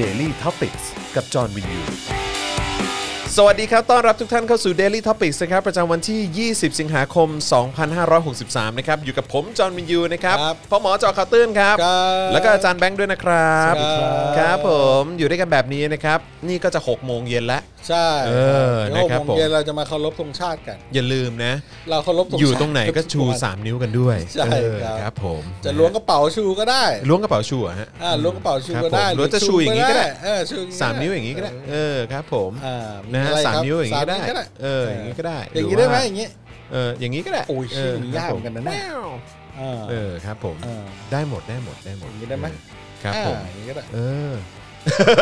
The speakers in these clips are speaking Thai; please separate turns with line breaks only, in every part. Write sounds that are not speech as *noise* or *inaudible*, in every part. Daily t o p i c กกับจอห์นวินยู สวัสดีครับ ต้อนรับทุกท่านเข้าสู่ Daily Topics นะครับ ประจำวันที่ 20 สิงหาคม 2563 นะครับ อยู่กับผม จอห์นวินยู นะครับ
ครับ
พ่อหมอจอข่าวตื้นครับ
ครับ
แล้วก็อาจารย์แบงค์ด้วยนะครับ
สวัสดีครับ
ครับผมอยู่ด้วยกันแบบนี้นะครับ นี่ก็จะ 6 โมงเย็นแล้ว
ใช่
เออ
เดี๋ยวหก
นะครับ
โม
ผม
งเย็นเราจะมาเคารพธงชาติกัน
อย่าลืมนะ
เราเคารพธงชาติ
อยู่ตรงไหนก็ชู 3 นิ้วกันด้วย
ใช่
เออ
ครับ
ครับผม
จะล้วงกระเป๋าชูก็ได้
ล้วงกระเป๋าชูเหรอฮะ
อ่าล้วงกระเป๋าชูก็ได้
ครับผมหรือจะชูอย่างนี้ก็ได้
เออชูอย่ง
สามนิ้วอย่างนี้ก็ได้ เออครับผม
อ่ามี
นะฮะ
อะไร
สาม
ครับ
นิ้วอย่างนี้ก็ได้
สามว
เอออย่างนี้ก็ได้
อย่างนี้
รื
ได้ไหม
ว่
อย่างนี้
เอออย่างนี้ก็ได้
โอ้ยชื่อมันยากเหมือนกันนะเนี่ย
แมว
เออ
เออครับผม
เออ
ได้หมดได้หมดได้หมด
อย่างนี้ได้ไหม
เออครับผม
อ่าอย่างนี้ก็ได้
เออ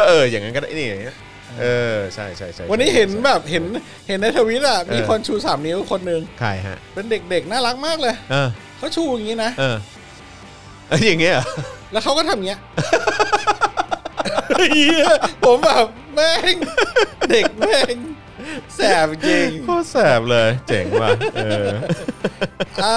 เอออย่างนั้นก็ได้นี่อย่างเงี้ยเออใช่ใช่ใช่
วันนี้เห็น
ใช่
แบบเห็นเห็นในทวิตอ่ะมี
เออ
คนชูสามนิ้วคนหนึ่ง
ใครฮะ
เป็นเด็กๆน่ารักมากเลย
เออ
เขาชูอย่างนี้นะ
เออเอ้ยอย่างเงี้ยเหรอ
แล้วเขาก็ทำอย่างเงี้ยเหี้ยผมแบบแม่งเด็กแม่งแสบจริง
โคตรแสบเลย เจ๋งว่ะเออ
อ่า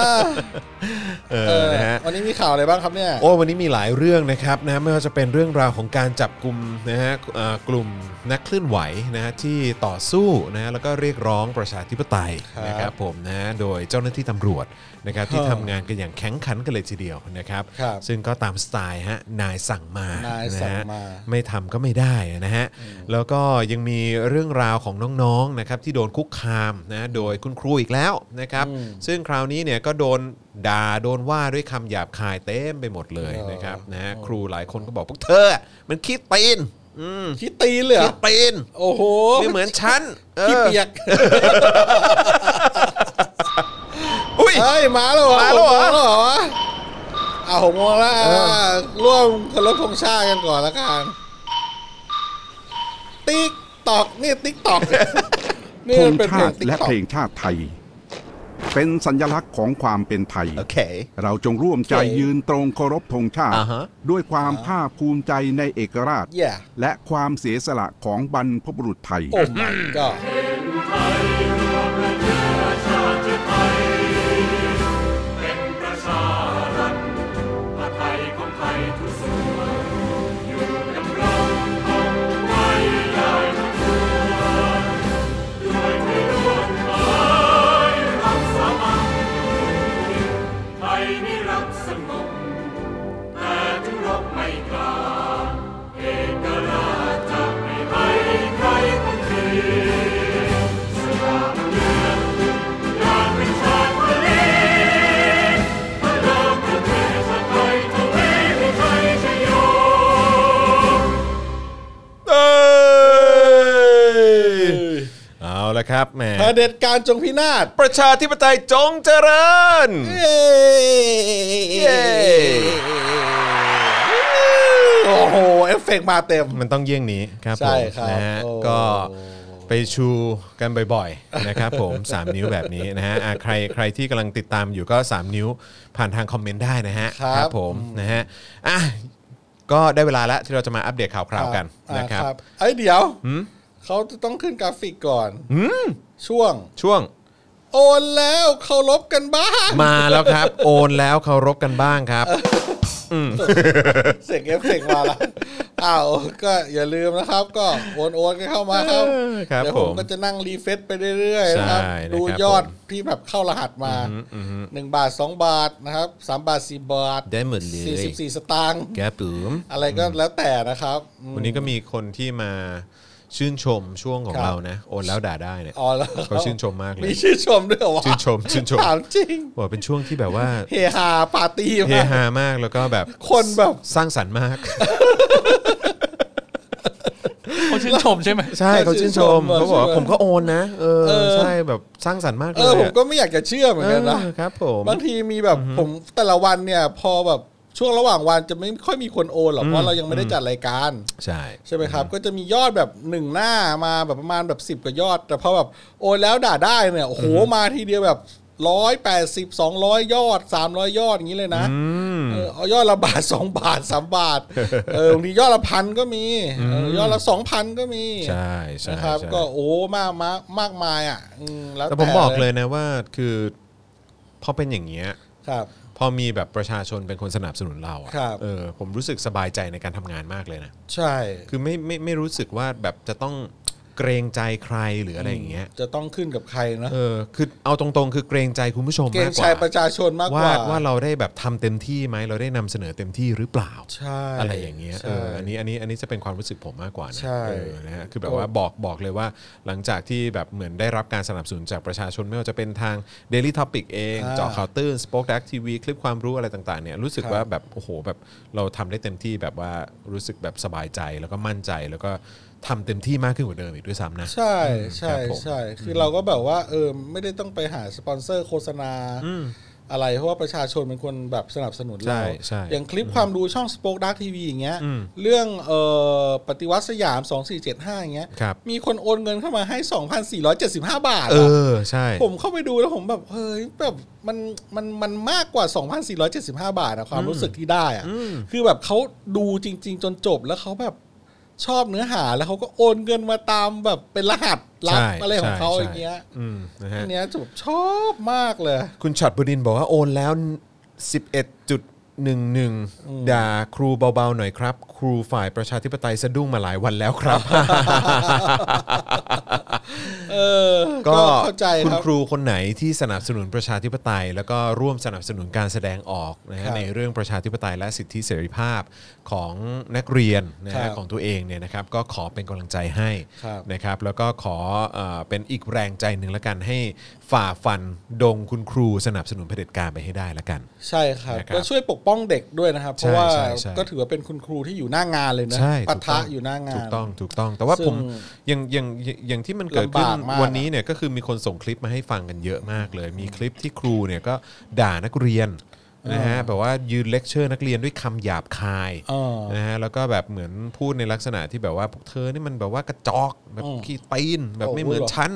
เอ
เอ
อ
อ
นะฮะ
วันนี้มีข่าวอะไรบ้างครับเนี่ย
โอ้วันนี้มีหลายเรื่องนะครับนะไม่ว่าจะเป็นเรื่องราวของการจับกลุ่มนะฮะเอ่อกลุ่มนักเคลื่อนไหวนะฮะที่ต่อสู้นะฮะแล้วก็เรียกร้องประชาธิปไตย
ครับ
นะครับผมนะฮะโดยเจ้าหน้าที่ตำรวจนะครับที่
ฮะ
ทำงานกันอย่างแข็งขันกันเลยทีเดียวนะครับ
ครับ
ซึ่งก็ตามสไตล์ฮะนายสั่งมาน
ายสั่งมา
ะฮะ ไม่ทำก็ไม่ได้นะฮะ แล้วก็ยังมีเรื่องราวของน้องๆนะครับที่โดนคุกคามนะโดยคุณครูอีกแล้วนะครับ
อืม
ซึ่งคราวนี้เนี่ยก็โดนด่าโดนว่าด้วยคำหยาบคายเต็มไปหมดเลย
เหรอ
นะครับนะฮะครูหลายคนก็บอกพวกเธอ มันขี้ตีนอืม
ขี้ตีนเลยเหร
ขี้
อ
ตีน
โอ้โห
ไม่เหมือนฉันออ
ขี้เปียก
อุ้ย
เฮ้ยมาแล้วเหรอ
มาแล้วเหรอ
หกโมงแล้วเหรอวะอ่ะหกโมงแล้วอ่ะร่วมเคารพธงชาติกันก่อนละกันติ๊กตอกนี่ติ๊กต *laughs* อกนี่
ธ
มั
ง
นเป็นเพล
ชาง ติ
ติ๊ก
และ
ตอก
เพลงชาติไทย เป็นสัญลักษณ์ของความเป็นไทย
โอเค
เราจงร่วมใจ
โอเค
ยืนตรงเคารพธงชาติ
อ่าฮะ
ด้วยความภาคภูมิใจในเอกราช
อย่
และความเสียสละของบรรพบุรุษไทย
โอ้ my god
ไทยนิรักสงบแต่ถึงรบไม่กล้าเอกราชจะไม่ให้ใครคนทีสยามเมืองอยากเป็นชาติทะเลพระโลกประเทศไทยทะเลให้ไทยชโย
เอ้ยเอาละครับแหม
เผด็จการจงพินาศ
ประชาธิปไตยจงเจริญ
เย้
เย้
โอ้โห เอฟเฟกต์มาเต็ม
มันต้องเยี่ยงนี้ครับผ
ใช่
ม
ครับ
นะฮะ
โอ้
ก็ไปชูกันบ่อยๆ นะครับผม *laughs* 3 นิ้วแบบนี้นะฮะอ่ะใครใครที่กำลังติดตามอยู่ก็ 3 นิ้วผ่านทางคอมเมนต์ได้นะฮะ
ครับ
ผมนะฮะอ่ะก็ได้เวลาละที่เราจะมาอัปเดตข่าวคราวกัน
อ่า
นะครับ
ไอ้ยเดี๋ยวเขาจะต้องขึ้นกราฟิกก่อนช่วง
ช่วง
โอนแล้วเคารพกันบ้าง *laughs*
มาแล้วครับ *laughs* โอนแล้วเคารพกันบ้างครับ
เสียงเอฟเฟกต์มา
*laughs*
แล้วอ้าวก็อย่าลืมนะครับ ก็โอนโอนกันเข้ามาครับ
เออครับ
เดี๋ยวผ
ผม
มก็จะนั่งรีเฟซไปเรื่อยๆนะครับ
ใช่นะครับ
ดูยอด
ผม
ที่แบบเข้ารหัสมาหนึ่งบาทสองบาทนะครับสามบาทสี่บาท
ได้หมดเลย
สี่สิบสี่สตางค์
แกปุ๋ม
อะไรก็แล้วแต่นะครับอืม
วันนี้ก็มีคนที่มาชื่นชมช่วงของ
ครับ
เรานะ โอนแล้วด่าได้เนี่ย
อ๋อแล้ว
เขาชื่นชมมากเลย
มีชื่นชมด้วยเหรอวะ
ชื่นชมชื่นชม
ถามจริง
บอกเป็นช่วงที่แบบว่า
เฮฮาปาร์ตี้
เฮ
มาก
ฮามากแล้วก็แบบ
คนแบบ
สร้างสรรค์มาก
เขาชื่นชมใช่ไหม
ใช่เขาชื่นชม
เออ
เขาบอกว่า
ใช่ไหม
ผมก็โอนนะ เออ
เออ
ใช่แบบสร้างสรรค์มากเล
เอย อผม
ะ
ก็ไม่อยากจะเชื่อเหมือนกันนะ
เออครับผม
บางทีมีแบบผมแต่ละวันเนี่ย พอแบบช่วงระหว่างวันจะไม่ค่อยมีคนโอนหรอกเพราะเรายังไม่ได้จัดรายการ
ใช่
ใช่ไหมครับ ก็จะมียอดแบบหนึ่งหน้ามาแบบประมาณแบบสิบกว่ายอด แต่พอแบบโอนแล้วด่าได้เนี่ยโอ้โหมาทีเดียวแบบร้อยแปดสิบสองร้อยยอดสามร้อยยอดอย่างนี้เลยนะเออเอายอดละบาทส *laughs* องบาทสามบาทเออบางทียอดละพันก็มีเออยอดละสองพันก็มี
ใช่ใช่
นะครับ
ใช่
ก็โอ้มากมากมากมายอ่ะอืมแล้ว
แต่ผมบอกเลย ยนะว่าคือพอเป็นอย่างเงี้ย
ครับ
พ อมีแบบประชาชนเป็นคนสนับสนุนเราอะ
ครับ
เออผมรู้สึกสบายใจในการทำงานมากเลยนะ
ใช่
คือไม่ไม่ไม่รู้สึกว่าแบบจะต้องเกรงใจใครหรืออะไรอย่างเงี้ย
จะต้องขึ้นกับใครนะ
เออคือเอาตรงๆ คือเกรงใจคุณผู้ชม
เก
มาม กก
ชา
ว่าย
ประชาชนมากก
ว่า
ว่า
ว่าเราได้แบบทำเต็มที่ไหมเราได้นำเสนอเต็มที่หรือเปล่า
ใช่
อะไรอย่างเงี้ยเออ
ใช่
อันนี้อันนี้อันนี้จะเป็นความรู้สึกผมมากกว่านะ
ใช่
เออนะฮะคือแบบว่าบอกบอกเลยว่าหลังจากที่แบบเหมือนได้รับการสนับสนุนจากประชาชนไม่ว่าจะเป็นทาง Daily Topic เอง
อ่า
เจาะข่าวตื้นสป็อคดักทีวีคลิปความรู้อะไรต่างๆเนี่ยรู้สึก
ครับ
ว่าแบบโอ้โหแบบเราทำได้เต็มที่แบบว่ารู้สึกแบบสบายใจแล้วก็มั่นใจแล้วก็ทำเต็มที่มากขึ้นกว่าเดิมอีกด้วยซ้ำนะ
ใช่ใช่
ครับผม
ใช่คือเราก็แบบว่าเออไม่ได้ต้องไปหาสปอนเซอร์โฆษณาอะไรเพราะว่าประชาชนเป็นคนแบบสนับสนุน
ใช่
เรา
ใช่
อย่างคลิปความรู้ช่องสป o อ e ดักทีวีอย่างเงี้ย
อืม
เรื่องเอ่อปฏิวัติสยาม 2475อย่างเงี้ย
ครับ
มีคนโอนเงินเข้ามาให้ 2,475 บาท
เอ
อะ
อใช่
ผมเข้าไปดูแล้วผมแบบเฮ้ยแบบมันมันมันมากกว่า 2,475 บาทอะความรู้สึกที่ได้อะคือแบบเขาดูจริง ๆ จนจบแล้วเขาแบบชอบเนื้อหาแล้วเขาก็โอนเงินมาตามแบบเป็นรหัสลับ
ใช่
อะไรของเขา
ใช่
อย่างเงี้ย
อืมนะฮะ
อันเนี้ยจุบชอบมากเลย
คุณช็อตบุดินทร์บอกว่าโอนแล้ว 11.11 ด่าครูเบาๆหน่อยครับ ครูฝ่ายประชาธิปไตยสะดุ้งมาหลายวันแล้วครับ
เออ ก็
ก็
เข้าใจ
คุ
ค
ณ
รับ
ครูคนไหนที่สนับสนุนประชาธิปไตย แล้วก็ร่วมสนับสนุนการแสดงออกนะ
ครั
ฮะ
บ
ในเรื่องประชาธิปไตยและสิทธิเสรีภาพของนักเรียนนะ
ครั
ฮะ
บ
ของตัวเองเนี่ยนะครับก็ขอเป็นกำลังใจให้
ครับ
นะครับแล้วก็ขอเอ่อเป็นอีกแรงใจหนึ่งละกันให้ฝ่าฟันดงคุณครูสนับสนุนเผด็จการไปให้ได้ละกัน
ใช่ครับ
นะครับ
ก็ช่วยปกป้องเด็กด้วยนะครับ เพ
ใช่
ราะว่า
ใช่ใช่
ก็ถือว่าเป็นคุณครูที่อยู่หน้างานเลยนะ
ใช่
ปะทะ
ถูกต้ง
อยู่หน้างาน
ถูกต้องถูกต้อง แต่ว่า
ซึ่ง
ผมอย่างอย่างอย่างอย่างที่มันเกิดขึ้น
ลำบากมาก
วันนี้เนี่ยก็คือมีคนส่งคลิปมาให้ฟังกันเยอะมากเลย มีคลิปที่ครูเนี่ยก็ด่านักเรียนนะฮะแบบว่ายืนเลคเชอร์นักเรียนด้วยคำหยาบคาย
เออ
นะฮะแล้วก็แบบเหมือนพูดในลักษณะที่แบบว่าพวกเธอนี่มันแบบว่ากระจอกแบบ
อืม
ขี้ตีนแบบ
โอ้
ไม่เหมือน
เหรอ
ฉัน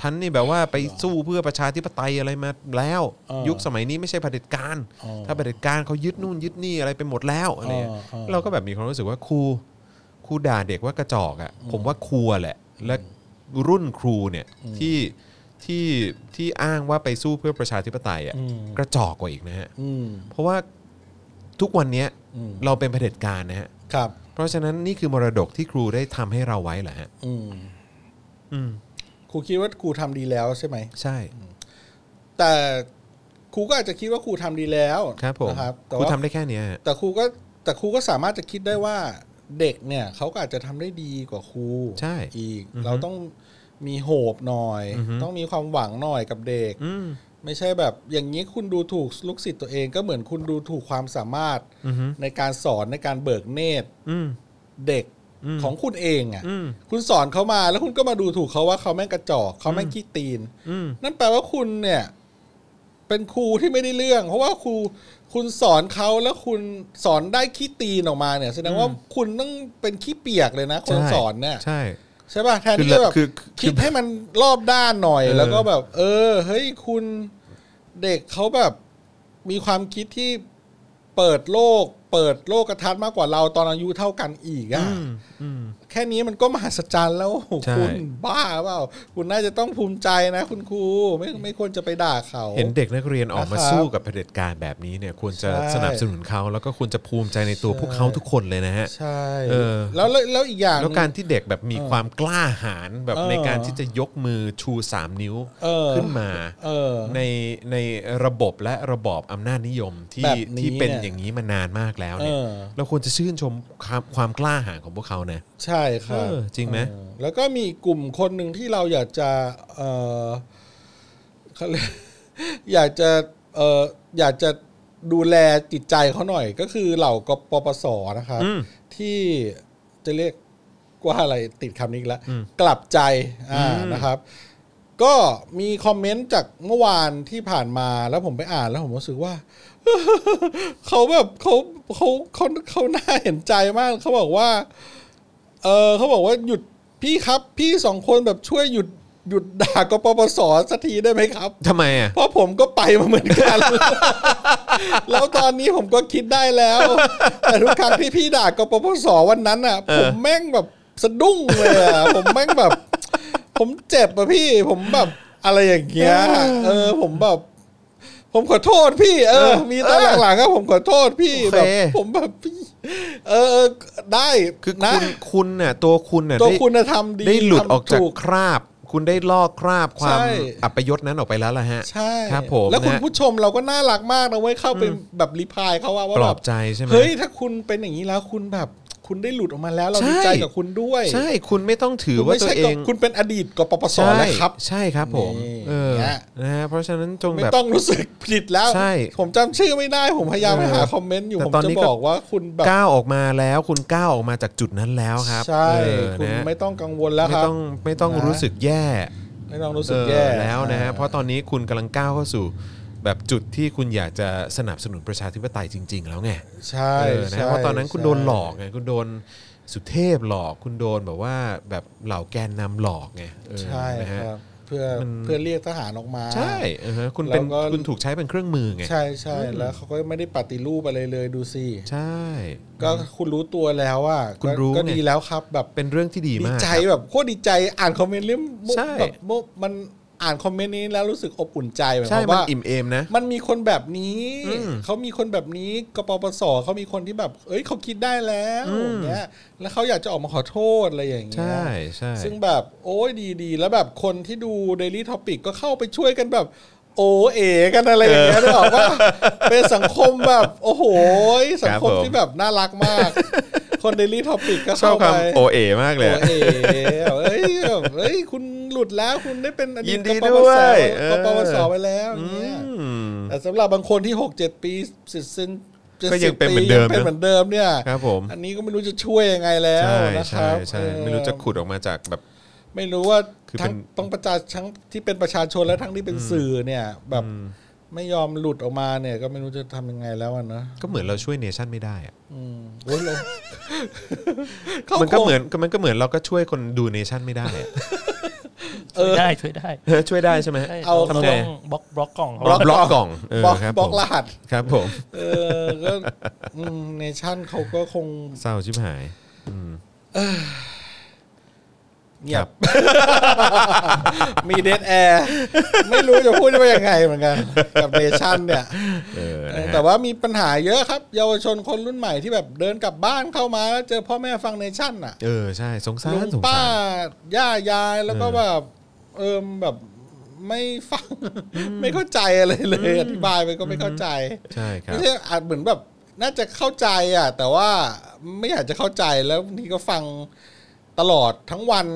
ฉันนี่แบบว่าไปสู้เพื่อประชาธิปไตยอะไรมาแล้ว
เออ
ยุคสมัยนี้ไม่ใช่เผด็จการ
อ๋อ
ถ้าเผด็จการเขายึดนู่นยึดนี่อะไรไปหมดแล้วอะไรอย่างเงี้ย
เออเออ
เรา ก็แบบมีความรู้สึกว่าครูครูด่าเด็กว่ากระจอกอะ่ะผมว่าครูอะแหละ และรุ่นครูเนี่ยที่ที่ที่อ้างว่าไปสู้เพื่อประชาธิปไตยอะ่ะ
อืม
กระจอกกว่าอีกนะฮะ
อืม
เพราะว่าทุกวันเนี้ย
อืม
เราเป็นเผด็จการนะฮะ
ครับ
เพราะฉะนั้นนี่คือมรดกที่ครูได้ทำให้เราไว้แหละฮะ
อืม
อืม
ครูคิดว่าครูทำดีแล้วใช่ไหม
ใช่
แต่ครูก็อาจจะคิดว่าครูทำดีแล้ว
ครับผม
นะครับแต่
ครู
ว่า
ทำได้แค่เนี้ยฮะ
แต่ครูก็แต่ครูก็สามารถจะคิดได้ว่าเด็กเนี่ยเขาก็อาจจะทำได้ดีกว่าครู
ใช่
อีก
อือฮึ
เราต้องมีโหบหน่อย
อือฮึ
ต้องมีความหวังหน่อยกับเด็ก
อืม
ไม่ใช่แบบอย่างนี้คุณดูถูกลูกศิษย์ตัวเองก็เหมือนคุณดูถูกความสามารถ
อืม
ในการสอนในการเบิกเนตร
อืม
เด็ก
อืม
ของคุณเองอ่ะ
อืม
คุณสอนเขามาแล้วคุณก็มาดูถูกเขาว่าเขาแม่งกระจอกเขาแม่งขี้ตีน
อืม
นั่นแปลว่าคุณเนี่ย เป็นครูที่ไม่ได้เรื่อง เพราะว่าครูคุณสอนเขาแล้วคุณสอนได้ขี้ตีนออกมาเนี่ยแสดงว่าคุณต้องเป็นขี้เปียกเลยนะคน
ใช่
สอนเนี่ย
ใช่
ใช่ป่ะแทน
คือ
ที่จะแบบ
คือ
คิดให้มันรอบด้านหน่อย
เออ
แล้วก็แบบ เออ เฮ้ยคุณเด็กเขาแบบมีความคิดที่เปิดโลก เปิดโลกกระทัดมากกว่าเราตอนอายุเท่ากันอีกอะ
อืมอืม
แค่นี้มันก็มหัศจรรย์แล้ว
ใช่
คุณบ้าเปล่าคุณน่าจะต้องภูมิใจนะ คุณครูไม่ไม่ควรจะไปด่าเขา
เห็นเด็กนักเรียนออกมา
นะครับ
สู้กับเผด็จการแบบนี้เนี่ยควรจะ
ใช่
สนับสนุนเขาแล้วก็ควรจะภูมิใจในตัวพวกเขาทุกคนเลยนะฮะ
ใช่
เออ
แล้วแล้วแล้วอีกอย่างห
แล้
นึ่
ว
ง
การที่เด็กแบบมี
เออ
ความกล้าหาญแบบ
เออ
ในการที่จะยกมือชูสามนิ้ว
เออ
ขึ้นมา
เออ
ในในระบบและระบอบอำนาจนิยมที่
แบบนี้
ที่เป็น
เนี่ย
อย่างนี้มานานมากแล้วเนี่ย
เออ
เราควรจะชื่นชมความความกล้าหาญของพวกเขานะ
ใช่ครับ
เออจริงไหม
เออแล้วก็มีกลุ่มคนหนึ่งที่เราอยากจะ เออเขาเรียก *laughs* อยากจะเอออยากจะดูแลจิตใจเขาหน่อย ก็คือเหล่ากปปสนะครับที่จะเรียกว่าอะไรติดคำนี้อีกแล้วกลับใจอ่านะครับ ก็มีคอมเมนต์จากเมื่อวานที่ผ่านมาแล้วผมไปอ่านแล้วผมรู้สึกว่า *laughs* เขาแบบเขาเขาเขาเขาน่าเห็นใจมากเขาบอกว่า เออเขาบอกว่าหยุดพี่ครับ พี่สองคนแบบช่วยหยุดหยุดด่ากปปสสักทีได้ไหมครับ
ทำไมอ่ะ
เพราะผมก็ไปมาเหมือนกัน *laughs* แล้วตอนนี้ผมก็คิดได้แล้ว แต่ทุกครั้งที่พี่ด่ากปปสวันนั้นอ่ะ ผมแม่งแบบสะดุ้งเลยอ่ะ *laughs* ผมแม่งแบบ ผมเจ็บอ่ะพี่ ผมแบบอะไรอย่างเงี้ย เออ ผมแบบ ผมขอโทษพี่ เออ มีตอนหลังๆก็ผมขอโทษพี่
โอเค
แบบผมแบบพี่เออเออได้
คือ
นะ
คุณคุณน่ะตัวคุณน่ะ
ตัว
ได้
คุณธรรมดี
ได้หลุด
ทำ
ออกจาก
ถู
คราบ คุณได้ลอกคราบความ
ใช่
อัปยศนั้นออกไปแล้วล่ะฮะ
ใช่
ครับผม
แล้วคุณ
นะ
ผู้ชมเราก็น่ารักมากนะเว้ยเข้าไปแบบรีพลายเขาว่าว่า
ปล
แบ
อ
บบ
ใจใช่ไหม
เฮ้ยถ้าคุณเป็นอย่างนี้แล้วคุณแบบ คุณได้หลุดออกมาแล้วเรา
ใช่
ดีใจกับคุณด้วย
ใช่คุณไม่ต้องถือ
คุณ
ว่า
ไม่
ตั
ใช่
วเอ
กับ
ง
คุณเป็นอดีตกปปส
ใช่
นะครับ
ใช่ครับผม
นี่
เออ
เนี่ย
นะฮะเพราะฉะนั้นจง
ไม่
แบบ
ต้องรู้สึกผิดแล้ว
ใช่
ผมจำชื่อไม่ได้ผมพยายามไปหา
เออ
คอมเมนต์อยู่
แต่
ผม
ตอน
จะ
นี้ก็
บอกว่าคุณแบบ
ก้าวออกมาแล้ว คุณก้าวออกมาจากจุดนั้นแล้วครับ
ใช่
เออ
คุณ
นะ
ไม่ต้องกังวลแล้ว
ไม่
ครับ
ต้องไม่ต้อง
นะ
รู้สึกแย่
ไม่ต้องรู้สึก
เออ
แย่
แล้วนะฮะเพราะตอนนี้คุณกำลังก้าวเข้าสู่ แบบจุดที่คุณอยากจะสนับสนุนประชาธิปไตยจริง ๆ แล้วไง
ใช่
เออนะ
ใช่
เพราะตอนนั้นคุณโดนหลอก
ใช่
ไงคุณโดนสุเทพหลอก คุณโดนแบบว่าแบบเหล่าแกนนำหลอกไงเออ
ใช่
นะฮะ
ครับเพื่อ
มัน
เพื่อเรียกทหารออกมา
ใช่เออฮะคุณเป็น
แล้วก็
คุณถูกใช้เป็นเครื่องมือไง
ใช่ใช่แล้วเขาก็ไม่ได้ปฏิรูปอะไรเลยดูสิ
ใช่
ก็คุณรู้ตัวแล้วอ่ะ
คุณรู้
ก็
ไง
ดีแล้วครับแบบ
เป็นเรื่องที่ดี
ดี
มาก
ใจ
ครับ
แบบโคตรดีใจอ่านคอมเมนต์เรื่อง
ใช่
แบบโมมันอ่านคอมเมนต์นี้แล้วรู้สึกอบอุ่นใจแบบ
ใช่มัน
ว่า
อิ่มเอมนะ
มันมีคนแบบนี้
อืม
เขามีคนแบบนี้กปปสเขามีคนที่แบบ เอ้ยเขาคิดได้แล้ว
อืม
อย่างเงี้ยแล้วเขาอยากจะออกมาขอโทษอะไรอย่างเงี้ย
ใช่ใช่
ซึ่งแบบโอ้ยดีดี แล้วแบบคนที่ดู Daily Topic ก็เข้าไปช่วยกันแบบ โอเอกันอะไรอย่างเงี้ยนึก
*laughs*
ออกว่าเป็นสังคมแบบ โอ้โหยสังคม
ครับผม
ที่แบบน่ารักมาก คน Daily Topic ก็
ชอบ
เข้าไป
คำโอเอมากเลยอะ
โอเอเอ้ยแบบเอ้ย คุณหลุดแล้วคุณได้เป็นอดี
ยิ
ต
นดีด้วยเออ
กปปสไปแล้วอย่าง
อื
เงี้ย
ม
แต่สำหรับบางคนที่ 6 7 ปีสิบสิบ
ก็ยังเป็นเหมือนเดิมนะ
ยังเป็นเหมือนเดิมเนี่ย
ครับผม
อันนี้ก็ไม่รู้จะช่วยยังไงแล้ว
ใช่
นะค
ใช่
รับ
ใช่
เออ
ไม่รู้จะขุดออกมาจากแบบ
ไม่รู้ว่า
คือ
ทั้ง
เป็น
ต้องประชาทั้งที่เป็นประชาชนและทั้งที่เป็นสื่อเนี่ย แบบไม่ยอมหลุดออกมาเนี่ย ก็ไม่รู้จะทำยังไงแล้วอ่ะเนอะ
ก็เหมือนเราช่วยเนชั่นไม่ได้อะ
อืมโอ้ยเราเขา
มันก็
คง
เหมือนมันก็เหมือนเราก็ช่วยคนดูเนชั่นไม่ได้อะ
เออ
ได้ช่วยได้
ช่วยได้ใช่ไหม
ใช่
เอา
ต้
ทำไง
องบล็อกบล็อกกล่องเขา
บล็อกกล่องเออบ
ล็อก
ครับผ
บล็อก
ม
รหัส
ครับผม
เออก็เนชั่นเขาก็คง
เศร้าชิบหายอืม
เงียบ มีเดดแอร์ไม่รู้จะพูดว่ายังไงเหมือนกัน กับเนชั่นเนี่ย
เออนะฮะ
แต่ว่ามีปัญหาเยอะครับ เยาวชนคนรุ่นใหม่ที่แบบเดินกลับบ้านเข้ามาแล้วเจอพ่อแม่ฟังเนชั่นอ่ะ
เออใช่สงสาร
ลุง
สง
ป้า
สาร
ย่ายายแล้วก็
เออ
แบบเออแบบไม่ฟัง ไม่เข้าใจอะไรเลยอธิบายไปก็ไม่เข้าใจ
ใช่ครับ
ไม่ใช่อาจเหมือนแบบน่าจะเข้าใจอ่ะ แต่ว่าไม่อยากจะเข้าใจแล้วบางทีก็ฟังตลอดทั้งวัน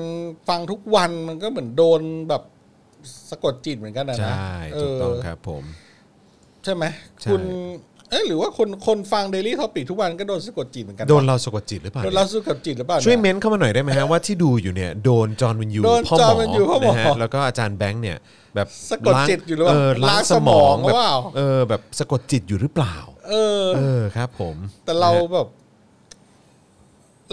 ฟังทุกวันมันก็เหมือนโดนแบบสะกดจิตเหมือนกันนะ
ใช่
เ
ถูกต้องครับผม
ใช่ไหม
ใช่
คุณเอ้ยหรือว่าคนคนฟังเดลี่ทอปิกทุกวันก็โดนสะกดจิตเหมือนกัน
โดน
ปะ
เราสะกดจิตหรือเปล่า
โดนเราสู้กับจิตหรือเปล่า
ช่วย
นี่
เม้นต์เข้ามาหน่อยได้ไหมฮะว่าที่ดูอยู่เนี่ยโดนจอห์นวินยู
โดน
พ่อ
จอห์น
หม
วินยูพ่
อ
อหมอ
นะฮะแล้วก็อาจารย์แบงค์เนี่ย แบบ
สะกดจิตอยู่หรือเปล่า
เออล้า
ล้างง
ส
ส
ม
ม
อ
อง ง
แบ
ห
บ
รือเปล่า
เออแบบสะกดจิตอยู่หรือเปล่า
เออ
เออครับ ผม
แต่เรา
นะฮะ
แบบ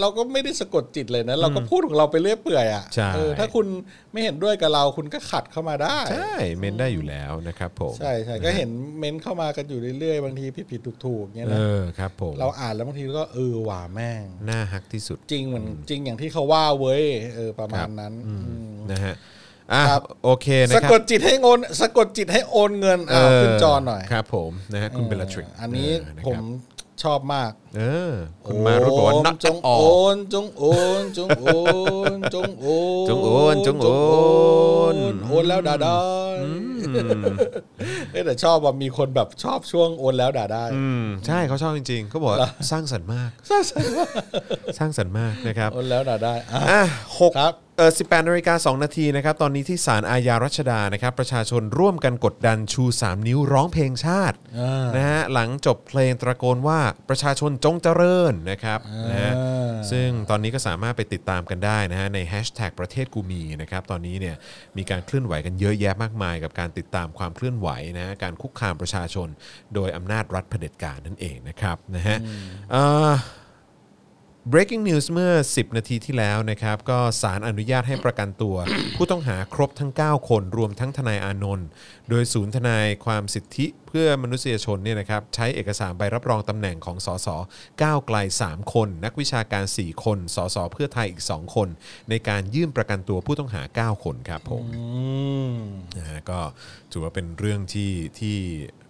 เราก็ไม่ได้สะกดจิตเลยนะ เราก็พูดของเราไปเรื่อยเปื่อยอ่ะ
ใช่
เออถ้าคุณไม่เห็นด้วยกับเรา คุณก็ขัดเข้ามาได้
ใช่เม้นต์ได้อยู่แล้วนะครับผม
ใช่ใช่ก็เห็นเม้นเข้ามากันอยู่เรื่อยๆบางทีผิดผิดถูกถูกๆเงี้ย
เอ
นะ
อครับผม
เราอ่านแล้วบางทีก็เออว่าแม่ง
น่าฮักที่สุด
จริงเหมือนจริงอย่างที่เขาว่าเว้ยเออประมาณนั้นอืม
นะฮะอ่ะ
ครับ
โอเคนะ
สะ
ครั
กดจิตให้โอนสะกดจิตให้โอนเงินอ่าขึ้นจอหน่อย
ครับผมนะฮะคุณเบลลาทริก
เอออันนี้
เะครับ
ผมชอบมาก
เออคุณมารุตบอกว่า not
จ
at
ง
all
โอนจงโอนจงโอน
*laughs*
จงโอน
จงโอนจงโอน
โอนแล้วด่าได้เอ้ยแต่ชอบว่ามีคนแบบชอบช่วงโอนแล้วด่าได้
อืมใช่เขาชอบจริงๆเขาบอกว่าสร้างสรรค์มาก
สร้างสรรค์มาก
สร้างสรรค์มากนะครับ
โอนแล้วด่าได้อ่ะ
อ่ะหก
ครับ
เออสิบแปดนาฬิกาสองนาทีนะครับ ตอนนี้ที่ศาลอาญารัชดานะครับ ประชาชนร่วมกันกดดันชู 3 นิ้วร้องเพลงชาตินะฮะหลังจบเพลงตะโกนว่าประชาชนจงเจริญนะครับนะฮะซึ่งตอนนี้ก็สามารถไปติดตามกันได้นะฮะในแฮชแท็กประเทศกูมีนะครับ ตอนนี้เนี่ยมีการเคลื่อนไหวกันเยอะแยะมากมาย กับการติดตามความเคลื่อนไหวนะฮะการคุกคามประชาชน โดยอำนาจรัฐเผด็จการนั่นเองนะครับนะฮะเอ่อ breaking news เมื่อ 10 นาทีที่แล้วนะครับ ก็สารอนุญาต
*coughs*
ให้ประกันตัว ผู้ต้องหาครบทั้ง 9 คนรวมทั้งทนายอานนท์โดยศูนย์ทนายความสิทธิเพื่อมนุษยชนเนี่ยนะครับใช้เอกสารใบรับรองตำแหน่งของสสก้าวไกล 3 คน นักวิชาการ 4 คนสสเพื่อไทยอีก 2 คน ในการยื่นประกันตัวผู้ต้องหา 9 คนครับผม
อืม
นะฮะก็ถือว่าเป็นเรื่องที่ที่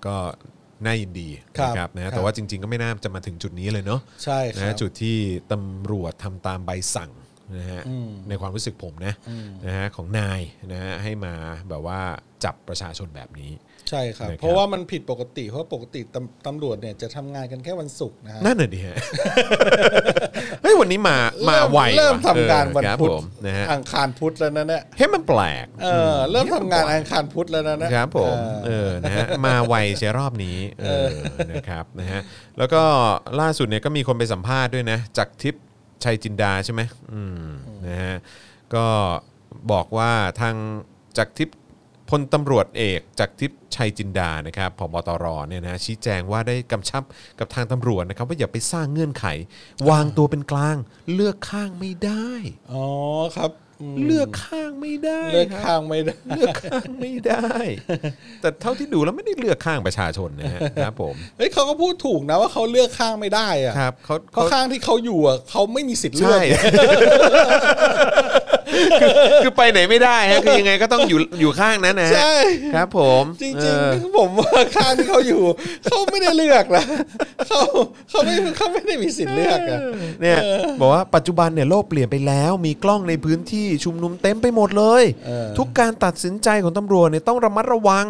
ก็น่ายินดี
ครับ
นะครับนะฮะแต่
ครับ
ว่าจริง ๆ ก็ไม่น่าจะมาถึงจุดนี้เลยเนาะ
ใช่ครับ
นะฮะจุดที่ตำรวจทำตามใบสั่งนะฮะ
อืม
ในความรู้สึกผมนะนะฮะของนายนะฮะให้มาแบบว่าจับประชาชนแบบนี้
ใช่ครับ
นะครับ
เพราะว่ามันผิดปกติ เพราะปกติตำตำรวจเนี่ยจะทำงานกันแค่วันศุกร์นะฮะ
นั่นน่ะดิฮะ เฮ้ยวันนี้มามาไว
เริ่ม
ว่ะ
ทำงานวัน
เออครับ
พุธ
ผมนะฮะ
อังคารพุธแล้วนะเนี่ย
เฮ้ยมันแปลก
เออเริ่มทำงานอังคารพุธแล้วนะเนี่ย
ครับผมเอ
เออ
อนะฮะมาไวเชียรอบนี้เออนะครับนะฮะแล้วก็ล่าสุดเนี่ยก็มีคนไปสัมภาษณ์ด้วยนะจากทิพย์ชัยจินดาใช่ไหมอืมนะฮะก็บอกว่าทางจากทิพย์พลตำรวจเอกจากทิพย์ชัยจินดานะครับผบตรเนี่ยนะชี้แจงว่าได้กำชับกับทางตำรวจนะครับว่าอย่าไปสร้างเงื่อนไข วางตัวเป็นกลางเลือกข้างไม่ได้
อ๋อครับม
เลือกข้างไม่ได้
เลือก
ครับ
ข้างไม่ได้ *laughs*
เลือกข้าง *laughs* ไม่ได้ แต่เท่าที่ดูแล้วไม่ได้เลือกข้างประชาชนนะฮะ ครับผม
เฮ้ยเขาก็พูดถูกนะว่าเขาเลือกข้างไม่ได้อะ
ครับเขา
เพราะข้างที่เขาอยู่อะเขาไม่มีสิทธิ์เลือก
ใช่ คือ *laughs* คือไปไหนไม่ได้ฮะคือยังไงก็ต้องอยู่อยู่ข้างนั้นนะฮะ
ใช่
ครับ ผม
จ
เอ
ริง
อ
ๆผมว่าข้างที่เขาอยู่ *laughs* เขาไม่ได้เลือกนะ *laughs* เขาเขาไม่เขาไม่ได้มีสิทธิ์เลือกอะ
เนี่ยบอกว่าปัจจุบันเนี่ยโลกเปลี่ยนไปแล้ว มีกล้องในพื้นที่ชุมนุมเต็มไปหมดเลย ทุกการตัดสินใจของตำรวจเนี่ยต้องระมัดระวัง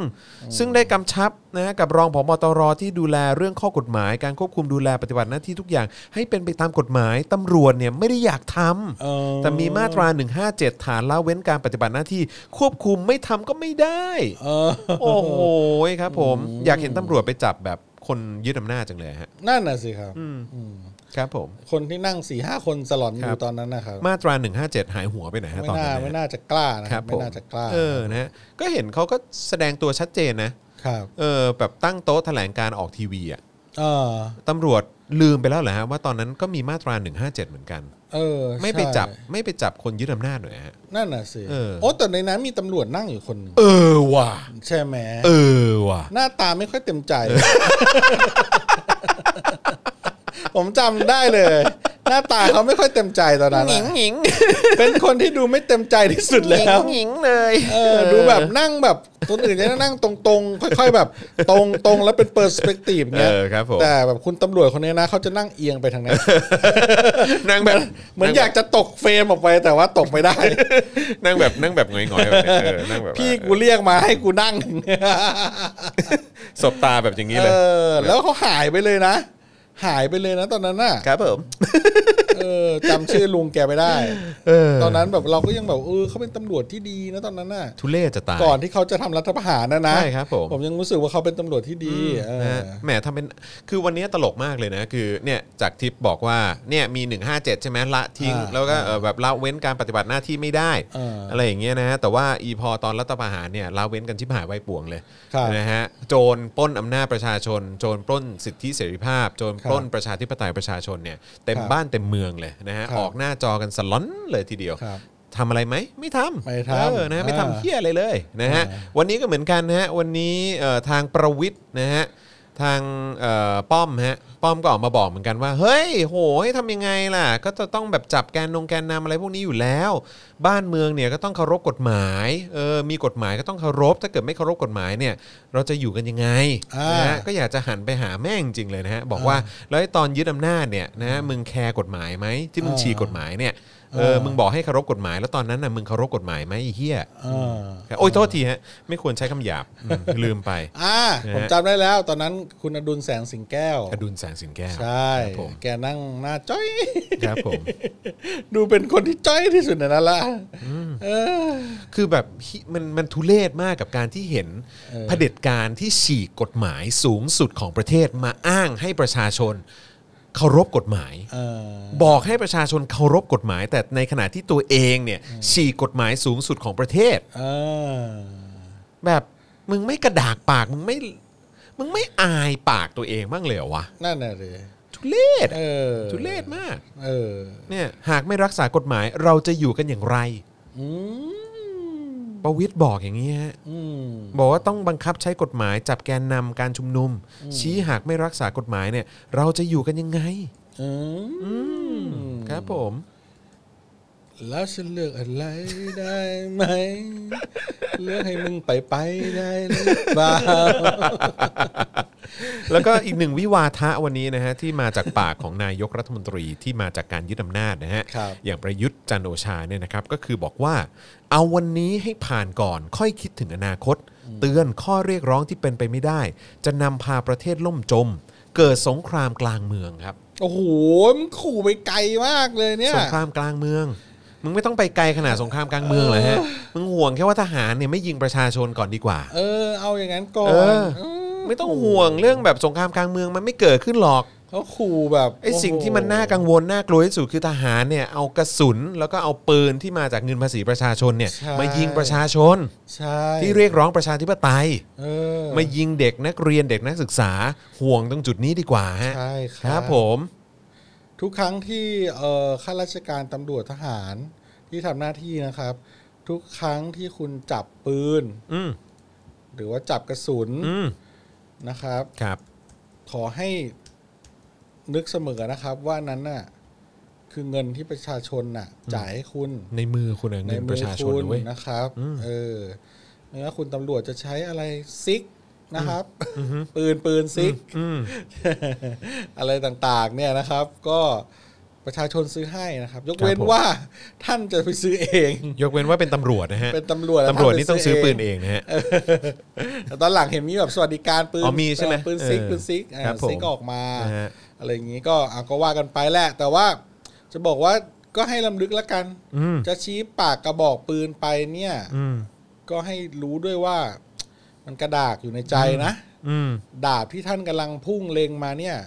ซึ่งได้กำชับนะกับรองผบตรที่ดูแลเรื่องข้อกฎหมาย การควบคุมดูแลปฏิบัติหน้าที่ทุกอย่าง ให้เป็นไปตามกฎหมายตำรวจเนี่ยไม่ได้อยากทำ
เออ
แต่มีมาตรา 157 ฐานละเว้นการปฏิบัติหน้าที่ ควบคุมไม่ทำก็ไม่ได้
เออ
โอ้โหครับผม อยากเห็นตำรวจไปจับแบบคนยึดอำนาจจังเลยฮะ
นั่นน่ะสิครับ
ครับผม
คนที่นั่งสี่ห้าคนสลอนอ
ครั
ยู่
บ
ตอนนั้นนะครับ
มาตรา 157 หายหัวไปไหนฮะ
ไม่
ตอน
น่า
นั้น
ไม่
นะ
น่าจะกล้า
ค
นะค
รั
รั
บบ ผ
ไม่
ม
น่าจะกล้า
เออนะฮะก็เห็นเขาก็แสดงตัวชัดเจนนะครับเออแบบตั้งโต๊ะแถลงการออกทีวีอ่ะ
เออ
ตำรวจลืมไปแล้วเหรอฮะว่าตอนนั้นก็มีมาตรา 157 เหมือนกัน
เออ
ไม่ไป
ใช่
จับไม่ไปจับคนยึดอำนาจหน่อยฮะ
นั่นน่ะสิ
เออ
โอ้แต่ในนั้นมีตำรวจนั่งอยู่คนหนึ่ง
เออว่ะ
ใช่ไหม
เออว่ะ
หน้าตาไม่ค่อยเต็มใจ *laughs* ผมจำได้เลย หน้าตาเขาไม่ค่อยเต็มใจตอนนั้นอะเป็นคนที่ดูไม่เต็มใจที่สุดแล้ว
หญิงๆเลย
เออดูแบบนั่งแบบคนอื่นจะนั่งตรงๆ ค่อย ๆ แบบ *laughs* ตรงตรงแล้วเป็นเปอร์สเปกทีฟ
เอ
เงี้ย
อครับผม
แต่แบบคุณตำรวจคนนี้นะเขาจะนั่งเอียงไป
*laughs*
ทางนั้น
นางแบบ
เหมือนอยากจะตกเฟรมออกไปแต่ว่าตกไม่
*laughs*
ได้
นางแบบนางแบบหงอยๆแบบเนี้ยเออนั่งแบบ
พี่กูเรียกมาให้กูนั่ง
สบตาแบบอย่างนี้
เอ
เลย
อ แล้วเขาหายไปเลยนะ หายไปเลยนะตอนนั้นน่ะ
ครับผม
เออจำชื่อลุงแกไม่ได้ตอนนั้นแบบเราก็ยังแบบเออเขาเป็นตำรวจที่ดีนะตอนนั้นน่ะ
ทุเล่จะตาย
ก่อนที่เขาจะทำรัฐประหารนะนะ
ใช่ครับผม
ผมยังรู้สึกว่าเขาเป็นตำรวจที่ดีเออ
นะฮะแหมทำเป็นคือวันนี้ตลกมากเลยนะ คือเนี่ยจากทิปบอกว่าเนี่ยมี 157 ใช่ไหมละทิ้ง
อ่า
แล้วก็เอ่อแบบละเว้นการปฏิบัติหน้าที่ไม่ได้
เอออ
อะไรอย่างเงี้ยนะฮะแต่ว่าอีพอตอนรัฐประหารเนี่ยละเว้นกันชิบหายไว้ป่วงเลย
ครับ
นะฮะโจรปล้นอำนาจประชาชน โจรปล้นสิทธิเสรีภาพ โจรปล้นประชาธิปไตยประชาชนเนี่ยเต็ม
ครับ
บ้านเต็มเมืองเลยนะฮะ
ครับ
ออกหน้าจอกันสล้อนเลยทีเดียว
ครับ
ทำอะไรไหมไม่ทำ
ไม่ทำ
เออนะฮะไม่
อ่า
ทำเหี้ยอะไรเลยนะฮะ วันนี้ก็เหมือนกันนะฮะวันนี้เอ่อทางประวิทย์นะฮะทางเอ่อป้อมฮะป้อมก็ออกมาบอกเหมือนกันว่า เฮ้ยโหยทำยังไงล่ะ ก็จะต้องแบบจับแกนนงแกนนำอะไรพวกนี้อยู่แล้ว บ้านเมืองเนี่ยก็ต้องเคารพกฎหมายเออมีกฎหมายก็ต้องเคารพ ถ้าเกิดไม่เคารพกฎหมายเนี่ยเราจะอยู่กันยังไง
อ่าน
นะฮะก็อยากจะหันไปหาแม่งจริงเลยนะฮะบอกว่าแล้วไอ้ตอนยึดอำนาจเนี่ยนะฮะมึงแคร์กฎหมายไหมที่มึงฉีกกฎหมายเนี่ยเออมึงบอกให้เคารพกฎหมาย แล้วตอนนั้นน่ะมึงเคารพกฎหมายไหมไอ้เหี้ย
เออ
ครับโอ้ยโทษทีฮะ ไม่ควรใช้คำหยาบอืมลืมไป
อ่าผมจำได้แล้ว ตอนนั้นคุณอดุลแสงสิงแก้ว
อดุลแสงสิงแก้ว
ใช่
ครับผม
แกนั่งหน้าจ้อย
ค
*laughs*
รับผม
ดูเป็นคนที่จ้อยที่สุดในนั้นละเออ
คือแบบฮิมันมันทุเลศมากกับการที่เห็นเผด็จการที่ฉีกกฎหมายสูงสุดของประเทศมาอ้างให้ประชาชน เคารพกฎหมาย
เออ
บอกให้ประชาชนเคารพกฎหมาย แต่ในขณะที่ตัวเองเนี่ยฉีกกฎหมายสูงสุดของประเทศ
เออ
แบบมึงไม่กระดากปากมึงไม่มึงไม่อายปากตัวเองบ้างเลยเหรอวะ
นั่นน่ะเลย
ทุ เลศ
เออ
ทุเลศมาก
เออ
เนี่ยหากไม่รักษากฎหมายเราจะอยู่กันอย่างไร
อืม
ประวิทย์บอกอย่างนี้ฮะ
อืม
บอกว่าต้องบังคับใช้กฎหมายจับแกนนำการชุมนุม ชี้หากไม่รักษากฎหมายเนี่ยเราจะอยู่กันยังไง
อืม
ครับผม
แล้วฉันเลือกอะไรได้ไหม เลือกให้มึงไปไปๆได้หรือเปล่า
แล้วก็อีกหนึ่งวิวาทะวันนี้นะฮะที่มาจากปากของนายกรัฐมนตรีที่มาจากการยึดอำนาจนะฮะ
ครับ
อย่างประยุทธ์จันทร์โอชาเนี่ยนะครับก็คือบอกว่า เอาวันนี้ให้ผ่านก่อนค่อยคิดถึงอนาคต เตือนข้อเรียกร้องที่เป็นไปไม่ได้ จะนำพาประเทศล่มจม เกิดสงครามกลางเมืองครับ
โอ้โหมึงขู่ไปไกลมากเลยเนี่ย
สงครามกลางเมือง มึงไม่ต้องไปไกลขนาดสงครามกลางเมืองเลยฮะ มึงห่วงแค่ว่าทหารเนี่ยไม่ยิงประชาชนก่อนดีกว่า
เออ เอาอย่างนั้นก่อน
เออ
เออ
ไม่ต้องห่วงเรื่องแบบสงครามกลางเมืองมันไม่เกิดขึ้นหรอก
เขาขู่แบบ
ไอ้
โโห
สิ่งที่มันน่ากังวลน่ากลัวที่สุดคือทหารเนี่ยเอากระสุนแล้วก็เอาปืนที่มาจากเงินภาษีประชาชนเนี่ยมายิงประชาชน
ใช่
ที่เรียกร้องประชาธิปไตย
เออ
มายิงเด็กนักเรียนเด็กนักศึกษาห่วงตรงจุดนี้ดีกว่าฮะ
ใช่ครับ
ครับผม
ทุกครั้งที่เอ่อข้าราชการตำรวจทหารที่ทำหน้าที่นะครับ ทุกครั้งที่คุณจับปืน
อืม
หรือว่าจับกระสุน
อืม
นะครับ
ครับ
ขอให้นึกเสมอนะครับ ว่านั้นน่ะคือเงินที่ประชาชนน่ะ จ่ายให้คุณ
ในมือคุณอะ
ใน
เงินป
มื
ระ
อ
ชาชน
คุณ
นะเว้ย
นะครับ
อืม
เออไม่ว่าคุณตำรวจจะใช้อะไรซิกนะครับ ปืนปืนซิก
อืม
*laughs* อะไรต่างๆ เนี่ยนะครับ ก็ประชาชนซื้อให้นะครับ ยกเว้น
ครับผม
ว่าท่านจะไปซื้อเอง
ยกเว้นว่าเป็นตำรวจนะฮะ
เป็นตำรวจ
ตำรวจนี่ต้องซื้อปืน
เอง
เองนะฮะ
แต่ตอนห *laughs* ลังเห็นมีแบบสวัสดิการปืน
อ๋อมีใช่ไหม
ปืนซิก
เออ
ปืนซิกอ่า
ครับผม
ซิกออกมา
นะฮะ
อะไรอย่างนี้ก็อ่ะก็ว่ากันไปแหละ แต่ว่าจะบอกว่าก็ให้ลำลึกแล้วกัน
อืม
จะชี้ปากกระบอกปืนไปเนี่ย
อืม
ก็ให้รู้ด้วยว่ามันกระดากอยู่ในใจนะ
อืม
ดาบที่ท่านกำลังพุ่งเล็งมาเนี่ย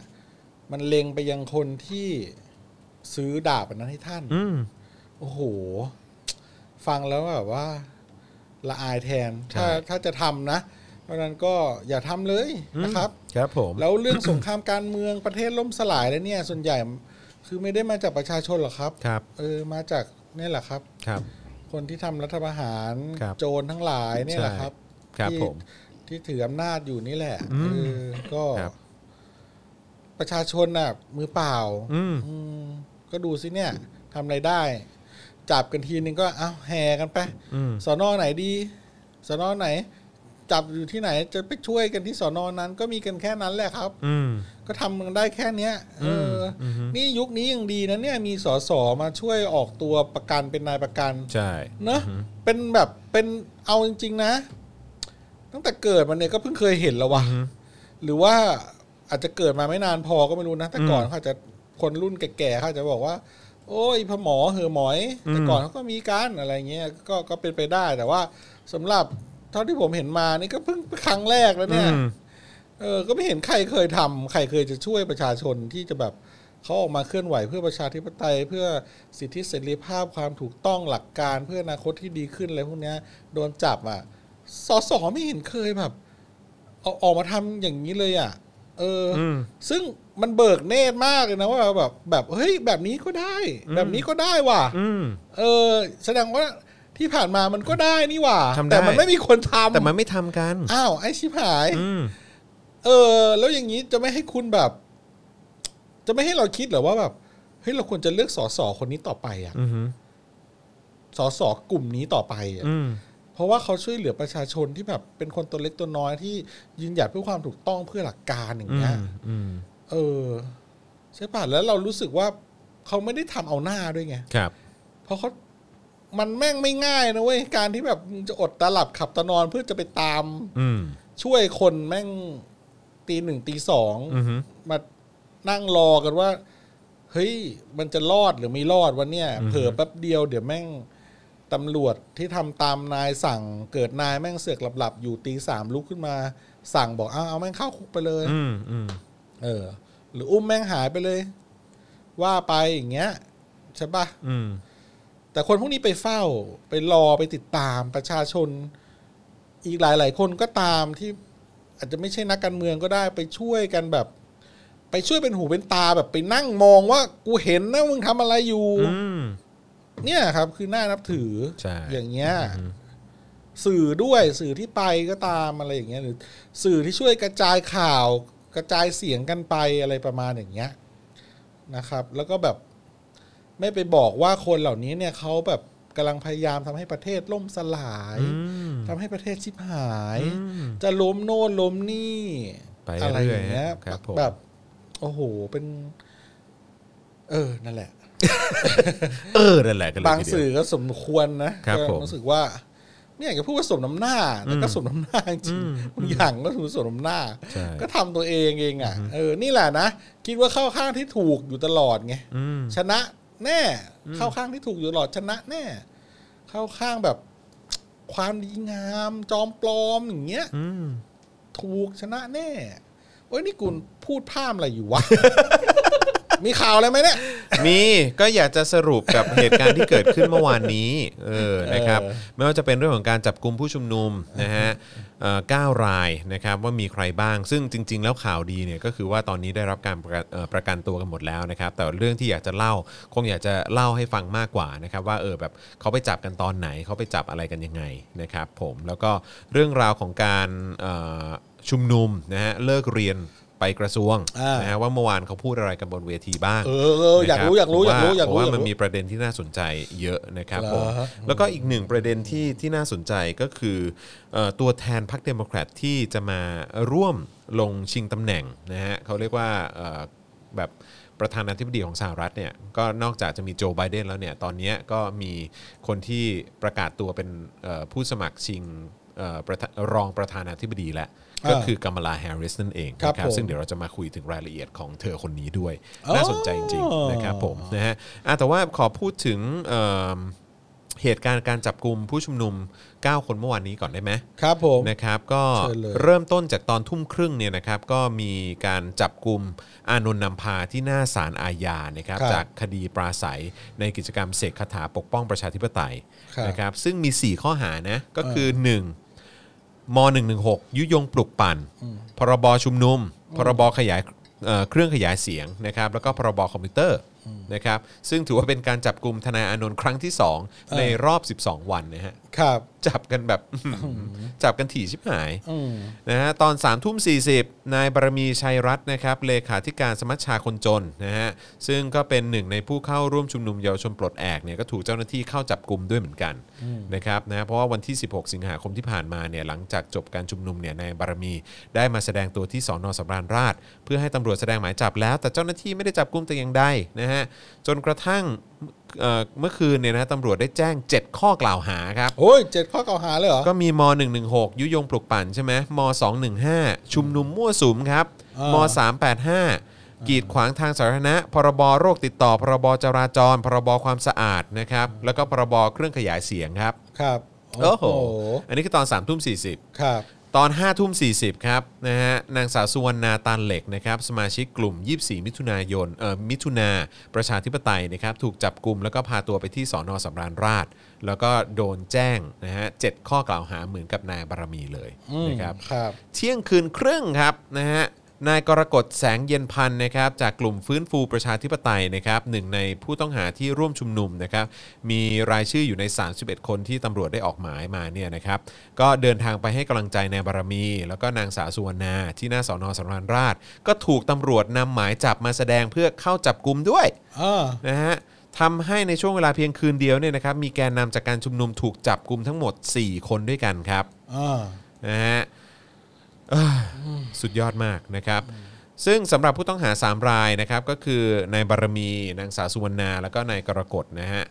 มันเล็งไปยังคนที่ซื้อดาบอันนั้นให้ท่าน
อืม
โอ้โห ฟังแล้วแบบว่า ละอายแทน ถ้าถ้าจะทำนะเพราะฉะนั้นก็อย่าทำเลยนะครับ
ครับผม
*coughs* แล้วเรื่องสงครามการเมืองประเทศล่มสลายแล้วเนี่ย ส่วนใหญ่คือไม่ได้มาจากประชาชนหรอกครับ
ครับ
เออมาจากเนี่ยแหละครับ
ครับ
คนที่ทำรัฐประหาร
ครับ
โจรทั้งหลายเนี่ยแหละครับ
ใช่ครับ
ที่
ผม
ที่ถืออำนาจอยู่นี่แหละ
อืม
เออก็
ครับ
ประชาชนน่ะ มือเปล่า
อืม
อืมก็ดูสิเนี่ยทำอะไรได้ จับกันทีนึงก็เอ้าแห่กันไป
อืม
สอนอไหนดีสอนอไหน จับอยู่ที่ไหน จะไปช่วยกันที่สอนอนั้น ก็มีกันแค่นั้นแหละครับ
อืม
ก็ทำมันได้แค่เนี้ยเอออ
มอืม
นี่ยุคนี้ยังดีนะเนี่ยมีสสมาช่วยออกตัวประกันเป็นนายประกัน
ใช่
เนอะเป็นแบบเป็นเอาจริง ๆ นะ ตั้งแต่เกิดมาเนี่ยก็เพิ่งเคยเห็นแล้ววะหรือว่าอาจจะเกิดมาไม่นานพอก็ไม่รู้นะแต่ก่อนเขาอาจจะคนรุ่นแก่ๆเขาอาจจะบอกว่า โอ้ยพอหมอเหอะหมอย
อืม
แต่ก่อนเขาก็มีการอะไรเงี้ยก็ก็เป็นไปได้แต่ว่าสำหรับเท่าที่ผมเห็นมานี่ก็เพิ่งครั้งแรกแล้ว
อื
เนี่ย
ม
เออ ก็ไม่เห็นใครเคยทำใครเคยจะช่วยประชาชนที่จะแบบเขาออกมาเคลื่อนไหวเพื่อประชาธิปไตย เพื่อสิทธิเสรีภาพความถูกต้องหลักการเพื่ออนาคตที่ดีขึ้นอะไรพวกเนี้ยโดนจับอ่ะสสไม่เห็นเคยแบบเอาออกมาทำอย่างนี้เลยอ่ะ เอออ
ม
ซึ่งมันเบิกเนตรมากเลยนะว่าแบบแบบเฮ้ยแบบนี้ก็ได้ แบบนี้ก็ได้ว่ะ
อืม
เออ แสดงว่าที่ผ่านมามันก็ได้นี่ว่ะ
ทำได้
แต่มันไม่มีคนทำ
แต่มันไม่ทำกัน
อ้าวไอ้ชิบหาย
อืม
เออ แล้วอย่างนี้จะไม่ให้คุณแบบ จะไม่ให้เราคิดเหรอว่าแบบเฮ้ยเราควรจะเลือกสอสอคนนี้ต่อไปอ่ะ
อืม
สอสอกลุ่มนี้ต่อไปอ่ะ
อืม
เพราะว่าเขาช่วยเหลือประชาชนที่แบบ เป็นคนตัวเล็กตัวน้อยที่ยืนหยัดเพื่อความถูกต้องเพื่อหลักการอย่าง
อื
เงี้ย
มอืม
เออใช่ป่ะแล้วเรารู้สึกว่าเขาไม่ได้ทำเอาหน้าด้วยไง
ครับ
เพราะเขามันแม่งไม่ง่ายนะเว้ยการที่แบบมึงจะอดตาหลับขับตานอนเพื่อจะไปตาม
อืม
ช่วยคนแม่งตีหนึ่งตีสอง
อืม
มานั่งรอกันว่า เฮ้ย มันจะรอดหรือไม่รอดวันเนี่ย
อือฮึ
เผลอแป๊บเดียวเดี๋ยวแม่งตำรวจที่ทำตามนายสั่ง เกิดนายแม่งเสือกหลับๆ อยู่ตีสามลุกขึ้นมา สั่งบอกเอาเอาแม่งเข้าคุกไปเลย
อืมอืม
เออ หรืออุ้มแม่งหายไปเลย ว่าไปอย่างเงี้ยใช่ปะ
อืม
แต่คนพวกนี้ไปเฝ้า ไปรอไปติดตามประชาชน อีกหลาย ๆ คนก็ตามที่อาจจะไม่ใช่นักการเมืองก็ได้ไปช่วยกันแบบ ไปช่วยเป็นหูเป็นตาแบบไปนั่งมองว่ากูเห็นนะมึงทำอะไรอยู่
อืม
เนี่ยครับคือน่านับถือ
ใช่
อย่างเงี้ยสื่อด้วยสื่อที่ไปก็ตามอะไรอย่างเงี้ยหรือ สื่อที่ช่วยกระจายข่าว กระจายเสียงกันไปอะไรประมาณอย่างเงี้ยนะครับ แล้วก็แบบไม่ไปบอกว่าคนเหล่านี้เนี่ยเขาแบบกำลังพยายามทำให้ประเทศล่มสลาย
อืม
ทำให้ประเทศชิบหาย
อืม
จะล้มโน่นล้มนี่
ไปเรื่อย
อะไรอย่างเงี้ย
ครับผม
แบบโอ้โหเป็น เออนั่นแหละ
เออนั่นแหละกันเลย
บาง
ทีเดียว
สื่อก็สมควรนะครับ ก็
ผม
รู้สึกว่า เนี่ยอย่าพูดว่าสมน้ำหน้าแต่ก็สมน้ำหน้าจริงๆบางอย่างก็ถือสมน้ำหน้า
ใช่
ก็ทำตัวเองเองอ่ะเออนี่แหละนะคิดว่าเข้าข้างที่ถูกอยู่ตลอดไง
อืม
ชนะแน่ เข้าข้างที่ถูกอยู่ตลอดชนะแน่ เข้าข้างแบบ ความดีงามจอมปลอมอย่างเงี้ย
อืม
ถูกชนะแน่โอ้ยนี่กุลพูดพร่ามอะไรอยู่
*laughs*
วะ มีข่าวอะไรไหมเนี่ย
มีก็อยากจะสรุปกับเหตุการณ์ที่เกิดขึ้นเมื่อวานนี้เออนะครับ
เออ
ไม่ว่าจะเป็นเรื่องของการจับกลุ่มผู้ชุมนุมนะฮะเอ่อเก้ารายนะครับว่ามีใครบ้าง ซึ่งจริง ๆ แล้วข่าวดีเนี่ยก็คือว่าตอนนี้ได้รับการประกันเอ่อประกันตัวกันหมดแล้วนะครับ แต่เรื่องที่อยากจะเล่าคงอยากจะเล่าให้ฟังมากกว่านะครับว่าเออแบบเขาไปจับกันตอนไหนเขาไปจับอะไรกันยังไงนะครับผมแล้วก็เรื่องราวของการเอ่อชุมนุมนะฮะเลิกเรียนไปกระทรวง
อ่าน
นะฮะว่าเมื่อวานเขาพูดอะไรกันบนเวทีบ้าง
เออเอออยากรู้อยากรู้อยากรู้อยากรู้
ผม
อยา
ว่าก มัน
รู้
มีประเด็นที่น่าสนใจเยอะนะครับ
เหรอ
ผม
ฮะ
แล้วก็อีกหนึ่งประเด็นที่ที่น่าสนใจก็คือเอ่อตัวแทนพรรคเดโมแครตที่จะมาร่วมลงชิงตำแหน่งนะฮะเขาเรียกว่าเอ่อแบบประธานาธิบดีของสหรัฐเนี่ยก็นอกจากจะมีโจไบเดนแล้วเนี่ยตอนเนี้ยก็มีคนที่ประกาศตัวเป็นเอ่อผู้สมัครชิงเอ่อประธานรองประธานาธิบดีแล้วก็คือกัมลาแฮร์ริสนั่นเอง
ครับ
นะ
ผม
ซึ่งเดี๋ยวเราจะมาคุยถึงรายละเอียดของเธอคนนี้ด้วย น่าสนใจจริงๆนะครับผม นะฮะอ่ะแต่ว่าขอพูดถึงเอิ่มเหตุการณ์การจับกลุ่มผู้ชุมนุม 9 คนเมื่อวานนี้ก่อนได้ไหม
ครับผม
นะครับก็
เชิญเลย
เริ่มต้นจากตอนทุ่มครึ่งเนี่ยนะครับก็มีการจับกลุ่มอานนท์นำพาที่หน้าศาลอาญานะครับ
ครับ
จากคดีปราศัยในกิจกรรมเสกคาถาปกป้องประชาธิปไตย
ครับ
นะครับซึ่งมี 4 ข้อหานะก็คือ 1 ม .116 ยุยงปลุกปั่น พรบชุมนุม พรบขยายเอ่อเครื่องขยายเสียงนะครับ แล้วก็พรบคอมพิวเตอร์นะครับ ซึ่งถือว่าเป็นการจับกลุ่มทนายอานนท์ครั้งที่ 2 ในรอบ 12 วันนะฮะ
ครับ
จับกันแบบ จับกันถี่ชิบหาย
อืม
นะฮะตอน3ามทุ่มสีนายบารมีชัยรัตน์นะครับเลขาธิการสมัชชาคนจนนะฮะซึ่งก็เป็นหนึ่งในผู้เข้าร่วมชุมนุมเยาวชนปลดแอกเนี่ยก็ถูกเจ้าหน้าที่เข้าจับกลุ่มด้วยเหมือนกันนะครับนะเพราะว่าวันที่ 16 สิงหาคมที่ผ่านมาเนี่ยหลังจากจบการชุมนุมเนี่ยนายบารมีได้มาแสดงตัวที่สอนอสำราญราษฎร์เพื่อให้ตำรวจแสดงหมายจับแล้ว แต่เจ้าหน้าที่ไม่ได้จับกลุ่มแต่อย่างใดนะฮะจนกระทั่งเอ่อเมื่อคืนเนี่ยนะตำรวจได้แจ้ง 7 ข้อกล่าวหาครับ
โอ้ยเจ็ดข้อกล่าวหาเลยเหรอ
ก็มีม .116 ยุยงปลุกปั่นใช่ไหมม .215 ชุมนุมมั่วสุมครับ
อ่าม ม
.385 กีดขวางทางสาธารณะ พรบโรคติดต่อ พรบจราจร พรบความสะอาดนะครับ แล้วก็พรบเครื่องขยายเสียงครับ
ครับ
โอ้โห อันนี้คือตอน3ามทุ่มสี
ครับ
ตอน5้าทุ่มสีครับนะฮะนางสาวสุวรรณาตานเหล็กนะครับสมาชิกกลุ่ม 24 มิถุนายนเอ่อมิถุนาประชาธิปไตยนะครับถูกจับกลุ่มแล้วก็พาตัวไปที่สอนอสำราญราษฎร์แล้วก็โดนแจ้งนะฮะเจ็ดข้อกล่าวหาเหมือนกับนายบารมีเลย
อืม
นะครับ
ครับ
เที่ยงคืนครึ่งครับนะฮะนายกรกฎแสงเย็นพันธ์นะครับจากกลุ่มฟื้นฟูประชาธิปไตยนะครับหนึ่งในผู้ต้องหาที่ร่วมชุมนุมนะครับมีรายชื่ออยู่ใน 31 คนที่ตำรวจได้ออกหมายมาเนี่ยนะครับก็เดินทางไปให้กำลังใจนายบารมี แล้วก็นางสาวสุวรรณาที่หน้าสอนอสำราญราช ก็ถูกตำรวจนำหมายจับมาแสดงเพื่อเข้าจับกลุ่มด้วย
เออ
นะฮะทำให้ในช่วงเวลาเพียงคืนเดียวเนี่ยนะครับมีแกนนำจากการชุมนุมถูกจับกลุ่มทั้งหมด 4 คนด้วยกันครับ
เออ
นะฮะ *sighs* เอ้ยสุดยอดมากนะครับ ซึ่งสำหรับผู้ต้องหา 3 รายนะครับ ก็คือนายบารมี นางสาวสุวรรณา แล้วก็นายกรกฎนะฮะ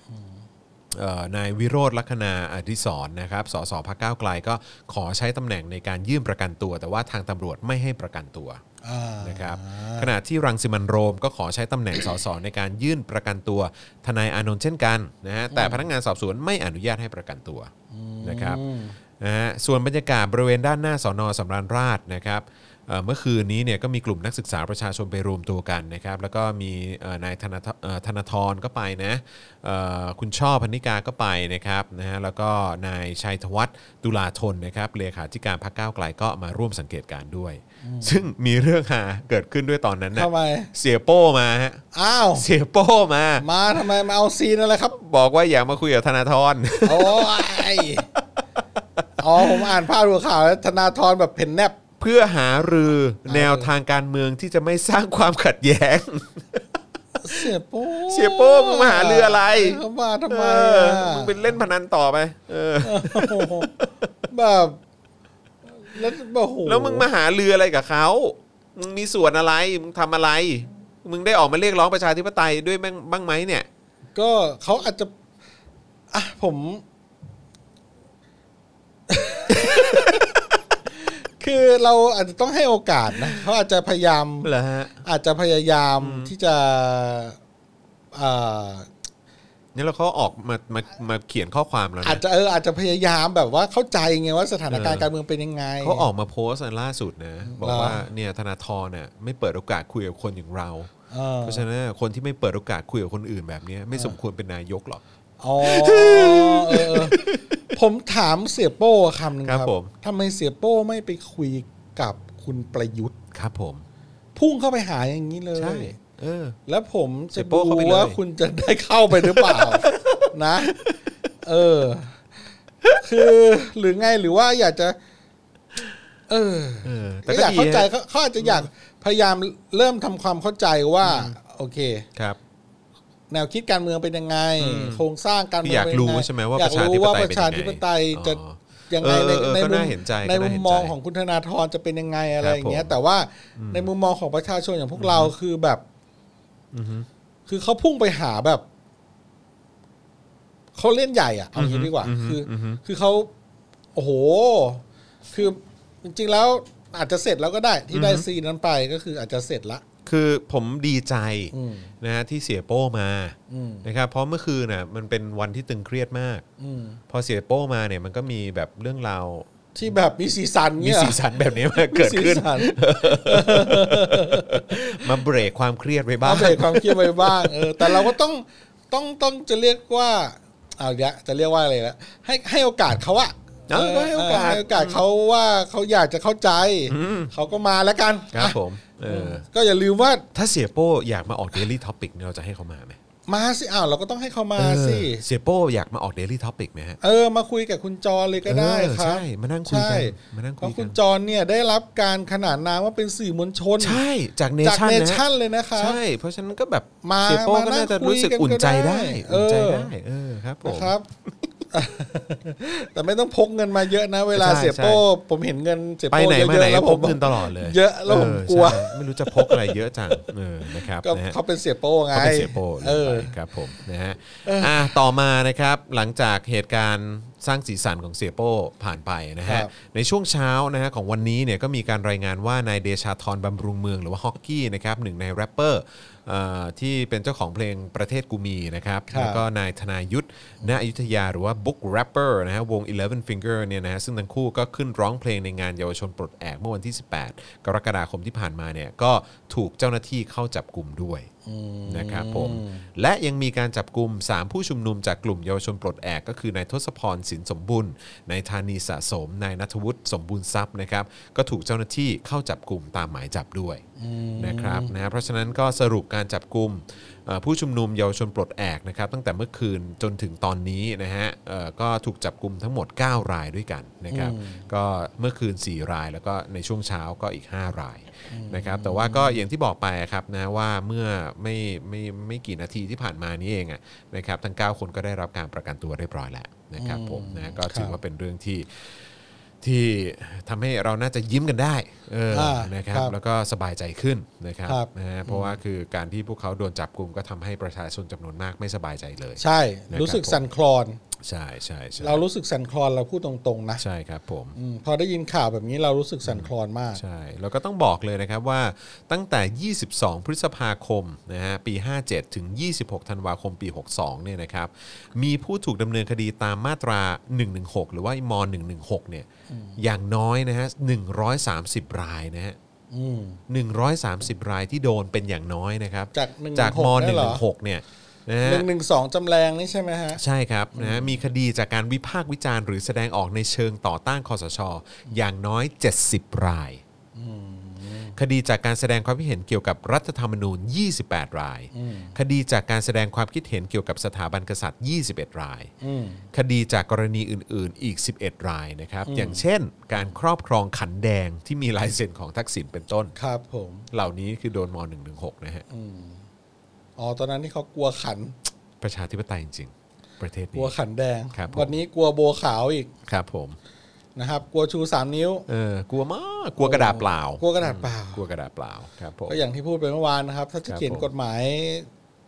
เอ่อนายวิโรธลัคนาอดิศรนะครับสสพักก้าวไกลก็ขอใช้ตำแหน่งในการยื่นประกันตัว แต่ว่าทางตำรวจไม่ให้ประกันตัว
อ่า
นะครับขณะที่รังสิมันต์โรมก็ขอใช้ตำแหน่ง *coughs* สสในการยื่นประกันตัว ทนายอานนท์เช่นกันนะฮะแต่พนักงานสอบสวนไม่อนุญาตให้ประกันตัวนะครับ
อืม
นะฮะส่วนบรรยากาศบริเวณด้านหน้าสอนอสำราญราษฎร์นะครับ เอ่อเมื่อคืนนี้เนี่ยก็มีกลุ่มนักศึกษาประชาชนไปรวมตัวกันนะครับแล้วก็มีเอ่อนายธนาธเอ่อธนาธรก็ไปนะเอ่อคุณช่อพนิกาก็ไปนะครับนะฮะแล้วก็นายชัยธวัฒน์ตุลาธนนะครับเลขาธิการพรรคก้าวไกลก็มาร่วมสังเกตการณ์ด้วย ซึ่งมีเรื่องหาเกิดขึ้นด้วยตอนนั้นนะ
ทำไม
เสียโป้มาฮะ
อ้าว
เสียโป้มา
มาทำไมมาเอาซีนอะไรครับ
บอกว่าอยากมาคุยกับธนาธร *laughs*
โอ้ยอ๋อผมอ่านภาพดูข่าวแล้วธนาธรแบบเพ่นแนบ
เพื่อหารือแนวทางการเมืองที่จะไม่สร้างความขัดแย้ง
เสียโป้
เสียโป้มึงมาหาเรืออะไร
เขามาทำไม
เอ
อะ
อมึงเป็นเล่นพนันต่อไปเออ
โอ้โหแบบแล้วโอ้โห
แล้วมึงมาหาเรืออะไรกับเขามึงมีส่วนอะไร มึงทำอะไร มึงได้ออกมาเรียกร้องประชาธิปไตยด้วยบ้างบ้างไหมเนี่ย
ก็เขาอาจจะ *laughs* อ่ะผม คือเราอาจจะต้องให้โอกาสนะเขาอาจจะพยายาม
เหรอฮะ
อาจจะพยายามที่จะอ่า
นี่เราเขาออกมามามาเขียนข้อความแล้ว
อาจ
นะ
จะเอออาจจะพยายามแบบว่าเข้าใจไงว่าสถานการณ์การเมืองเป็นยังไง
เขาออกมาโพสต์อันล่าสุดนะ บอก
เหรอ
ว่าเนี่ยธนาธรเนี่ยไม่เปิดโอกาสคุยกับคนอย่างเรา
เออ
เพราะฉะนั้นคนที่ไม่เปิดโอกาสคุยกับคนอื่นแบบเนี้ยไม่สมควรเป็นนายกหรอก
อ๋อเออเออผมถามเสียโป้คำหนึ่งค
ครั
รั
บบผม
ทำไมเสียโป้ไม่ไปคุยกับคุณประยุทธ์
ครับผม
พุ่งเข้าไปหาอย่างนี้เลย
ใช่ เออ
แล้วผม
เสี
จะ
ยโป้
ดู
เข้าไปเลย
ว่าคุณจะได้เข้าไปหรือเปล่า *laughs* นะ เออ คือหรือไงหรือว่าอยากจะ เออ
เออแต่
ก็
ก็
อยาก
ดี
เข้าใจ
ฮะ
เขาเขาอาจจะอยากพยายามเริ่มทำความเข้าใจว่า โอเค
ครับ
แนวคิดการเมืองเป็นยังไง
อืม
โครงสร้างการเมือง
อยากรู้
เป็นงง
ใช่ไหมว่า
อยากรู้ว่าประชาธิปไตย
ประชาธิปไตยเป็นยังไง
จะ
อ๋อ
ยังไงใน
เออเออ
ใน
ก็
มุ
น่าม เห็นใจก็
ใน
น่า
มุ
เห็
ม
น
มอง
ใจ
ของคุณธนาธรจะเป็นยังไงอะไรอย่างเงี้
ค
ย
รับผม
แต่ว่าในมุมมองของประชาชนอย่างพวกเราคือแบบคือเขาพุ่งไปหาแบบเขาเล่นใหญ่อ่ะเอางี้ดีกว่า คืออคือเขาโอ้โห คือจริงๆแล้วอาจจะเสร็จแล้วก็ได้ ที่ได้ซีนนั้นไปก็คืออาจจะเสร็จละ
คือผมดีใจ
อืม
นะฮะที่เสียโป้มา
อืม
นะครับเพราะเมื่อคืนน่ะมันเป็นวันที่ตึงเครียดมาก
อืม
พอเสียโป้มาเนี่ยมันก็มีแบบเรื่องราว
ที่แบบมีสีสัน
มี
เงี้ย
สีสันแบบนี้มาเกิดขึ้น
มีสีสั
มาเบรกความเครียดไว้บ้า
เอา
ง
เบรกความเครียดไปบ้างเออแต่เราก็ต้องต้องต้องจะเรียกว่าเอาเดี๋ยวจะเรียกว่าอะไรละให้ให้โอกาสเขาอะ
เออก็ให้โอกาส
เให้โอกาสเขาว่าเขาอยากจะเข้าใจเขาก็มาแล้วกัน
ครับ
อ่ะ
ผมเออ
ก็อย่าลืมว่า
ถ้าเสียโป้อยากมาออก Daily Topic เนี่ยเราจะให้เขามาไหม
มาสิอ้าวเราก็ต้องให้เขามา
เออ
สิ
เสียโป้อยากมาออก Daily Topic ไหมฮะ
เออมาคุยกับคุณจรเลยก็ได้
เออ
ครับ
ใช่มานั่งคุยกัน
ใช่
มานั่งคุยกัน
เพราะคุณจรเนี่ยได้รับการขนานนามว่าเป็นสื่อมวลชน
ใช่จากเน
จาก
ชั่น
เน
นะ
ชั่นเลยนะครับ
ใช่ เพราะฉะนั้นก็แบบ
มา
เสียโป้ก็
มานั่ง
น่าจะรู้สึกอุ่นใจได้
คุ
อุ่
ย
นใจ
กันก็ได้
ได้เออครับผม
นะครับ *laughs* แต่ไม่ต้องพกเงินมาเยอะนะ เวลา
ใช่
เสีย
ใช่
โป้ ผมเห็นเงินเสีย
ไป
โป้
ไหน
เย
มาไหน
อะๆแล้ว
พ
ผ
ก
ม
เงินตลอดเลย
เยอะแล้วผม
ออก
ลัว
ใช่ไม่รู้จะพกอะไรเยอะจังเออนะครับ
ก็
นะฮะ
เขาเป็นเสียโป้ไง
เขาเป็นเสียโป้
เออ
ลงไปครับผมนะฮะ่ะต่อมานะครับหลังจากเหตุการณ์สร้างสีสันของเสียโป้ผ่านไปนะ
ค
ฮะ
รับ
ในช่วงเช้านะฮะของวันนี้เนี่ยก็มีการรายงานว่านายเดชาธรบำรุงเมืองหรือว่าฮอกกี้นะครับหนึ่งในแรปเปอร์เอ่อที่เป็นเจ้าของเพลงประเทศกูมีนะครับ
ครับ
แล้วก็นายธนายุทธณอยุธยาหรือว่า Book Rapper นะฮะวง Eleven Finger เนี่ยนะฮะซึ่งทั้งคู่ก็ขึ้นร้องเพลงในงานเยาวชนปลดแอกเมื่อวันที่ 18 กรกฎาคมที่ผ่านมาเนี่ยก็ถูกเจ้าหน้าที่เข้าจับกลุ่มด้วยนะครับผมและยังมีการจับกลุ่ม 3 ผู้ชุมนุมจากกลุ่มเยาวชนปลดแอกก็คือนายทศพรสินสมบุญนายธานีสะสมนายนัทวุฒิสมบูรณ์ทรัพย์นะครับก็ถูกเจ้าหน้าที่เข้าจับกลุ่มตามหมายจับด้วย นะครับนะเพราะฉะนั้นก็สรุปการจับกลุ่มเอ่อผู้ชุมนุมเยาวชนปลดแอกนะครับตั้งแต่เมื่อคืนจนถึงตอนนี้นะฮะเอ่อก็ถูกจับกลุ่มทั้งหมด 9 รายด้วยกันนะครับก็เมื่อคืน 4 รายแล้วก็ในช่วงเช้าก็อีก 5 รายนะครับแต่ว่าก็อย่างที่บอกไปครับนะว่าเมื่อไม่ไม่ไม่ไม่กี่นาทีที่ผ่านมานี้เองอะนะครับทั้ง 9 คนก็ได้รับการประกันตัวเรียบร้อยแล้วนะครับผมนะก็ถือว่าเป็นเรื่องที่ที่ทำให้เราน่าจะยิ้มกันได้เออ
อ่า
นะครั
ครับ บ
แล้วก็สบายใจขึ้นนะครับ
ครับ
นะฮะเพราะว่าคือการที่พวกเขาโดนจับกลุ่มก็ทำให้ประชาชนจำนวนมากไม่สบายใจเลย
ใช่
นะครับ
รู้สึกสั่นคลอน
ใช่ใช่ใช่
เรารู้สึกสั่นคลอนเราพูดตรงๆนะ
ใช่ครับผม
อืมพอได้ยินข่าวแบบนี้เรารู้สึกสั่นคลอนมาก
ใช่แล้วก็ต้องบอกเลยนะครับว่าตั้งแต่ 22 พฤษภาคมนะฮะปี 57 ถึง 26 ธันวาคมปี 62เนี่ยนะครับมีผู้ถูกดำเนินคดีตามมาตรา 116 หรือว่าม .116 เนี่ยอย่างน้อยนะฮะ130 รายนะฮะ
อืม
130 รายที่โดนเป็นอย่างน้อยนะครับ
จาก116
จากม
ได้เหรอ
116เนี่ยนะ
ห
ฮะ
นึ่งหนึ่งสองจำแรง นี่ใช่ไหมฮะ
ใช่ครับนะฮะมีคดีจากการวิพากษ์วิจารณ์หรือแสดงออกในเชิงต่อต้านคอสช อย่างน้อย 70 ราย คดีจากการแสดงความคิดเห็นเกี่ยวกับรัฐธรรมนูญ 28 ราย คดีจากการแสดงความคิดเห็นเกี่ยวกับสถาบันกษัตริย์ 21 ราย คดีจากกรณีอื่น ๆ อีก 11 รายนะครับ อย่างเช่น การครอบครองขันแดงที่มีลายเซ็นของทักษิณเป็นต้น
ครับผม
เหล่านี้คือโดนม .116 นะฮะ
อ๋อ ตอนนั้นที่เขากลัวขัน
ประชาธิปไตยจริง ๆ ประเทศ
ก
นี้
ลัวขันแดง
ครับผม
วันนี้กลัวโบขาวอีก
ครับผม
นะครับ กลัวชูสามนิ้ว
เออกลัวมากกลัวกระดาษเปล่าก
กลัวกระดาษเปล่า
กลัวกระดาษเปล่าครับผม
ก็อย่างที่พูดไปเมื่อวานนะครับ ถ้าจะ
ครับ
เขียน
ผม
กฎหมาย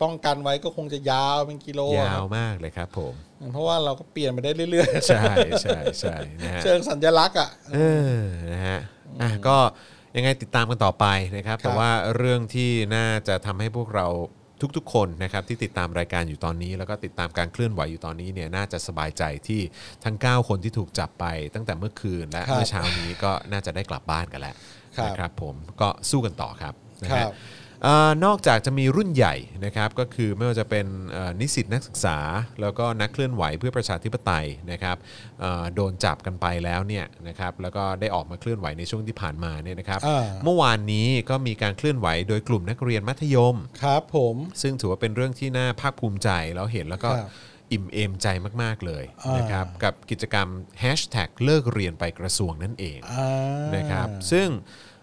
ป้องกันไว้ก็คงจะยาวเป็นกิโล
ยา
คว รับ
มากเลยครับผม
เพราะว่าเราก็เปลี่ยนไปได้เรื่อย
ใช่ใช่ใช่นะฮะ
ๆ เชิงสัญลักษณ์อ่ะ
เออ นะฮะ อ่ะ ก็ยังไงติดตามกันต่อไปนะครับ
ครับ
แต่ว่าเรื่องที่น่าจะทำให้พวกเราทุกๆ คนนะครับที่ติดตามรายการอยู่ตอนนี้ แล้วก็ติดตามการเคลื่อนไหวอยู่ตอนนี้เนี่ยน่าจะสบายใจที่ทั้ง 9 คนที่ถูกจับไปตั้งแต่เมื่อคืนและ
ครับ
เมื่อเช้านี้ก็น่าจะได้กลับบ้านกันแล้ว
ครับ
นะครับผมก็สู้กันต่อครับนะ
ครั
ฮะ
บ
เอ่อนอกจากจะมีรุ่นใหญ่นะครับก็คือไม่ว่าจะเป็นเอ่อนิสิตนักศึกษา แล้วก็นักเคลื่อนไหวเพื่อประชาธิปไตยนะครับเอ่อโดนจับกันไปแล้วเนี่ยนะครับแล้วก็ได้ออกมาเคลื่อนไหวในช่วงที่ผ่านมาเนี่ยนะครับ
อ่า
เมื่อวานนี้ก็มีการเคลื่อนไหวโดยกลุ่มนักเรียนมัธยม
ครับผม
ซึ่งถือว่าเป็นเรื่องที่น่าภาคภูมิใจแล้วเห็นแล้วก็
ครับ
อิ่มเอมใจมาก ๆ เลย
อ่าน
นะครับกับกิจกรรม hashtag เลิกเรียนไปกระทรวงนั่นเอง
อ่า
นะครับซึ่ง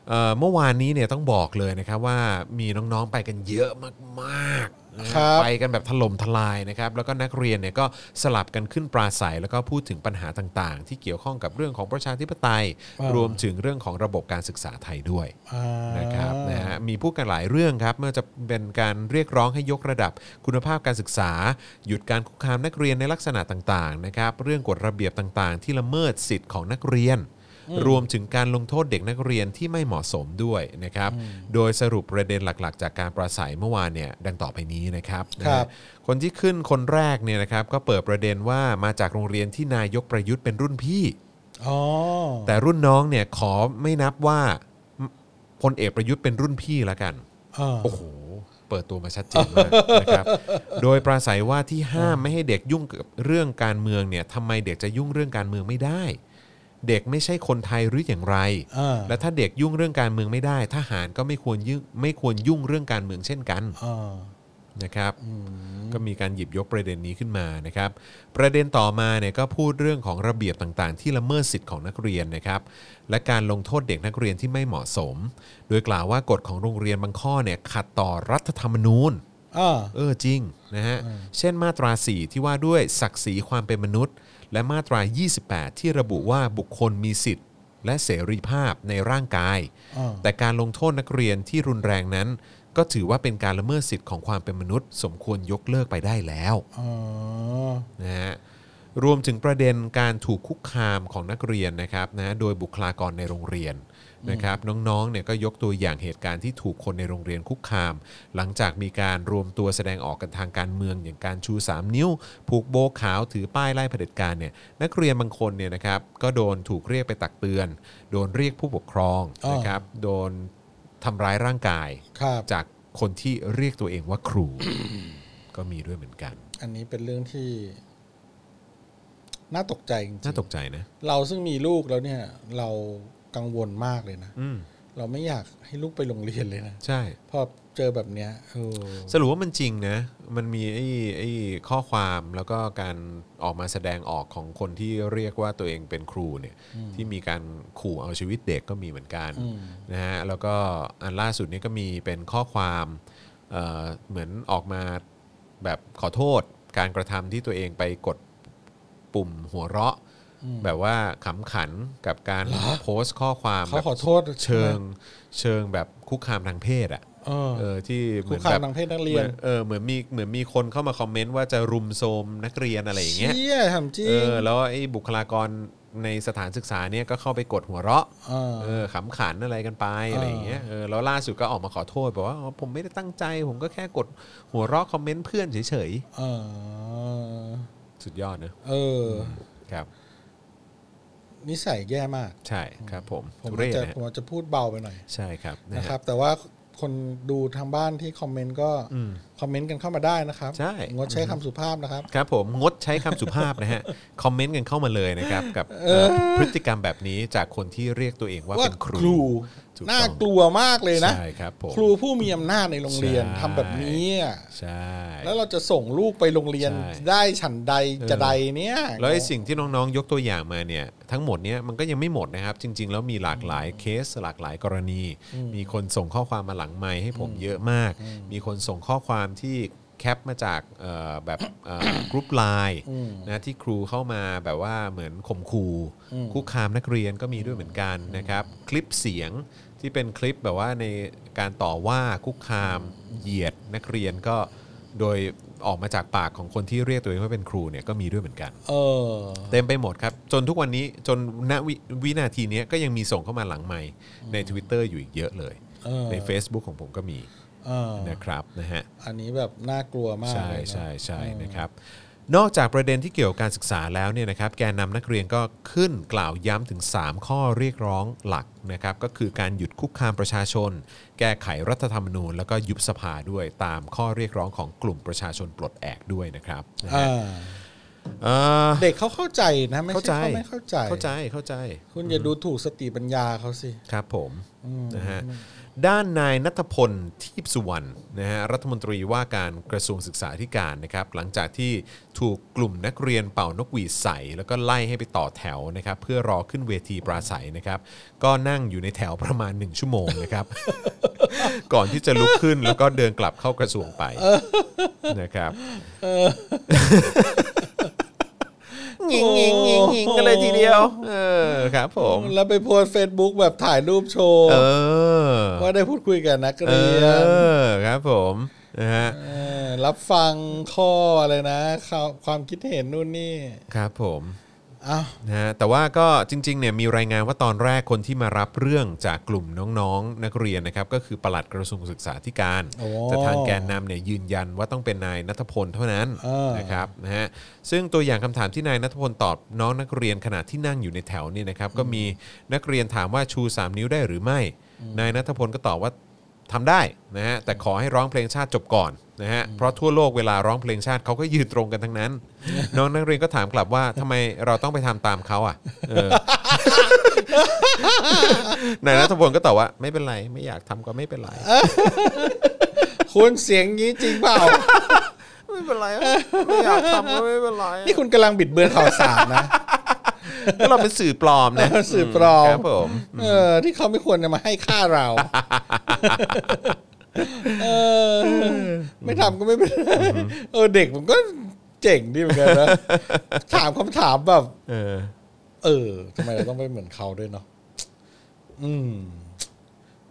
เอ่อเมื่อวานนี้เนี่ยต้องบอกเลยนะครับว่ามีน้องๆไปกันเยอะมากๆนะครับ ไปกันแบบถล่มทลายนะครับแล้วก็นักเรียนเนี่ยก็สลับกันขึ้นปราศัยแล้วก็พูดถึงปัญหาต่างๆ ที่เกี่ยวข้องกับเรื่องของประชาธิปไตย รวมถึงเรื่องของระบบการศึกษาไทยด้วย
อ่า
นะครับนะฮะมีพูดกันหลายเรื่องครับไม่ว่าจะเป็นการเรียกร้องให้ยกระดับคุณภาพการศึกษา หยุดการคุกคามนักเรียนในลักษณะต่างๆนะครับเรื่องกฎระเบียบต่างๆ ที่ละเมิดสิทธิ์ของนักเรียน รวมถึงการลงโทษเด็กนักเรียนที่ไม่เหมาะสมด้วยนะครับโดยสรุปประเด็นหลักๆ จากการปราศัยเมื่อวานเนี่ยดังต่อไปนี้นะครับนะ
ครั
ฮะ
บ
คนที่ขึ้นคนแรกเนี่ยนะครับก็เปิดประเด็นว่ามาจากโรงเรียนที่นายกประยุทธ์เป็นรุ่นพี่
อ๋อ
แต่รุ่นน้องเนี่ยขอไม่นับว่าพลเอกประยุทธ์เป็นรุ่นพี่ละกัน
อ่า
โอ้โห เปิดตัวมาชัดเจนมากนะครับ โดยปราศัยว่าที่ห้ามไม่ให้เด็กยุ่งกับเรื่องการเมืองเนี่ยทำไมเด็กจะยุ่งเรื่องการเมืองไม่ได้ เด็กไม่ใช่คนไทยหรืออย่างไร
อ่า
และถ้าเด็กยุ่งเรื่องการเมืองไม่ได้ ทหารก็ไม่ควรยุ่งไม่ควรยุ่งเรื่องการเมืองเช่นกัน
อ่า
นะครับก็มีการหยิบยกประเด็นนี้ขึ้นมานะครับ ประเด็นต่อมาเนี่ยก็พูดเรื่องของระเบียบต่างๆ ที่ละเมิดสิทธิ์ของนักเรียนนะครับ และการลงโทษเด็กนักเรียนที่ไม่เหมาะสม โดยกล่าวว่ากฎของโรงเรียนบางข้อเนี่ยขัดต่อรัฐธรรมนูญ
อ่า
เออจริงนะฮะเช่นมาตรา 4 ที่ว่าด้วยศักดิ์ศรีความเป็นมนุษย์ และมาตรา 28 ที่ระบุว่าบุคคลมีสิทธิ์ และเสรีภาพในร่างกาย
อ่า
แต่การลงโทษนักเรียนที่รุนแรงนั้น ก็ถือว่าเป็นการละเมิดสิทธิ์ของความเป็นมนุษย์ สมควรยกเลิกไปได้แล้ว
อ๋อ
นะฮะรวมถึงประเด็นการถูกคุกคามของนักเรียนนะครับนะโดยบุคลากรในโรงเรียนนะครับน้องๆเนี่ยก็ยกตัวอย่างเหตุการณ์ที่ถูกคนในโรงเรียนคุกคาม หลังจากมีการรวมตัวแสดงออกกันทางการเมือง อย่างการชู 3 นิ้ว ผูกโบว์ขาวถือป้ายไล่เผด็จการเนี่ยนักเรียนบางคนเนี่ยนะครับก็โดนถูกเรียกไปตักเตือน โดนเรียกผู้ปกครอง
อ๋อ
นะครับโดนทำร้ายร่างกาย
ครับ
จากคนที่เรียกตัวเองว่าครู ก็มีด้วยเหมือนกัน
อันนี้เป็นเรื่องที่ น่าตกใจจริงๆ
น่าตกใจนะ
เราซึ่งมีลูกแล้วเนี่ย เรากังวลมากเลยนะ
อืม
เราไม่อยากให้ลูกไปโรงเรียนเลยนะ
ใช่
พอเจอแบบเนี้ยโอ้
สรุปว่ามันจริงนะ มันมีไอ้ไอ้ข้อความแล้วก็การออกมาแสดงออกของคนที่เรียกว่าตัวเองเป็นครูเนี่ยที่มีการขู่เอาชีวิตเด็กก็มีเหมือนกันนะฮะแล้วก็อันล่าสุดนี้ก็มีเป็นข้อความเอ่อเหมือนออกมาแบบขอโทษ การกระทำที่ตัวเองไปกดปุ่มหัวเราะ แบบว่าขำขันกับการโพสต์ข้อความ
เขา
แบบ
ขอโทษ
เชิง
ใช่ไหม
เชิงแบบคุกคามทางเพศอ่ะ
เออ
เออที่เหมือน
คุกคาม
แบบ
ทางเพศนักเรียน
หมือเออเหมือนมีเหมือนมีคนเข้ามาคอมเมนต์ว่าจะรุมโทรมนักเรียนอะไรอย่างเงี้ย
เชี่ยทำจริ
เอง อแล้วไอ้บุคลากรในสถานศึกษาเนี่ยก็เข้าไปกดหัวเราะ
เออ
เออขำขันอะไรกันไปอะไรอย่างเงี้ยเออแล้วล่าสุดก็ออกมาขอโทษบอกว่าอ๋อผมไม่ได้ตั้งใจ ผมก็แค่กดหัวเราะคอมเมนต์เพื่อนเฉย
เออ
ๆ สุดยอดนะ
เออ
ครับ
นิสัยแย่มาก
ใช่ครับผม
ผม
ทุเรศ
จะ
นะ
ผมจะพูดเบาไปหน่อย
ใช่ครับฮ
นะครับ แต่ว่าคนดูทางบ้านที่คอมเมนต์ก็คอมเมนต์กันเข้ามาได้นะครับ
ใช่
งดใช้คำสุภาพนะครับ
ครับผมงดใช้คำสุภาพนะ *laughs* ฮะ คอมเมนต์กันเข้ามาเลยนะครับ กับเอ่อพฤติกรรมแบบนี้จากคนที่เรียกตัวเองว่า
ว่า
เป็นครู
ครู
ถูก
น่า
ต้อง
กลัวมากเลยนะ
ใช่ครับผม
ครูผู้มีอำนาจในโรงเรียน
ใช่
ทำแบบนี้อะ
ใช่
แล้วเราจะส่งลูกไปโรงเรียน
ใช่
ได้ฉันใดจะใดเนี่ย
แล้วไอ้สิ่งที่น้องๆ ยกตัวอย่างมาเนี่ยทั้งหมดเนี้ยมันก็ยังไม่หมดนะครับ จริง ๆ แล้วมีหลากหลายเคสหลากหลายกรณี มีคนส่งข้อความมาหลังไมค์ให้ผมเยอะมาก มีคนส่งข้อความที่แคปมาจากเอ่อแบบ *coughs* กรุ๊ปไลน์นะที่ครูเข้ามาแบบว่าเหมือนข่มขู่คุกคามนักเรียนก็มีด้วยเหมือนกันนะครับ คลิปเสียงที่เป็นคลิปแบบว่าในการต่อว่าคุกคามเหยียดนักเรียนก็โดยออกมาจากปากของคนที่เรียกตัวเองว่าเป็นครูเนี่ยก็มีด้วยเหมือนกัน
เออ
เต็มไปหมดครับ จนทุกวันนี้จนณววินาทีเนี้ยก็ยังมีส่งเข้ามาหลังใหม่ใน Twitter อยู่อีกเยอะเลย
เออ
ใน Facebook ของผมก็มี
เออ
นะครับนะฮะ
อันนี้แบบน่ากลัวมาก
ใช่
เลยนะ
ใช่ใช่นะครับ นอกจากประเด็นที่เกี่ยวกับการศึกษาแล้วเนี่ยนะครับ แกนนำนักเรียนก็ขึ้นกล่าวย้ำถึง 3 ข้อเรียกร้องหลักนะครับ ก็คือการหยุดคุกคามประชาชน แก้ไขรัฐธรรมนูญ แล้วก็ยุบสภาด้วยตามข้อเรียกร้องของกลุ่มประชาชนปลดแอกด้วยนะครับนะฮะ
อ่า
เอ่อ
เด็กเขาเข้าใจนะไม่
เข้า
ใช่
ใจ
เขาไม่เข้าใจ
เข้าใจเข้าใจ
คุณอย่าดูถูกสติปัญญาเขาสิ
ครับผมนะฮะด้านนายนัทพลทีพสุวรรณนะฮะรัฐมนตรีว่าการกระทรวงศึกษาธิการนะครับหลังจากที่ถูกกลุ่มนักเรียนเป่านกหวีดใส่ แล้วก็ไล่ให้ไปต่อแถวนะครับเพื่อรอขึ้นเวทีปราศัยนะครับก็นั่งอยู่ในแถวประมาณ 1 ชั่วโมงนะครับ *laughs* ก่อนที่จะลุกขึ้นแล้วก็เดินกลับเข้ากระทรวงไปนะครับ *laughs* งิงงิงงิงงิงกันเลยทีเดียวเออครับผม
แล้วไปโพสเฟซบุ๊กแบบถ่ายรูปโชว์
เออ
ว่าได้พูดคุยกับนักเรียน
เออครับผมนะฮะ
เออรับฟังข้ออะไรนะข่าวความคิดเห็นนู่นนี่
ครับผม
อ้าว
นะฮะแต่ว่าก็จริงๆเนี่ยมีรายงานว่าตอนแรกคนที่มารับเรื่องจากกลุ่มน้องๆ นักเรียนนะครับ ก็คือปลัดกระทรวงศึกษาธิการ
โอ้
แต่ทางแกนนำเนี่ยยืนยันว่าต้องเป็นนายนัทพลเท่านั้น
เออ
นะครับนะฮะซึ่งตัวอย่างคำถามที่นายนัทพลตอบน้องนักเรียนขณะที่นั่งอยู่ในแถวเนี่ยนะครับ ก็มีนักเรียนถามว่าชู 3 นิ้วได้หรือไม่ นายนัทพลก็ตอบว่า ทำได้นะฮะแต่ขอให้ร้องเพลงชาติจบก่อนนะฮะเพราะทั่วโลกเวลาร้องเพลงชาติเขาก็ยืนตรงกันทั้ *laughs* งนั้น น้องนักเรียนก็ถามกลับว่าทำไมเราต้องไปทำตามเขาอ่ะเออ *laughs* นายนัทพลก็ตอบว่าไม่เป็นไรไม่อยากทำก็ไม่เป็นไร
คุณเสียงนี้จริงเปล่า *laughs*
ไม่เป็นไรไม่อยากทำก็ไม่เป็นไร
นี่คุณกำลังบิดเบือนข่าวสารนะ
ก็เราเป็นสื่อปลอมนะ
เออสื่อปลอม
ครับผม
เออ ที่เขาไม่ควรจะมาให้ค่าเราเออไม่ทำก็ไม่เป็นไรเออเด็กมันก็เจ๋งดีเหมือนกันนะถามคำถามแบบ
เออ
เออทำไมเราต้องไปเหมือนเขาด้วยเนาะอืม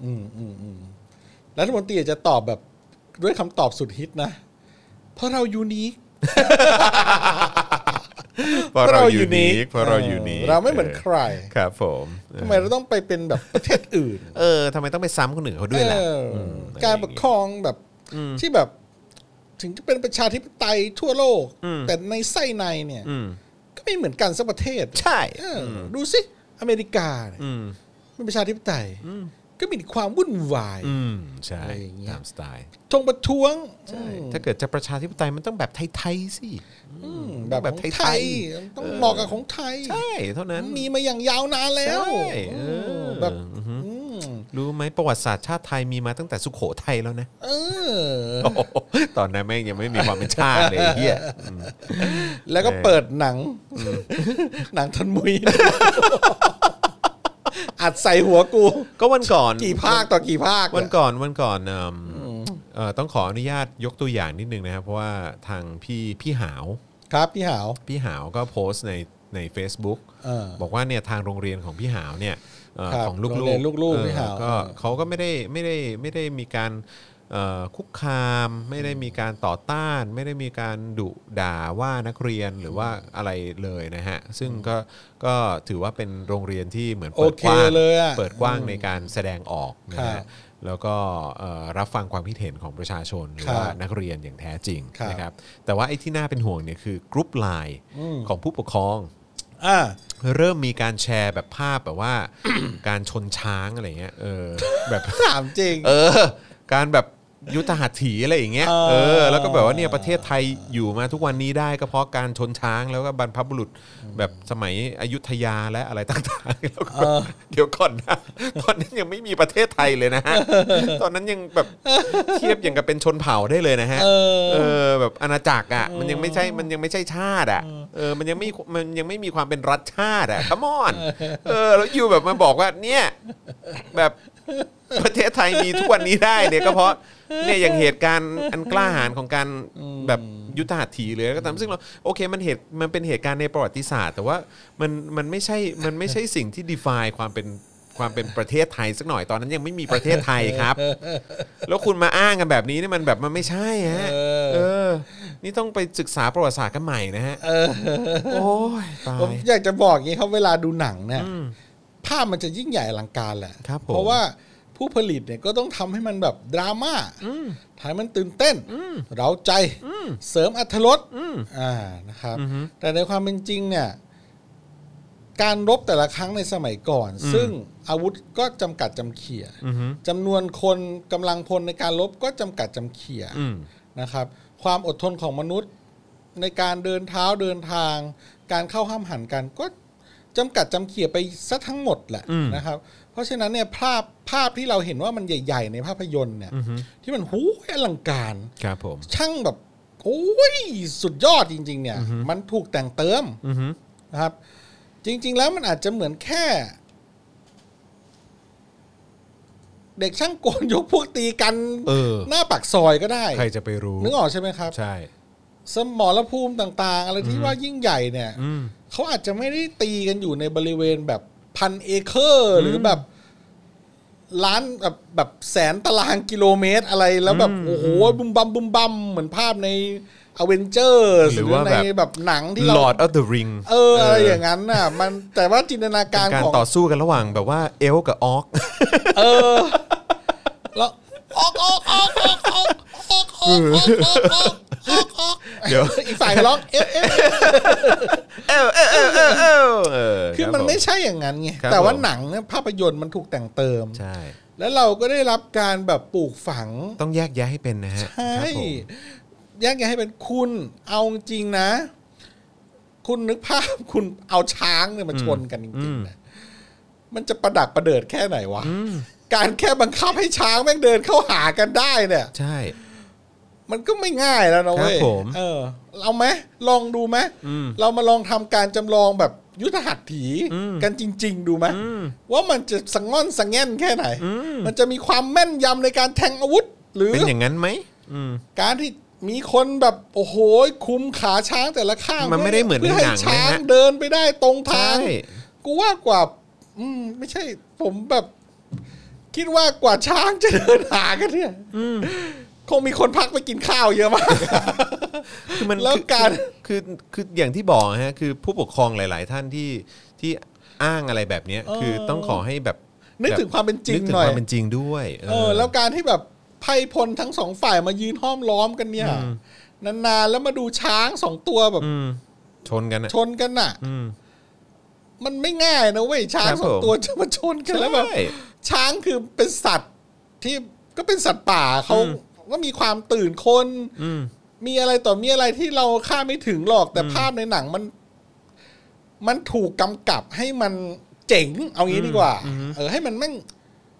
อืมอืมอืมรัฐมนตรีอาจจะตอบแบบด้วยคำตอบสุดฮิตนะ เพราะเรายูนิค
เพราะเราอยู่นี้เพราะเราอยู่นี้
เราไม่เหมือนใคร
ครับผม
ทำไมเราต้องไปเป็นแบบประเทศอื่น
เออทำไมต้องไปซ้ำคนอื่นเขาด้วยล่ะ
เออการปกครองแบบที่แบบ ถึงจะเป็นประชาธิปไตยทั่วโลก แต่ในไส้ในเนี่ย ก็ไม่เหมือนกันสักประเทศ
ใช่
เอออดูสิ อเมริกาเนี่ย
อืม
เป็นประชาธิปไตยก็มีความวุ่นวาย
อืม ใช่
อะไรอย่างเงี้ย
ตามสไตล์
ชงประท้วง
ใช่
อืม
ถ้าเกิดจะประชาธิปไตยมันต้องแบบไทยๆสิ
แบบ
แบบ
ของ
ไท
ไท
ย
ย
ๆ
ต้อง
เออ
เหมาะกับของไทย
ใช่เท่านั้น
มีมาอย่างยาวนานแล้ว
ใช่เออ
แบบ
อืมรู้ไหมประวัติศาสตร์ชาติไทยมีมาตั้งแต่สุโขทัยแล้วนะ *laughs*
เออ
โอ้โหตอนนั้นแม่งยังไม่มีความเป็นชาติเลยไอ้เฮียอืม
แล้วก็เปิดหนัง *laughs* หนังทนมุย *laughs* อัดใส่หัวกู
ก็วันก่อน
กี่ภาคต่อกี่ภาค
วันก่อนวันก่อนเอิ่มเอ่อต้องขออนุญาตยกตัวอย่างนิดนึงนะครับ เพราะว่าทางพี่พี่หาว
ครับพี่หาว
พี่หาวก็โพสต์ในใน a c e b o o k
เออ
บอกว่าเนี่ยทางโรงเรียนของพี่หาวเนี่ยเอ่อ
ครับ
ของลูก
โรงเรียนลูกๆพี่หาว
เออก็
เออ
เขาก็ไม่ได้ไม่ได้ไม่ได้มีการเอ่อคุกคาม ไม่ได้มีการต่อต้าน ไม่ได้มีการดุด่าว่านักเรียนหรือว่าอะไรเลยนะฮะ ซึ่งก็ก็ถือว่าเป็นโรงเรียนที่เหมือนเปิด
โอเค
กว้าง
เลยอะ
เปิดกว้างในการแสดงออกนะ
ครั
ฮะ
บ
แล้วก็เอ่อรับฟังความคิดเห็นของประชาชนหรือว่า
ครับ
นักเรียนอย่างแท้จริง
ครับ
นะครับแต่ว่าไอ้ที่น่าเป็นห่วงเนี่ยคือกรุ๊ปไลน์ของผู้ปกครอง
อ่า
เริ่มมีการแชร์แบบภาพแบบว่า *coughs* การชนช้างอะไรเงี้ยเออแบบ
ถามจริง
เออ การแบบยุทธหัตถีอะไรอย่างเงี้ย
เออ
เออ แล้วก็แบบว่าเนี่ยประเทศไทยอยู่มาทุกวันนี้ได้ก็เพราะการชนช้างแล้วก็บรรพบุรุษแบบสมัยอยุธยาและอะไรต่างๆแล้วก็เดี๋ยวก่อนนะตอนนั้นยังไม่มีประเทศไทยเลยนะฮ *laughs* ะตอนนั้นยังแบบเทียบอย่างกับเป็นชนเผ่าได้เลยนะฮะ
เออ
เออแบบอาณาจักรอ่ะมันยังไม่ใช่มันยังไม่ใช่ชาติอ่ะเออมันยังไม่มันยังไม่มีความเป็นรัฐชาติอ่ะขมอนเออแล้วอยู่แบบมาบอกว่าเนี่ยแบบ *laughs* ประเทศไทยมีทุกวันนี้ได้เนี่ยก็เพราะเนี่ยอย่างเหตุการณ์อันกล้าหาญของการแบบยุทธหัตถีเลยก็ตามซึ่งเราโอเคมันเหตุมันเป็นเหตุการณ์ในประวัติศาสตร์ แต่ว่ามันมันไม่ใช่มันไม่ใช่สิ่งที่ define ความเป็นความเป็นประเทศไทยสักหน่อยตอนนั้นยังไม่มีประเทศไทยครับ
*laughs*
แล้วคุณมาอ้างกันแบบนี้เนี่ยมันแบบมันไม่ใช่ฮะ
เออ
เออ นี่ต้องไปศึกษาประวัติศาสตร์กันใหม่นะฮะโอ้ยตา
ผม
ย
อยากจะบอกอย่างนี้ครับเวลาดูหนังเนี่ยภาพมันจะยิ่งใหญ่อลังการแหละ
ครับผม
เพราะว่าผู้ผลิตเนี่ยก็ต้องทำให้มันแบบดราม่าทำให้มันตื่นเต้น เราใจ เสริมอรรถรสอ่านะครับ แต่ในความเป็นจริงเนี่ย การรบแต่ละครั้งในสมัยก่อน ซึ่งอาวุธก็จำกัดจำเขี่ยจำนวนคนกำลังพลในการรบก็จำกัดจำเขี่ย
อืม
นะครับความอดทนของมนุษย์ในการเดินเท้าเดินทาง การเข้าห้ามหันกันก็จำกัดจำเขี่ยไปซะทั้งหมดแหละ
อืม
นะครับ เพราะฉะนั้นเนี่ยภาพภาพที่เราเห็นว่ามันใหญ่ ๆ ในภาพยนตร์เนี่ยที่มันหูยอลังการ
ครับผม
ช่างแบบโอ้ยสุดยอดจริง ๆ เนี่ย มันถูกแต่งเติม
อือฮึ
นะครับ จริง ๆ แล้วมันอาจจะเหมือนแค่ เด็กช่างโกนยกพวกตีกัน
เออ
หน้าปากซอยก็ได้
ใครจะไปรู้
นึกออกใช่ไหมครับ
ใช่
สมรภูมิต่าง ๆ อะไรที่ว่ายิ่งใหญ่เนี่ย
อืม
เขาอาจจะไม่ได้ตีกันอยู่ในบริเวณแบบพันเอเคอร์ หรือแบบล้านแบบแบบแสนตารางกิโลเมตรอะไรแล้วแบบโอ้โหบุมบัมบุมบัมเหมือนภาพในอเวนเจอร์หรือในแบบหนังที่เรา
Lord of the Ring
เอออะไรอย่างนั้นน่ะ มันแต่ว่าจินตนาการ
เป็นการ
ของ
ต่อสู้กันระหว่างแบบว่าเอลฟ์กับอ
*laughs*
อก
เออ แล้วออกออกออกออกออกออกออกออกออกออกออกออก
เดี๋ยว
อีกฝ่ายก็ร้องเอฟเอฟ
เอลเอลเอลเอลเอลเออ
คือ
รับ
มันไม่
ผ
ใช่อย่างนั้นไง
ครับ
แต่ว่า
ผม
หนังเนี่ยภาพยนตร์มันถูกแต่งเติม
ใช่
แล้วเราก็ได้รับการแบบปลูกฝัง
ต้องแยกแยะให้เป็นนะฮะค
ใช่
รับผม
แยกแยะให้เป็นคุณเอาจริงนะ คุณนึกภาพ *laughs* คุณเอาช้างเนี่ยมาชนกันจริงๆนะมันจะประดักประเดิดแค่ไหนวะ การแค่บังคับให้ช้างแม่งเดินเข้าหากันได้เนี่ย
ใช่
มันก็ไม่ง่ายแล้วนะเว้
ครับ
ย
ผม
เออเอาไหมลองดูไหมเรามาลองทำการจำลองแบบยุทธหัตถีกันจริง ๆ ดูไหมว่ามันจะสังง่อนสังแง่นแค่ไหน มันจะมีความแม่นยำในการแทงอาวุธ หรือ
เป็นอย่างนั้นไหมอืม
การที่มีคนแบบโอ้โหคุมขาช้างแต่ละข้าง
มันไม่ได้เหมือนใน
เพื่อให้
หนังนะฮะ
ช้างเดินไปได้ตรงทา
ใช่
ง กูว่ากว่า อืม ไม่ใช่ ผมแบบ คิดว่ากว่าช้างจะเดินหากันเนี่ยคงมีคนพักไปกินข้าวเยอะมาก
คือมัน
แล้วการ
คือคือคืออย่างที่บอกฮะคือผู้ปกครองหลาย ๆ ท่านที่ที่อ้างอะไรแบบเนี้ยคือต้องขอให้แบบ
นึกถึงความเป็นจริ
นึ
ง
กถึง
หน่อยว
คามเป็นจริงด้วย
เออ แล้วการที่แบบไพร่พลทั้งสองฝ่ายมายืนห้อมล้อมกันเนี่ย นานๆแล้วมาดูช้างสองตัวแบบ
อืมชนกันอะ
ชนกันน่ะ
อืม
มันไม่ง่ายนะเว้ยช้าง
ครับ
สอง
ผม
ตัวจะมาชนกันแล้วแบบ
ใช่
ช้างคือเป็นสัตว์ที่ก็เป็นสัตว์ป่าเขา
อืม
ก็มีความตื่นคน
อืม
มีอะไรต่อมีอะไรที่เราคาดไม่ถึงหรอกแต่ภาพในหนังมัน มันถูกกำกับให้มันเจ๋งเอางี้ดีกว่า เออ ให้มันแม่ง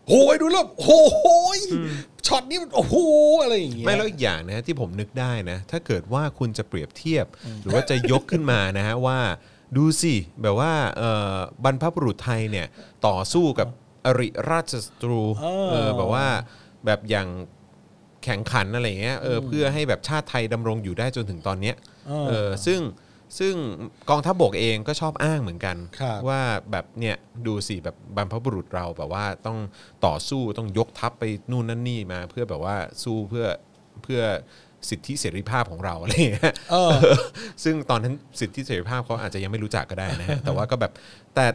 โหยดูแล้วโหยช็อตนี้มันโอ้โหอะไรอย่างเงี้ย
ไม่แล้วอีกอย่างนะฮะที่ผมนึกได้นะ ถ้าเกิดว่าคุณจะเปรียบเทียบ หรือว่าจะยกขึ้นมานะฮะว่าดูสิแบบว่าเอ่อบรรพบุรุษไทยเนี่ยต่อสู้กับอริราชศัตรู
เออ
เออแบบว่าแบบอย่างแข่งขันอะไรเงี้ยเอออเพื่อให้แบบชาติไทยดำรงอยู่ได้จนถึงตอนเนี้ย
เออ
เออซึ่งซึ่งกองทัพบกเองก็ชอบอ้างเหมือนกัน
ครับ
ว่าแบบเนี่ยดูสิแบบบรรพบุรุษเราแบบว่าต้องต่อสู้ต้องยกทัพไปนู่นนั่นนี่มา เพื่อแบบว่าสู้เพื่อเพื่อสิทธิเสรีภาพของเราอะไรอย่างเงี้ย
เออ
เออ *laughs* ซึ่งตอนนั้นสิทธิเสรีภาพเขาอาจจะยังไม่รู้จักก็ได้นะฮะ แต่ว่าก็แบบแต่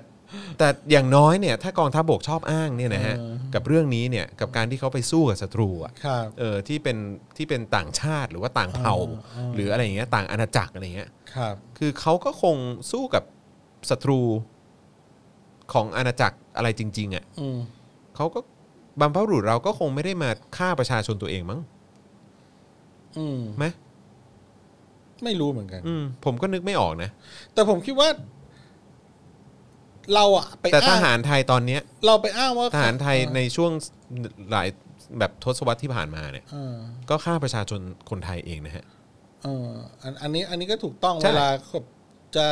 แต่อย่างน้อยเนี่ยถ้ากองทัพบกชอบอ้างเนี่ยนะฮะ
เออ
กับเรื่องนี้เนี่ยกับการที่เขาไปสู้กับศัตรูอะ
ครับ
เออที่เป็นที่เป็นต่างชาติหรือว่าต่างเผ่า
อ่าอ่า
หรืออะไรอย่างเงี้ยต่างอาณาจักรอะไรอย่างเงี้ย
ครับ
คือเขาก็คงสู้กับ ศัตรูของอาณาจักรอะไรจริง ๆอ่ะ
อืม
เขาก็บรรพบุรุษเราก็คงไม่ได้มาฆ่าประชาชนตัวเองมั้ง
อืม
ไหม
ไม่รู้เหมือนกัน
อืมผมก็นึกไม่ออกนะ
แต่ผมคิดว่า เราอะไป
แต่ท
อ้าง
หารไทยตอนเนี้ย
เราไปอ้างว่า
ทหารไทยในช่วงหลายแบบทศวรรษที่ผ่านมาเนี่ย
เออ
ก็ฆ่าประชาชนคนไทยเองนะฮะ
เอออันอันนี้ อันนี้ก็ถูกต้อง
ใช่
เวลาเขาจะ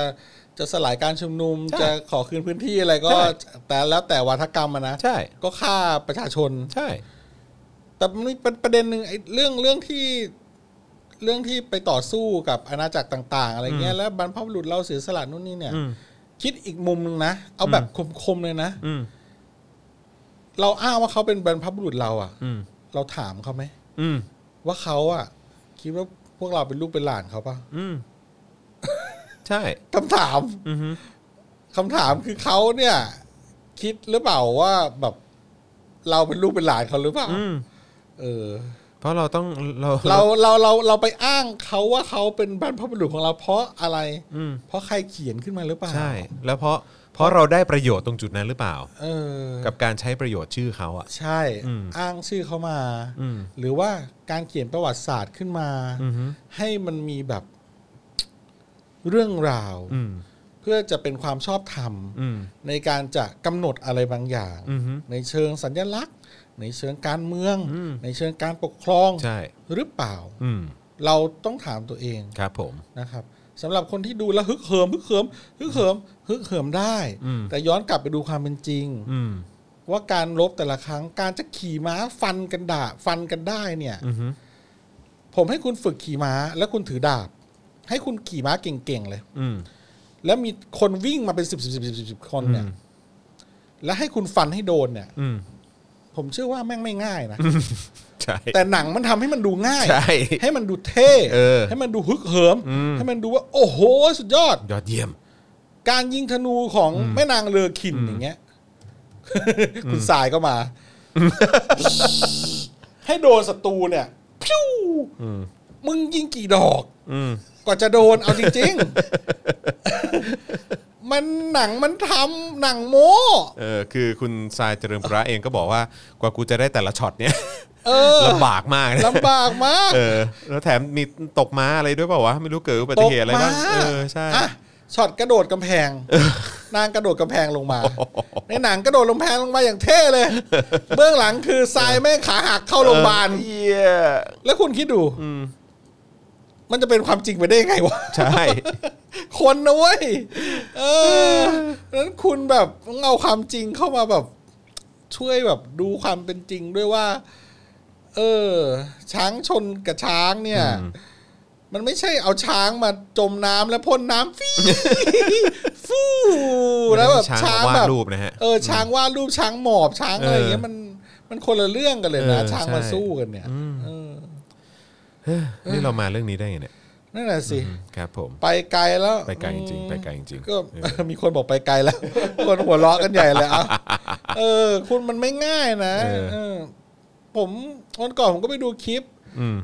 จะสลายการชุมนุม
ใช่
จะขอคืนพื้นที่อะไรก็
ใช่
แต่แล้วแต่วาทกรรมอะนะ
ใช่
ก็ฆ่าประชาชน
ใช่
แต่มันมีประเด็นหนึ่งไอ้เรื่องเรื่องที่เรื่องที่ไปต่อสู้กับอาณาจักรต่าง ๆ อะไรเงี้ยแล้วบรรพบุรุษเราเสียสละนู่นนี่เนี่ย
อืม
คิดอีกมุมหนึงนะเอาแบบคมๆเลยนะ
อืม
เราอ้างว่าเขาเป็นบรรพบุรุษเราอะ
อืม
เราถามเขาไหม
อืม
ว่าเขาอะคิดว่าพวกเราเป็นลูกเป็นหลานเขาปะ
อืมใช่
คำถาม
อือฮึ
คำถามคือเขาเนี่ย คิดหรือเปล่าว่าแบบเราเป็นลูกเป็นหลานเขาหรือเปล่า
อืม
เออ
เพราะเราต้องเรา
เราเราเราเราไปอ้างเขาว่าเขาเป็นบรรพบุรุษของเราเพราะอะไร
อืม
เพราะใครเขียนขึ้นมาหรือเปล่า
ใช่ แล้วเพราะเพราะเราได้ประโยชน์ตรงจุดนั้นหรือเปล่า
เออ
กับการใช้ประโยชน์ชื่อเขาอ่ะ
ใช่
อืม
อ้างชื่อเขามา
อืม
หรือว่าการเขียนประวัติศาสตร์ขึ้นมา
อือฮึ
ให้มันมีแบบเรื่องราว
อืม
เพื่อจะเป็นความชอบธรรม
อืม
ในการจะกำหนดอะไรบางอย่าง
อือฮึ
ในเชิงสัญลักษณ์ ในเชิงการเมือง
อืม
ในเชิงการปกครอง
ใช่
หรือเปล่า
อืม
เราต้องถามตัวเอง
ครับผม
นะครับสำหรับคนที่ดูแล้วฮึกเหิมฮึกเหิมฮึกเหิมฮึกเหิมได้
อืม
แต่ย้อนกลับไปดูความเป็นจริง
อืม
ว่าการรบแต่ละครั้งการจะขี่ม้าฟันกันดาฟันกันได้เนี่ย
อือฮึ
ผมให้คุณฝึกขี่ม้าแล้วคุณถือดาบ ให้คุณขี่ม้าเก่งๆเลย
อืม
แล้วมีคนวิ่งมาเป็นสิบสิบสิบสิบสิบคนเนี่ย
อืม
แล้วให้คุณฟันให้โดนเนี่ย
อืม
ผมเชื่อว่าแม่งไม่ง่ายนะ
ใช่
แต่หนังมันทำให้มันดูง่าย
ใช่
ให้มันดูเท่
เออ
ให้มันดูฮึกเหิม
อืม
ให้มันดูว่า โอ้โห สุดยอด
ยอดเยี่ยม
การยิงธนูของแม่นางเลอคินอย่างเงี้ย คุณสายก็มา ให้โดนศัตรูเนี่ยพิ้วมึงยิงกี่ดอก
อืม
กว่าจะโดนเอาจริงๆ มันหนังมันทำหนังโม้
เออคือคุณทรายเจริญพระเองก็บอกว่ากว่ากูจะได้แต่ละช็อตเนี่ย
เออ
ลำบากมากนะ
ลำบากมาก
เออ แล้วแถมมีตกม้าอะไรด้วยเปล่าวะ ไม่รู้เกิดอุบัติเหตุอะไรบ้าง
ตกม้
เออ ใช่
ะช็อตกระโดดกำแพง นางกระโดดกำแพงลงมา ในหนังกระโดดลงแพงลงมาอย่างเท่
*laughs*
เลย เบื้องหลังคือทรายแม่งขาหักเข้าโรงพยาบาล
เยี่ย
แล้วคุณคิดดู มันจะเป็นความจริงไปได้ยังไงวะ
ใช่
คนนะเว้ย เออนั้นคุณแบบต้องเอาความจริงเข้ามาแบบ ช่วยแบบดูความเป็นจริงด้วยว่า เออ ช้างชนกับช้างเนี่ย
อืม
มันไม่ใช่เอาช้างมาจมน้ำแล้วพ่นน้ำ
*laughs*
ฟีฟูแล้วแบบ
ช้า
ช้าง
งวาด
แบบ
รูปนะฮะ
เออช้างวาดรูปช้างหมอบช้างอะไรอย่างเงี้ย
เออ
มัน มันคนละเรื่องกันเลยนะ
เออ
ช้าง
ใช่
มาสู้กันเนี่ยเออ
นี่เรามาเรื่องนี้ได้ไงเนี่ย
นั่นแหละสิ
ครับผม
ไปไกลแล้ว
ไปไกลจริงๆ ไปไกลจริงๆ
ก็
เออ
*laughs* มีคนบอกไปไกลแล้ว คนหัวเราะกันใหญ่เลยเอาเออ คุณมันไม่ง่ายนะ
เออ
เออ ผมวันก่อนผมก็ไปดูคลิป
อืม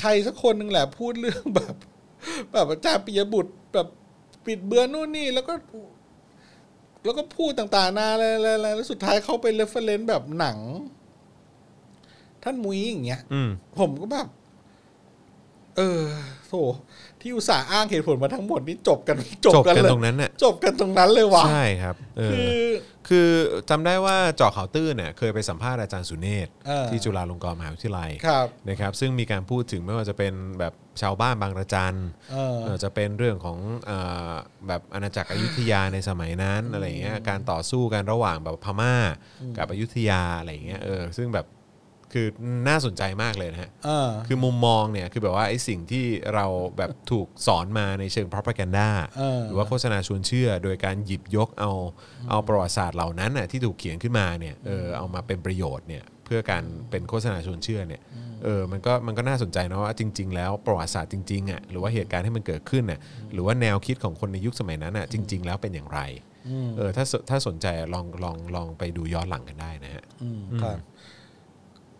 ใครสักคนหนึ่งแหละพูดเรื่องแบบ *laughs* แบบอาจารย์ปิยบุตรแบบปิดเบือนนู่นนี่ แล้วก็ แล้วก็พูดต่างๆนานาอะไรๆแล้วสุดท้ายเขาไปเรฟเฟรนซ์แบบหนัง ท่านมุ้ยอย่างเงี้ย
อืม
ผมก็แบบ เออโถที่อุตส่าห์อ้างเหตุผลมาทั้งหมดนี่จบกัน *laughs* จบ
จบ
กัน
กัน
เลย
ตรงนั้นน่ะ
จบกันตรงนั้นเลยว่ะ
ใช่ครับ เอ
คือ อ
คือจำได้ว่าเจาะข่าวตื้นเนี่ยเคยไปสัมภาษณ์อาจารย์สุเนศ
เออ
ที่จุฬาลงกรณ์มหาวิทยาลัย
ครับ
นะครับซึ่งมีการพูดถึงไม่ว่าจะเป็นแบบชาวบ้านบางระจัน
เออ
เอ่อจะเป็นเรื่องของเอ่อแบบอาณาจักรอยุธยาในสมัยนั้นอะไรอย่างเงี้ยการต่อสู้กันระหว่างแบบพม่ากับอยุธยาอะไรอย่างเงี้ยเออซึ่งแบบคือน่าสนใจมากเลยนะฮะ
เออ
คือมุมมองเนี่ยคือแบบว่าไอ้สิ่งที่เราแบบถูกสอนมาในเชิง propaganda
เออ
หรือว่าโฆษณาชวนเชื่อ โดยการหยิบยกเอาเอาประวัติศาสตร์เหล่านั้นน่ะที่ถูกเขียนขึ้นมาเนี่ยเออเอามาเป็นประโยชน์เนี่ยเพื่อการเป็นโฆษณาชวนเชื่อเนี่ยเออมันก็มันก็น่าสนใจนะว่าจริง ๆ แล้วประวัติศาสตร์จริงๆอ่ะหรือว่าเหตุการณ์ที่มันเกิดขึ้นน่ะหรือว่าแนวคิดของคนในยุคสมัยนั้นน่ะจริง ๆ แล้วเป็นอย่างไร
อืม
เออถ้าสถ้าสนใจลองลองลองไปดูย้อนหลังกันได้นะฮะ
อืมครับ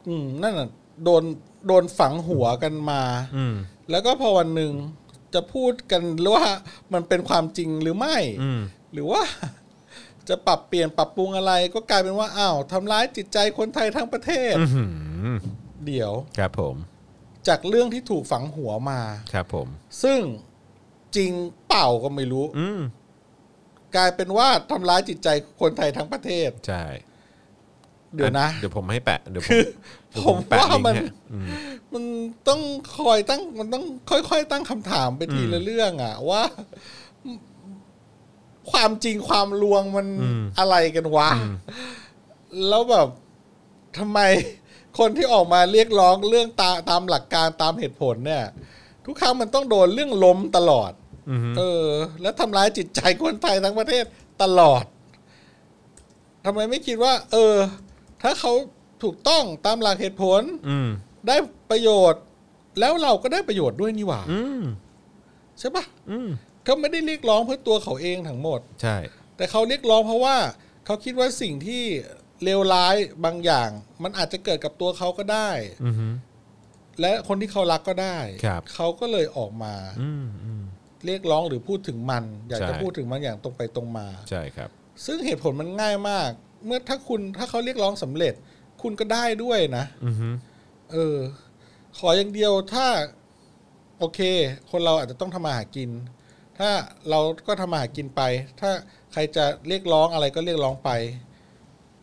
อืมนั่นน่ะโดนโดนฝังหัวกันมา
อืม
แล้วก็พอวันหนึ่ง จะพูดกันหรือว่ามันเป็นความจริงหรือไม่ หรือว่า จะปรับเปลี่ยนปรับปรุงอะไร ก็กลายเป็นว่าอ้าวทำร้ายจิตใจคนไทยทั้งประเทศ
อื้อหือ
เดี๋ยว
ครับผม
จากเรื่องที่ถูกฝังหัวมา
ครับผม
ซึ่งจริงเปล่าก็ไม่รู้
อืม
กลายเป็นว่าทำร้ายจิตใจคนไทยทั้งประเทศ
ใช่
เดี๋ยวนะ
เดี๋ยวผมให้แปะเดี๋ยวผ
คื
ม
อ
เดี๋ย
ผม
แปะ
ว่า
ลิงก์
มัน
ให้อืม
มันต้องคอยตั้งมันต้องค่อยๆ ตั้งคำถามไปทีละเรื่องอ่ะ ว่า ความจริงความลวงมัน
อืม
อะไรกันวะ แล้วแบบทำไมคนที่ออกมาเรียกร้องเรื่องตาตามหลักการตามเหตุผลเนี่ย ทุกครั้งมันต้องโดนเรื่องล้มตลอด
อืม
เออ แล้วทำร้ายจิตใจคนไทยทั้งประเทศตลอดทำไมไม่คิดว่า เออ ถ้าเขาถูกต้องตามหลักเหตุผล
อืม
ได้ประโยชน์ แล้วเราก็ได้ประโยชน์ด้วยนี่หว่า
อืม
ใช่ปะ
อืม
เขาไม่ได้เรียกร้องเพื่อตัวเขาเองทั้งหมด
ใช่
แต่เขาเรียกร้องเพราะว่า เขาคิดว่าสิ่งที่เลวร้ายบางอย่าง มันอาจจะเกิดกับตัวเขาก็ได้
อืม
และคนที่เขารักก็ได้
ครับ
เขาก็เลยออกมา
อืมอืม
เรียกร้องหรือพูดถึงมัน อยากจะ
ใช่
พูดถึงมันอย่างตรงไปตรงมา
ใช่ครับ
ซึ่งเหตุผลมันง่ายมาก เมื่อถ้าคุณถ้าเขาเรียกร้องสำเร็จ คุณก็ได้ด้วยนะ
อืมฮึ
เออ ขออย่างเดียวถ้า โอเค คนเราอาจจะต้องทำมาหากิน ถ้าเราก็ทำมาหากินไป ถ้าใครจะเรียกร้องอะไรก็เรียกร้องไป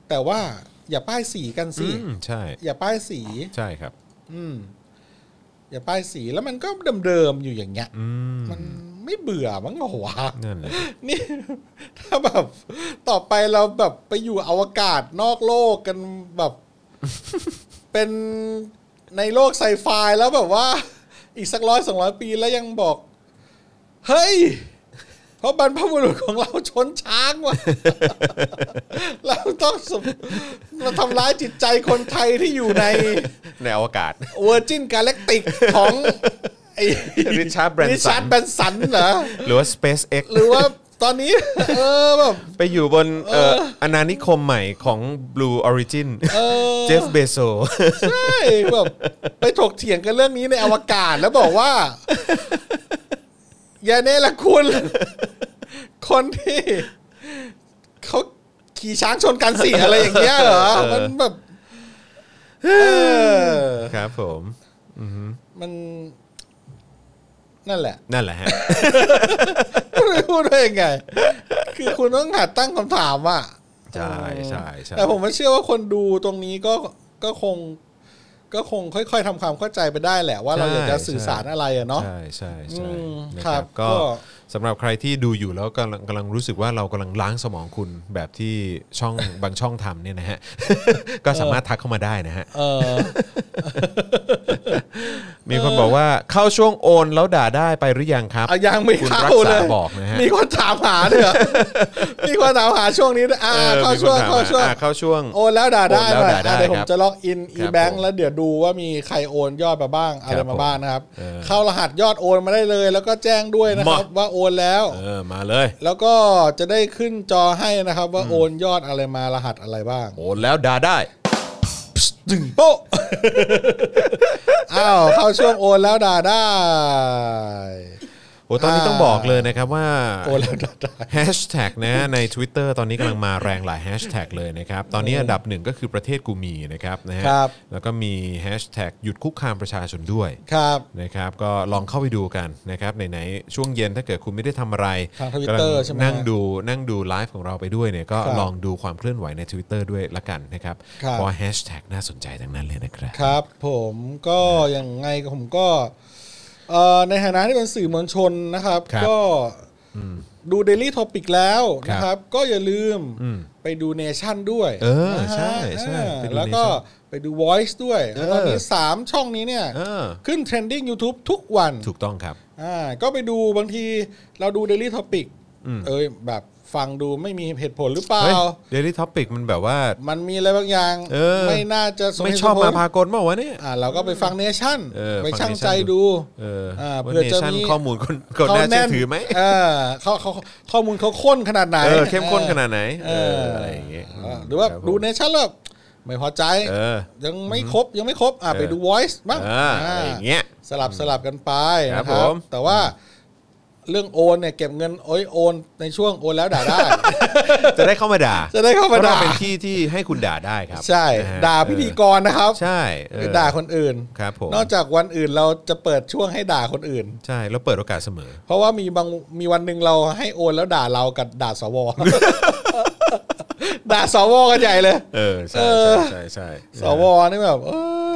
แต่ว่าอย่าป้ายสีกันสิ
อืมใช่
อย่าป้ายสี
ใช่ครับ
อืม อย่าป้ายสีแล้วมันก็เดิมๆอยู่อย่างเงี้ย
อืม
มันไม่เบื่อมั้งเหรอวะ
นั่นแหละ
นี่ *laughs* ถ้าแบบต่อไปเราแบบไปอยู่อวกาศนอกโลกกันแบบ
*laughs*
เป็นในโลกไซไฟแล้วแบบว่า *laughs* อีกสักร้อยสองร้อยปีแล้วยังบอก เฮ้ย เพราะบรรพบุรุษของเราชนช้างว่ะ *laughs* เราต้องสมเราทำร้ายจิตใจคนไทยที่อยู่ใน
ในอวกาศ
เวอร์จินกาแล็กติก
*laughs*
ของไอ้
Richard Branson
ริชาร์ดแบรนสันเหรอ
หรือว่า SpaceX
หรือว่าตอนนี้ *laughs* เออแบบ
ไปอยู่บนเอ่ออาณานิคมใหม่ของ Blue Origin
เออ
เจฟเบโซ
ใช่แบบ *laughs* ไปถกเถียงกันเรื่องนี้ในอวกาศแล้วบอกว่า *laughs* อย่าเนละคุณ *laughs* คนที่เขาขี่ช้างชนกันสิอะไรอย่างเงี้ยเหรอ
เออ
มันแบบเออ
ครับผม
มัน นั่นแหละ *laughs*
นั่นแหละฮะ
ไม่รู้พูดได้ยังไง คือคุณต้องหัดตั้งคำถามอ่ะ
ใช่ใช่ใช่
แต่ผมก็เชื่อว่าคนดูตรงนี้ก็ก็คง ก็คงค่อย ๆทำความเข้าใจไปได้แหละว่าเราอยากจะสื่อสารอะไรอะเนาะ
ใช่ใช่ใช่
อืม
นะค
ครั
รับบ ก็
ก็
สำหรับใครที่ดูอยู่แล้วกำลังกำลังรู้สึกว่าเรากำลังล้างสมองคุณแบบที่ช่อง บางช่องทำเนี่ยนะฮะ ก็สามารถทักเข้ามาได้นะฮะ
เออ
มีคนบอกว่าเข้าช่วงโอนแล้วด่าได้ไปหรือยังครับ
เอายังไม่
คุณรั
เข้าก
ษา
เลย
บอกนะฮะ
มีคนถามหา
*laughs*
ด้วยเหรอมีคนถามหาช่วงนี้ด้วยอ่า
ออ
เข้า
มีคน
ช่วง
ถม
เข้าช่วง
อ่ะเข้าช่วง
โอนแล้วด่าได้
โอนแล้วด่าได้
อ่ะเดี๋ยวผม
ครับ
จะล็อกอิน
ครับ
e-bank แล้วเดี๋ยวดูว่ามีใครโอนยอดมาบ้างอะไรมาบ้างนะครับ เข้ารหัสยอดโอนมาได้เลย แล้วก็แจ้งด้วยนะครับ
มา
ว่าโอนแล้ว
เออมาเลย
แล้วก็จะได้ขึ้นจอให้นะครับ ว่าโอนยอดอะไรมารหัสอะไรบ้าง
โอนแล้วด่าได้
ดึงโป๊ะ อ้าวเข้าช่วงโอนแล้วด่าได้
โอ้ตอนนี้
อ่า
ต้องบอกเลยนะครับว่า
โอนแล้วด่าได้
แฮชแท็กนะใน Twitter ตอนนี้กำลังมาแรงหลายแฮชแท็กเลยนะครับ ตอนนี้อันดับหนึ่งก็คือประเทศกูมีนะครับนะฮะ
ครับ
แล้วก็มีแฮชแท็กหยุดคุกคามประชาชนด้วย
ครับ
นะครับก็ลองเข้าไปดูกันนะครับไหนๆช่วงเย็นถ้าเกิดคุณไม่ได้ทำอะไร
ทาง
กำลั
Twitter ใช่ไหมฮะ
นั่งดูนั่งดูไลฟ์ของเราไปด้วยเนี่ยก็
ครับ
ลองดูความเคลื่อนไหวใน Twitter ด้วยละกันนะครับ
ครับ
เพราะแฮชแท็กน่าสนใจทั้งนั้นเลยนะครับ
ครับ ผมก็อย่างไงผมก็เอ่อในฐานะที่เป็นสื่อมวลชนนะครับ
ครับ
ก็ดูเดลี่ท o ปิกแล้วนะ
ค
ค
รั
รั
บบ
ก็อย่าลืม
อืม
ไปดูเนชั่นด้วย
เออ
นะฮะ
ใช่ใช่
อ่า
ไปดู
แล้วก็
Nation
ไปดู Voice ด้วย
เออ
ตอนนี้ 3 ช่องนี้เนี่ย
เออ
ขึ้นเทรนดิ้ง YouTube ทุกวัน
ถูกต้องครับ
อ่าก็ไปดูบางทีเราดู Daily Topic เอ้ยแบบฟังดูไม่มีเหตุผลหรือเปล่า
เฮ้ยเดลี่ท็อปิกมันแบบว่า
มันมีอะไรบางอย่าง
เออ
ไม่น่าจะส
ไม่
เหตุ
ชอบ
ผล
มาพากลเปล่าวะเนี่ย
อ่าเราก็ไปฟังเนชั่น
เออ
ไป
ฟัง
ช่าง
Nation
ใจ
ดู
ดู
เออ
เพื่อจะ
ชั่น
มี
ข้อมูล *laughs* คนคนน่าเชื่อถือไหม
เออเขาเขาข้อมูลเขาข้นขนาดไหน
เออเข้มข้นขนาดไหน
เออ
เออ
อะ
อะไรอย่างเงี้ย
หรือว่า
ครับผม
ดูเนชั่นแล้วไม่พอใจ
เออ
ยังไม่ครบยังไม่ครบอ่า
เออ
ไปดู voice บ้าง
เอออะไรอย่างเงี้ย
สลับสลับกันไป
ครับ
นะครับ
ผม
แต่ว่า เรื่องโอนเนี่ยเก็บเงินโอ้ยโอน ในช่วงโอนแล้วด่า
*laughs*
ได้
จะได้เข้ามาด่า
จะได้เข้ามาด่า
พระรเป็นที่ที่ให้คุณด่าได้ครับ
ใช่
นะฮะ
ด่าพิธีกรนะครับ
ใช่เออ
ด่าคนอื่น
ครับผม
นอกจากวันอื่นเราจะเปิดช่วงให้ด่าคนอื่น
ใช่แล้วเปิดโอกาสเสมอ
เพราะว่ามีบางมีวันหนึ่งเราให้โอนแล้วด่าเรากับด่าส
*laughs*
ว ด่าสวกันใหญ่เลย
เออใช่
เออ
ใช่ใช่
สวนี่แบบเออ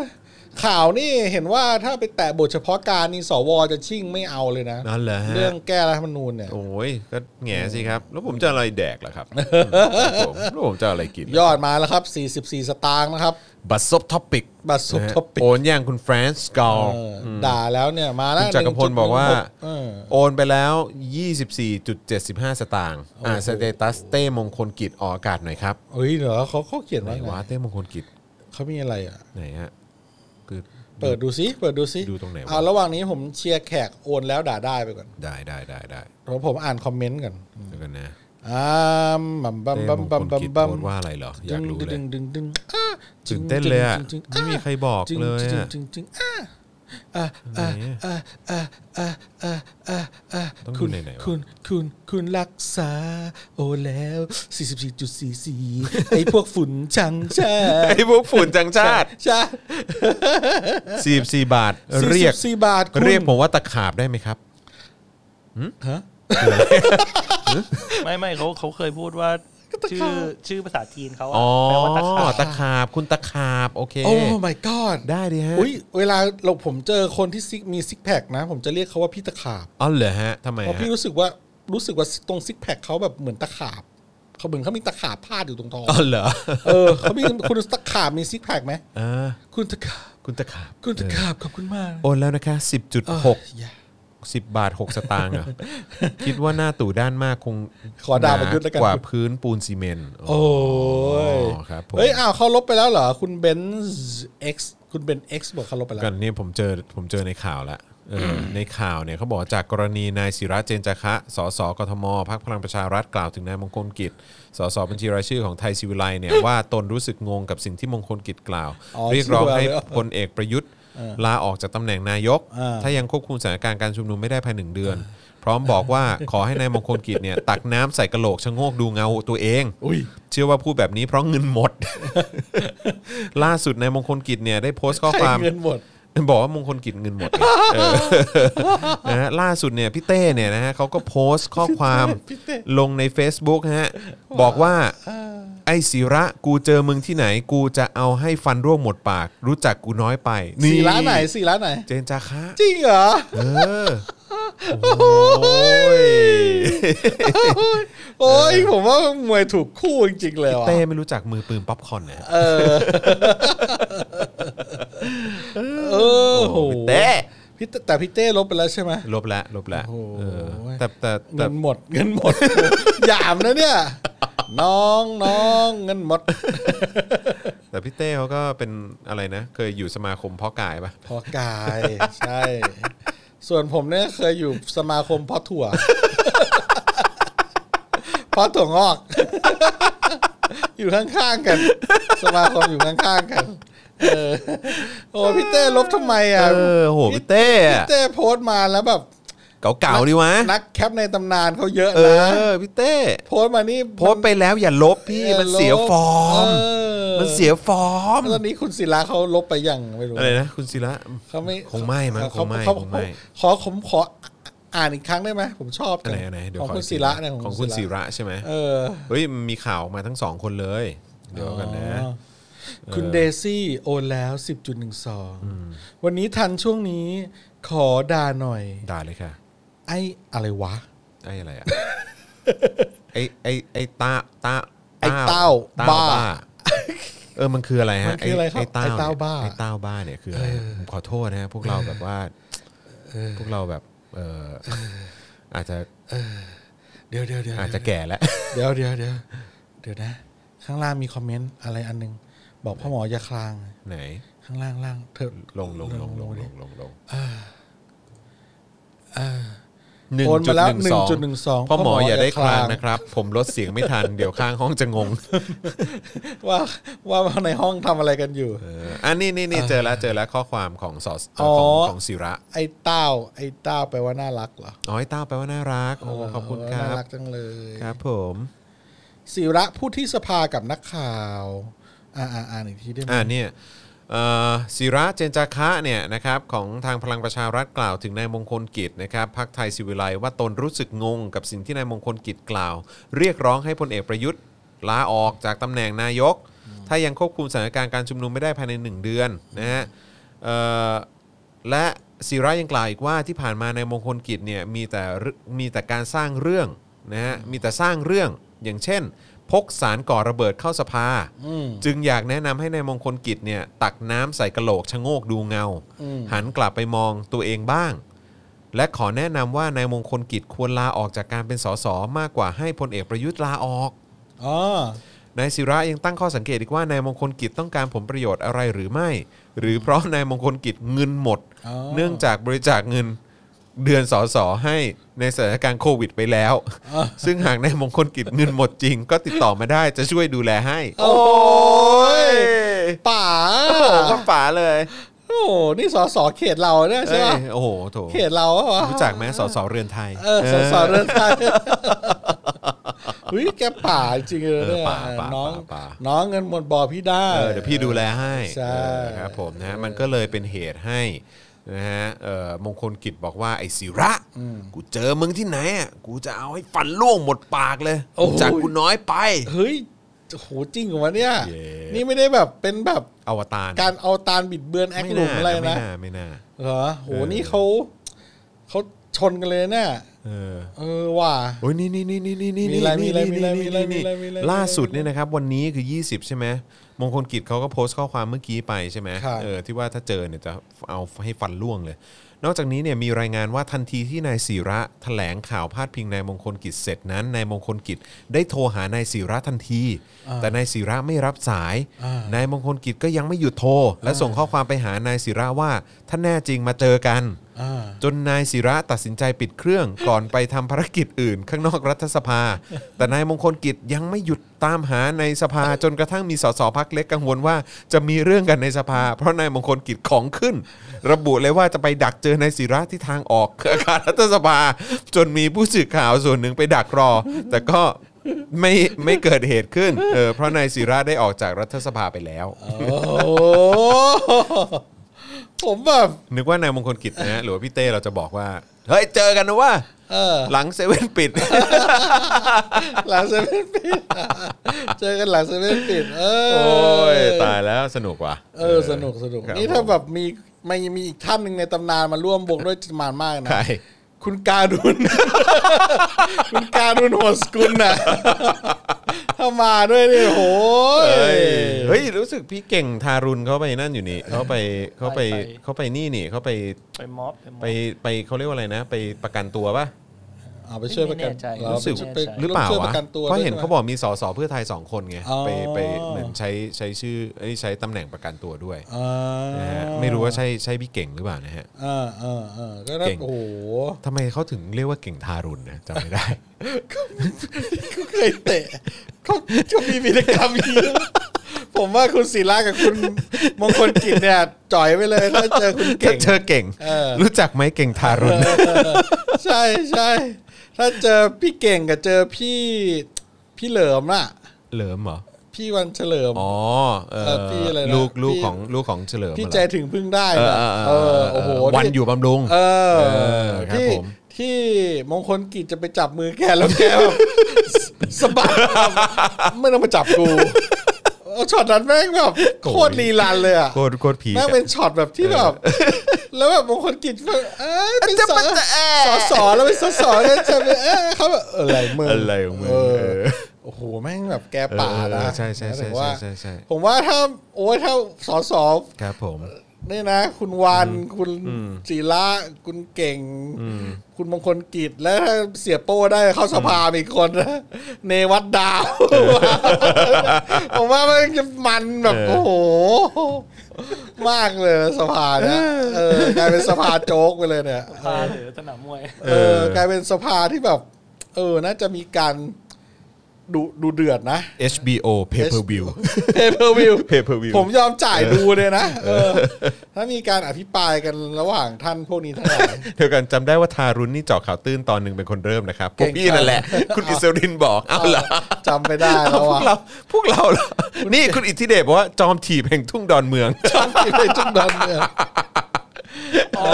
ข่าวนี่เห็นว่าถ้าไปแตะบทเฉพาะการนี่สวจะชิ่งไม่เอาเลยนะ
นั่นแหละฮะ
เรื่องแก้รัฐธรรมนูญเนี่ย
โอ้ยก็แหง่สิครับ แล้วผมจะเอาอะไรแดกล่ะครับครับผมแล้วผมจะเอาอะไรกินล่ะ
ยอดมาแล้วครับ 44 สตางค์นะครับ
บัตซบท็อปิก
บัตรสุดท็อปปิก
โอนย่างคุณแฟรงก์กอล
เออด่าแล้วเนี่ยมาแล้ว
คุณจักรพล
1.16
บอกว่า
เออ
โอนไปแล้ว 24.75 สตางค์อ่า
โอ้โห
สเตตัสเต้มงคลกิจออกอากาศหน่อยครับ
เฮ้ยเหรอเขาเขาเขียน
ไหน
ไว้ไง
วะเต้มงคลกิจ
เขามีอะไรอ่ะ
ไหนฮะคือ
เปิดดูซิเปิดดูซิ
ดูตรงไหนวะ
เอาระหว่างนี้ผมเชียร์แขกโอนแล้วด่าได้ไปก่อน
ได้ได้ได้ได้
เพราะผมอ่านคอมเมนต์ก่อน
เดี๋ยวกันนะ
อ่าบัมบัม
เต้
บั
ม
ม
งคล
บัมบัม
กิจ
บัม
โพสต์ว่าอะไรเหรออยากรู้เลย
ดึงดึงดึงดึงอ้า
ตื่นเต้นเลยอะ
จึง
ไม่มีใครบอก
จึง
เลย
จึง
อะ
จึงจึงอ้าอ่าอ่าอ่าอ่าอ่าอ่าอ่าอ่า
ต้องดู
คุณ
ไหนๆวะ
คุณคุณคุณรักษา โอแล้ว 44.44 ไอ้พวกฝุ่นชังชา
ไอ้พวกฝุ่นจังชาติ
ชา
44บาท เรียก
สี่บาทคุณ
เรียกผมว่าตะขาบได้ไหมครับ
ฮะ
ไม่ไม่เขาเขาเคยพูดว่า ชื่อชื่อภาษาจีนเขาอะ
อ๋อ
แปลว่าตะขาบ
ตะขาบ คุณตะขาบ โอเค
โอ้ my god
ได้ดีฮะ
อุ้ยเวลาเราผมเจอคนที่ซิกมีซิกแพคนะ ผมจะเรียกเขาว่าพี่ตะขาบ
อ๋อเหรอฮะทำไม
เพราะ
ฮะ
พี่รู้สึกว่ารู้สึกว่าตรงซิกแพคเขาแบบเหมือนตะขาบเขาเหมือนเขามีตะขาบพาดอยู่ตรงท้อง
อ๋อเหรอ
เออเขามีคุณตะขาบมีซิกแพคไหม
อ่า
คุณตะขาบ
คุณตะขาบ
คุณตะ
เออ
ขาบขอบคุณมาก
โอนแล้วนะคะ 10.6
เอออย่า
10 บาท 6 สตาง
*laughs*
ค์เหรอ คิดว่าหน้าตู่ด้านมากคง
ขอดาว
ห
ประยุทธ์แล้วกัน
กว่าพื้นปูนซีเมนต์
โอ้ย
อ๋อครับผม
เฮ้ยอ้าวเขาลบไปแล้วเหรอ คุณเบนซ์เอ็กซ์คุณเบนซ์เอ็กซ์บอกเขาลบไปแล้ว
กันนี่ผมเจอผมเจอในข่าวละเออในข่าวเนี่ยเขาบอกว่าจากกรณีนายศิระเจนจาคะสสกทมพักพลังประชารัฐกล่าวถึงนายมงคลกิจสสบัญชีรายชื่อของไทยศิวิไล *coughs* เนี่ย ว่าตนรู้สึกงงกับสิ่งที่มงคลกิจกล่าว เรียกร้องให้พลเอกประยุทธ์ลาออกจากตำแหน่งนายก ถ้ายังควบคุมสถานการณ์การชุมนุมไม่ได้ภายหนึ่งเดือน พร้อมบอกว่า *coughs* ขอให้นายมงคลกิจเนี่ยตักน้ำใส่กระโหลกชะโงกดูเงาตัวเอง
อุ้ย
เชื่อว่าพูดแบบนี้เพราะเงินหมด *laughs* ล่าสุดนายมงคลกิจเนี่ยได้โพสต์ข้อ
ใค
ค
ร
วาม
เงินหมด
บอกว่ามงคลกิจเงินหมดไง
*laughs*
เออ *laughs* นะฮะล่าสุดเนี่ยพี่เต้เนี่ยนะฮะเขาก็โพสต์ข้อ
*laughs*
ความลงใน Facebook ฮะบอกว่า ไอ้ศิระกูเจอมึงที่ไหน กูจะเอาให้ฟันร่วงหมดปาก รู้จักกูน้อยไป
สี่ร้านไหนสี่ร้านไหน
เจนจาคะ
จริงเหรอ
เออโอ้ย
โอ้ยผมว่ามวยถูกคู่จริงๆเลยว่ะ
เต้ไม่รู้จักมือปืนป๊อปคอร์นนะฮะ
เออเออโห
เต้
พี่เต้แต่พี่เต้ลบไปแล้วใช่ไหม
ลบละลบละ
โอ้โห
เออแต่แต่แต่
เงินหมดเงินหมดหยามนะเนี่ย น้องน้องเงินหมด
แต่พี่เต้เขาก็เป็นอะไรนะ เคยอยู่สมาคมเพ่อกายปะ
พอกายใช่ ส่วนผมเนี่ยเคยอยู่สมาคมเพ่อถั่ว *laughs* เพ่อถั่วงอก อยู่ข้างๆกัน สมาคมอยู่ข้างๆกัน เออโอ้พี่เต้ลบทำไมอ่ะ
เออโหพี่เต้อะ
พี่เต้โพสต์มาแล้วแบบ
เก่าๆดิวะ
นักแคปในตำนานเขาเยอะ
เอ
นะ
อพี่เต้
โพสต์มานี่
โพสต์ไปแล้วอย่าลบพี่มันเสียฟอร์ม
เอ
มันเสียฟอร์ม
ตอนนี้คุณศิลาเขาลบไปยังไม่รู้
อะไรนะคุณศิระ
เขาไม่
คงไม่มั้ง
เขา
คงไม่
เขา
คงไม่
ขอผมขออ่านอีกครั้งได้ไหมผมชอบ
อัน
จั
ไหน
ง
อันไหนเดี๋ยว
ของ
ข
คุณ
กที
ศิระเนี่ย
ของคุณศิระใช่ไหม
เออ
เฮ้ยมีข่าวออกมาทั้งสองคนเลย เดี๋ยวกันนะ
อ๋อคุณเดซี่โอนแล้ว 10.12 วันนี้ทันช่วงนี้ขอด่าหน่อย
ด่าเลยค่ะ
ไอ้อะไรวะ
ไอ้อะไรอ่ะ ไอ้ไอ้ไอ้ตาตา
ไอ้เต้า
เต้
บ้า
เออมันคืออะไรฮะ
มันคืออะไรครับ
ไอ้
ไอ้
เต้า
เต้าบ้า
เนี่ยไอ้เต้าบ้าเนี่ยคืออะไรผมขอโทษนะฮะพวกเราแบบว่าพวกเราแบบเอออาจจะ
เดี๋ยวเดี๋ยวเดี๋ยว
อาจจะแก่แล้ว
เดี๋ยวเดี๋ยวเดี๋ยวเดี๋ยวนะ ข้างล่างมีคอมเมนต์อะไรอันหนึง บอกพ่อหมออย่าคลาง
ไหน
ข้างล่างล่างเธอ
ลงลงลงลงลงลง
เอ่อ
หนึ่ง
โอน
จุด
มาแล้ว
หนึ่งสอง
1.12
พ่อหมออย่าได้คลาง
พ่อหมออย่าคลาง
นะครับ ผมลดเสียงไม่ทัน เดี๋ยวข้างห้องจะงง
ว่าว่าในห้องทำอะไรกันอยู่
เอออันนี้นี่นี่เจอแล้วเจอแล้วข้อความของสอส
อ๋อ
ของของศิระ
ไอ้เต้า ไอ้เต้าแปลว่าน่ารักเหรอ
อ๋อไอ้เต้าแปลว่าน่ารักโอ้ขอบคุณครั
น่า
บ
รักจังเลย
ครับผม
ศิระพูดที่สภากับนักข่าว อ่าอ่าอ่านอีกทีได้ไหม
อ่าเนี่ยเอ่อศิระเจนจาคะเนี่ยนะครับของทางพลังประชารัฐกล่าวถึงนายมงคลกิจนะครับพักไทยศิวิไลย์ว่าตนรู้สึกงงกับสิ่งที่นายมงคลกิจกล่าว เรียกร้องให้พลเอกประยุทธ์ลาออกจากตำแหน่งนายก ถ้ายังควบคุมสถานการณ์การชุมนุมไม่ได้ภายในหนึ่งเดือนนะฮะเอ่อ และศิระยังกล่าวอีกว่าที่ผ่านมาในมงคลกิจเนี่ยมีแต่เรื่องมีแต่การสร้างเรื่องนะฮะมีแต่สร้างเรื่องอย่างเช่น พกสารก่อระเบิดเข้าสภา จึงอยากแนะนำให้ในายมงคลกิจเนี่ยตักน้ำใส่กระโหลกชะโงกดูเงา หันกลับไปมองตัวเองบ้าง และขอแนะนำว่านายมงคลกิจควรลาออกจากการเป็นสสมากกว่าให้พลเอกประยุทธ์ลาออก
อ๋อ
นายศิระยังตั้งข้อสังเกตอีกว่านายมงคลกิจต้องการผลประโยชน์อะไรหรือไม่ หรือเพราะนายมงคลกิจเงินหมด
อ๋อ
เนื่องจากบริจาคเงินเดือนสอสอให้ในสถานการณ์โควิดไปแล้ว ซึ่งหากนายมงคลกิจเงินหมดจริง ก็ติดต่อมาได้จะช่วยดูแลให้ โอ้ย
ป่า
ก็ฝาเลย
โอ้โหนี่สสเขตเราเนี่ยใช่ไหม
เอ้ยโอ้โหโถ
เขตเราอะวะ
รู้จักไหมสอสอเรือนไทย
เออสสเรื่องไทยอุ้ยแกป่าจริงเล
เออ
ยเนี่ย
ป่าป่า
น้อง
ป่าป่า
น้องเงินหมดบ่อพี่ได้
เออเดี๋ยวพี่ดูแลให้
ใช่
เออครับผมนะฮะมันก็เลยเป็นเหตุให้นะฮะเอ่อมงคลกิจบอกว่าไอ้ศิระ กูเจอมึงที่ไหนอะกูจะเอาให้ฟันล่วงหมดปากเลย
โอ้โห
จากกูน้อยไป
เฮ้ยโหจริงเหรอวะเนี่ย
เย้
นี่ไม่ได้แบบเป็นแบบ
อวตาร
การเอาตาลบิดเบือนแอค
ไม่
หลุมอะไร
ไม่
นะ
น่าไม่น่า
เหรอโห
เออ
นี่เขาเขาชนกันเลยเนี่ย
เออ
เออว่ะ
โอ้ยนี่นี่นี่นี่นี่นี่
มีอะไร
นี่
มีอะไร
นี่
มีอะไร
นี่
มีอะ
นี่
ไรมีอะไรมีอะไร
ล่าสุดเนี่ยนะครับวันนี้คือ 20 ใช่ไหมมงคลกิจเขาก็โพสต์ข้อความเมื่อกี้ไปใช่ไหม
ครับ
เออที่ว่าถ้าเจอเนี่ยจะเอาให้ฟันล่วงเลย นอกจากนี้เนี่ยมีรายงานว่าทันทีที่นายศิระแถลงข่าวพาดพิงนายมงคลกิจเสร็จนั้นนายมงคลกิจได้โทรหานายศิระทันที แต่นายศิระไม่รับสายนายมงคลกิจก็ยังไม่หยุดโทร และส่งข้อความไปหานายศิระว่าถ้าแน่จริงมาเจอกัน
อ่า
จนนายศิระตัดสินใจปิดเครื่อง ก่อนไปทำภารกิจอื่น ข้างนอกรัฐสภา แต่นายมงคลกิจยังไม่หยุดตามหาในสภา จนกระทั่งมีสสพักเล็กกังวลว่าจะมีเรื่องกันในสภา เพราะนายมงคลกิจของขึ้น ระบุเลยว่าจะไปดักเจอนายศิระที่ทางออก *laughs* อาคารรัฐสภา จนมีผู้สื่อข่าวส่วนหนึ่งไปดักรอ แต่ก็ไม่ไม่เกิดเหตุขึ้นเออเพราะนายศิระได้ออกจากรัฐสภาไปแล้ว
โอ้โหผมแบบ
นึกว่านายมงคลกิจนะฮะหรือว่าพี่เต้เราจะบอกว่าเฮ้ยเจอกันนะว่า
เออ
หลังเซเว่นปิด
หลังเซเว่นปิด *laughs* เจอกันหลังเซเว่นปิดเออ
โอ้ยตายแล้วสนุกว่ะ
เออสนุกสนุก
ครับ
นี่ถ้าแบบมีไม่มีอีกท่านหนึ่งในตำนานมาร่วมวงด้วยมานมากนะ
ใคร
คุณการุณ *laughs* คุณการุณโหดสกุลน่ะ *laughs* ถ้ามาด้วยเนี่ยโหย
เอ้ยเฮ้ยรู้สึกพี่เก่งทารุณเขาไปนั่นอยู่นี่เขาไปเขาไป
ไป
เขาไปนี่นี่เขาไป
ไปม็อบไปม็อบ
ไปไปเขาเรียกว่าอะไรนะ ไปประกันตัวป่ะ
เอาไปช่วยประกัน
ไม่แน่ใจ
เรา
รู้สึก
ไป
ไป
หรือเปล่า
ช่วยป
วะ
ระกันตัว
เพราะเห็น
ด้วย
เขาบอกมีสสเพื่อไทยสองคนไง
อ๋อ
ไปไปเหมือนใช้ใช้ชื่อเอ้ยใช้ตำแหน่งประกันตัวด้วย
อ่า
นะฮะไม่รู้ว่าใช่ใช่พี่เก่งหรือเปล่านะฮะ
อ่าอ่าอ่าก็ได้
เก่ง
โอ้โห
ทำไมเขาถึงเรียกว่าเก่งทารุณนะจำไม่ได้
ก็เคยเตะเขาก็มีวีรกรรมนี้ผมว่าคุณศิลากับคุณมงคลกิจเนี่ย จ่อยไปเลยถ้าเจอคุณ
ก็
*laughs* เก่ง
*laughs* เจอเก่ง
เออ
รู้จักไหมเก่งทารุณ
ใช่ใช่ถ้าเจอพี่เก่งกับเจอพี่พี่เหลิมน่ะ
เหลิมเหรอ
พี่วันเฉลิม
อ๋อเออ
เอ่อพี่อะไรนะ
ลูกลูก
พี่
ของลูกของเฉลิม
พี่
เหรอ
ใจถึงพึ่งได้
เออ
น่ะ
เออเออ
เออโอ้โห
วัน
พี่
อยู่บำรุง
เออ
เออครับ
ที่
ผม
ที่มงคลกิจจะไปจับมือแกแล้วแกแบบ *laughs* สะบัดไม่ต้องมาจับกูเอาช็อตนั้นแม่งแบบโคตรลีลันเลยอะ
โคตรโคตรผี
แม่งเป็นช็อตแบบที่แบบ แล้วแบบมงคลกิจแบบเออเป็นสอสอสอแล้วเป็นสอสอเนี่ยจะเป็นเออเขาแบบอะไรมึง
อะไรของมึง
เออ
เออ
โอ้โหแม่งแบบแกป่า
เอ
นะ
อใช่ใช่ใช่
แต่ว่า
ใช่ใช่ใช่
ผมว่าถ้าโอ้ยถ้าสอสอ
ครับผม
นี่นะ คุณวานคุณศิระคุณเก่ง คุณมงคลกิจและถ้าเสียโป้ได้เข้าสภาอีกคนนะเนวัดดาว ผมว่ามันจะมันแบบ
เออ
โอ้โห มากเลยนะสภาเนี่ยเออกลายเป็นสภาโจ๊กไปเลยเนี่ย
พาหรือสนามมวย
เออกลายเป็นสภาที่แบบ เออน่าจะมีการดูดูเดือดนะ
HBO Pay Per View
Pay per view
Pay Per View
ผมยอมจ่ายดูเลยนะเออ ถ้ามีการอภิปรายกันระหว่างท่านพวกนี้ทั้งหลาย
เดียวกันจำได้ว่าทารุณนี่เจาะข่าวตื้นตอนหนึ่งเป็นคนเริ่มนะครับพวกพี่นั่นแหละ คุณอิสรินบอกเอาเหรอ
จำไม่ได้
เอา
แล้ว
พวกเราพวก
อ่ะ
เราเหรอนี่คุณอิทธิเดชบอกว่าจอมถีบแห่งทุ่งดอนเมือง
จำไม่ได้จุดนั้นเนี่ย
อ๋อ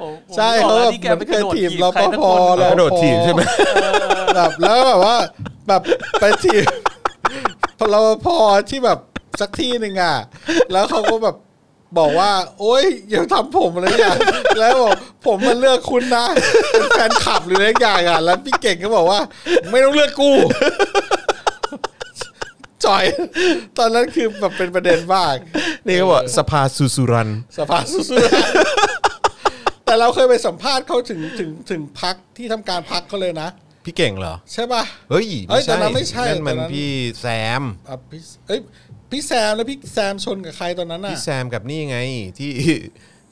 ผมผม
ใช่
บอกแล้ว
เขา
ที่แก
แบบ
ไปกระโดด
เคยถี
ถี
บบ ร
ใคร
ปภ
สักคน
แล้ว
กระโดดถีบใช่ไหม
แบบแล้วแบบว่า แบบไปทีมพลพอที่แบบสักที่หนึ่งอ่ะ แล้วเขาก็แบบบอกว่า โอ๊ยอย่าทำผมอะไรอย่างแล้วบอกผมมันเลือกคุณนะเป็นแฟนคลับหรืออะไรอย่างอ่ะแล้วพี่เก่งก็บอกว่า ไม่ต้องเลือกกู *laughs* จอย ตอนนั้นคือแบบเป็นประเด็นมาก
นี่เขาบอกสภาสุสุรัน
สภาสู้ๆ *laughs* แต่เราเคยไปสัมภาษณ์เขาถึงถึงถึงพักที่ทำการพักเขาเลยนะ
พี่เก่งเหรอ
ใช่ป่ะ
เฮ้ย
เอ้ยแต่นั้นไม่ใช่
นั่นมัน
แต่นั้น
พี่แซม
อ่ะพี่เอ้ยพี่แซมแล้วพี่แซมชนกับใครตอนนั้นน่ะ
พี่แซมกับนี่ไงที่ *laughs*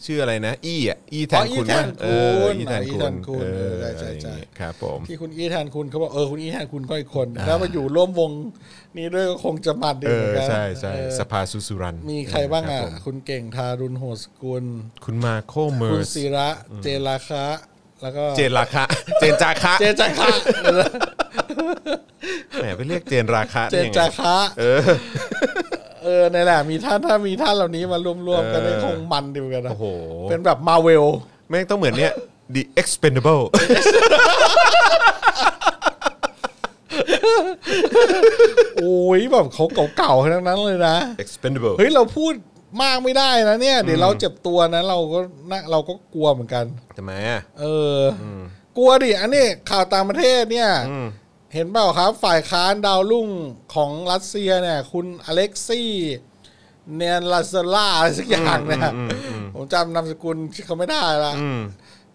ชื่ออะไรนะ อี้อ่ะอี้แทน
อ๋ออี้
คุณ
แทน
มั้ยเออ
คุณ
อี้แทน
อ๋ออี้
คุณ
แทนคุณ
เออ
เออใช่
อะไรอย่าง
ใช่
งี้ครับผม
ที่คุณอีแทนคุณเขาบอกเออคุณอีแทนคุณก็อีกคน แล้วมาอยู่ร่วมวงนี้ด้วยก็คงจะมันดี
เอ
เหมื
อ
อนกัน
ใช่ใช่
เออ
สภาสุสุรัน
มีใครบ้างอ่ะ
คผม
คุณเก่งทารุณโหสกุล
คุณมาโคเมอ
คุณ
ร์ส
ศิระ เจราคะ แล้วก็
เจนรา
*laughs*
คะ เจนจาคะ
เจนจัก
*laughs*
ระ
แหมไปเรียกเจนราคะ
เจ
ได้
น
ยังไง
จักระเออในแหละมีท่านถ้ามีท่านเหล่านี้มารวมรวมๆกันได้
เออ
คงมันดีเหมือนกันนะ
โอ้โห
เป็นแบบมาเวล
แม่งต้องเหมือนเนี้ย The
*laughs*
Expendable
โอ้ยแบบเขาเก่าๆทั้งนั้นเลยนะ
Expendable
เฮ้ยเราพูดมากไม่ได้นะเนี่ย เดี๋ยวเราเจ็บตัวนะเราก็น่าเราก็กลัวเหมือนกัน
ทำไมอ่ะ
เอออกลัวดิอันนี้ข่าวต่างประเทศเนี่ยเห็นเปล่าครับ ฝ่ายค้านดาวรุ่งของรัสเซียเนี่ย คุณอเล็กซี่เนยนลาซาล่าอะไรสักอย่างเนี่ยผมจำนามสกุลเขาไม่ได้ละ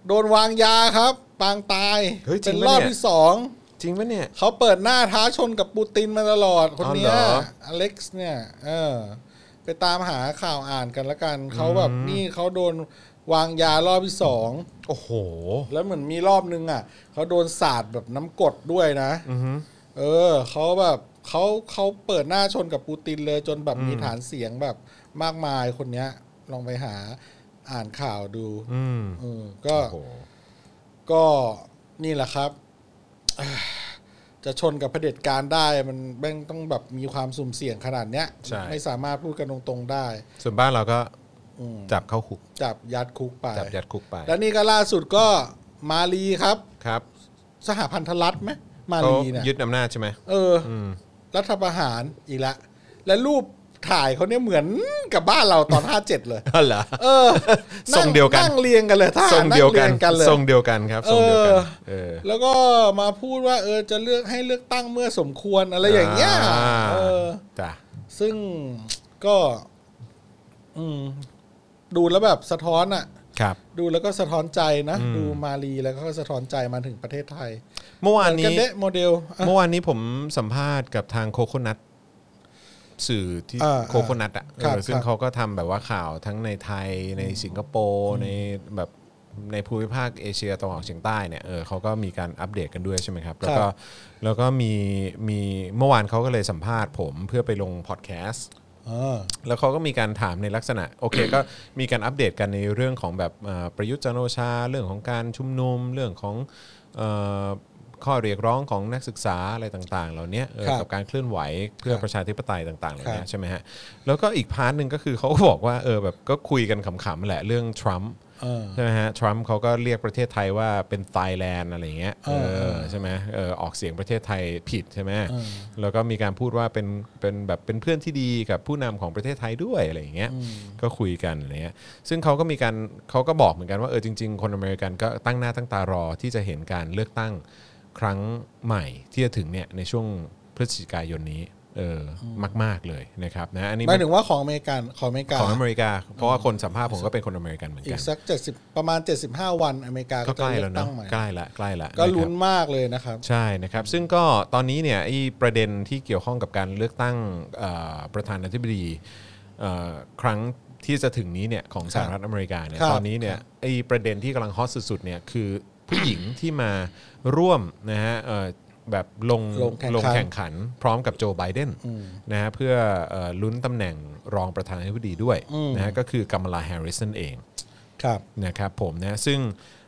โดนวางยาครับ ปางตาย
เฮ้ยจริ
เป็
ง
น
ปะ
รอบ
เนี่ย
ที่สอง
จริงปะเนี่ย
เขาเปิดหน้าท้าชนกับปูตินมาตลอดคนเนี้ย
อ๋อเหรอ
อเล็กซ์เนี่ย เออ ไปตามหาข่าวอ่านกันละกัน เขาแบบนี่เขาโดนวางยารอบที่สอง
โอ้โห
แล้วเหมือนมีรอบนึงอ่ะเขาโดนสาดแบบน้ำกรดด้วยนะเออเขาแบบเขาเขาเปิดหน้าชนกับปูตินเลยจนแบบมีฐานเสียงแบบมากมายคนเนี้ย ลองไปหาอ่านข่าวดู
อืม
เออก็
โอ้โห
ก็นี่แหละครับเอ่อจะชนกับเผด็จการได้มันแม่งต้องแบบมีความสุ่มเสี่ยงขนาดเนี้ย
ใช่
ไม่สามารถพูดกันตรงๆได้
ส่วนบ้านเราก็
อืม
จับเข้าคุก
จับยัดคุกไป
จับยัดคุกไป
แล้วนี่ก็ล่าสุดก็มาลีครับ
ครับ
สหพันธรัฐไหมมา
เขา
ลีเนี่ย
ยึดอำนาจใช่ไหม
เอออ
อืม *laughs*
รัฐประหารอีกละ และรูปถ่ายเขาเนี่ยเหมือนกับบ้านเราตอน 57 เลย
อ๋อเหรอ
เออ
ทรงเดียวกัน
นั่งเรียงกันเลยท่า
ทรงเดียวกัน
งรีงกันเลย
ทรงเดียวกันครับทรงเดียวกันเออ
แล้วก็มาพูดว่า เออจะเลือกให้เลือกตั้งเมื่อสมควรอะไรอย่างเงี้ยเออ
จ้ะ
ซึ่งก็ อืม ดูแล้วแบบสะท้อนอะ
ครับ
ดูแล้วก็สะท้อนใจนะ
อืม
ดูมาลีแล้วก็สะท้อนใจมาถึงประเทศไทย
เมื่อวาน
กั
นี้
นเดะโมเดลอ่ะ
เมื่อวานนี้ผมสัมภาษณ์กับทางโคโคนัทสื่อที่
อ่า
โคโคนัทอ่ะ
ครับ
เออซึ่ง
ครับ
เขาก็ทำแบบว่าข่าวทั้งในไทยในสิงคโปร์ในแบบในภูมิภาคเอเชียตะวันออกเฉียงใต้เนี่ยเออเขาก็มีการอัปเดตกันด้วยใช่ไหมครับ แล้วก็
ครับ
แล้วก็มีมีเมื่อวานเขาก็เลยสัมภาษณ์ผมเพื่อไปลงพอดแคสต์
า
แล้วเขาก็มีการถามในลักษณะโอเค ก็มีการอัปเดตกันในเรื่องของแบบเอ่อประยุทธ์จันทร์โอชา เรื่องของการชุมนุมเรื่องของเอ่อข้อเรียกร้องของนักศึกษาอะไรต่าง ๆ เหล่านี้เออ
ครับ
กับการเคลื่อนไหวเพื่อประชาธิปไตยต่างๆเหล่า
ครั
นี้
บ
ใช่ไหมฮะแล้วก็อีกพาร์ทหนึ่งก็คือเขาก็บอกว่าเออแบบก็คุยกันขำๆแหละเรื่องทรัมป์
เออ
ใช่ไหมฮะทรัมป์เขาก็เรียกประเทศไทยว่าเป็นไทยแลนด์อะไรอย่างเงี้ยเอ
เอ
อ
อ
ใช่ไหมเออออกเสียงประเทศไทยผิดใช่ไหมแล้วก็มีการพูดว่าเป็นเป็นแบบเป็นเพื่อนที่ดีกับผู้นำของประเทศไทยด้วยอะไรอย่างเงี้ยก็คุยกันอะไรเงี้ยซึ่งเขาก็มีการเขาก็บอกเหมือนกันว่าเออจริง ๆ คนอเมริกันก็ตั้งหน้าตั้งตารอที่จะเห็นการเลือกตั้งครั้งใหม่ที่จะถึงเนี่ยในช่วงพฤศจิกายนนี้เอออมาก ๆเลยนะครับนะอันนี้
หมายถึงว่าของอเมริกันของอเมริกา
ของอเมริกา เพราะว่าคนสัมภาษณ์ผมก็เป็นคนอเมริกันเหมือน
อี
กั
ก
น
สักเจ็ดสิบประมาณเจ็ดสิบห้าวันอเมริกา
ก็
ก็
ใก
จะ
ล้
เลื
แล้ว
อก
เนาะ
ตั้งใหม่
ใกล้ละใกล้
ก็
ละะครับ
ลุ้นมากเลยนะครับ
ใช่นะครับ ซึ่งก็ตอนนี้เนี่ยไอ้ประเด็นที่เกี่ยวข้องกับการเลือกตั้งเอ่อประธานาธิบดี เอ่อครั้งที่จะถึงนี้เนี่ยของสหรัฐอเมริกาเนี่ย
ครับ
ตอนนี้เนี่ยไอประเด็นที่กำลังฮอตสุดๆเนี่ยคือผู้หญิงที่มาร่วมนะฮะเอ่อแบบลง
ลง
ง
แข่งขัน
แข่งขัน พร้อมกับโจไบเดนนะฮะเพื่อเอ่อลุ้นตำแหน่งรองประธานาธิบดีด้วยนะฮะก็คือกัมลาแฮร์ริสนั่นเอง
ครับ
นะครับผมนะซึ่ง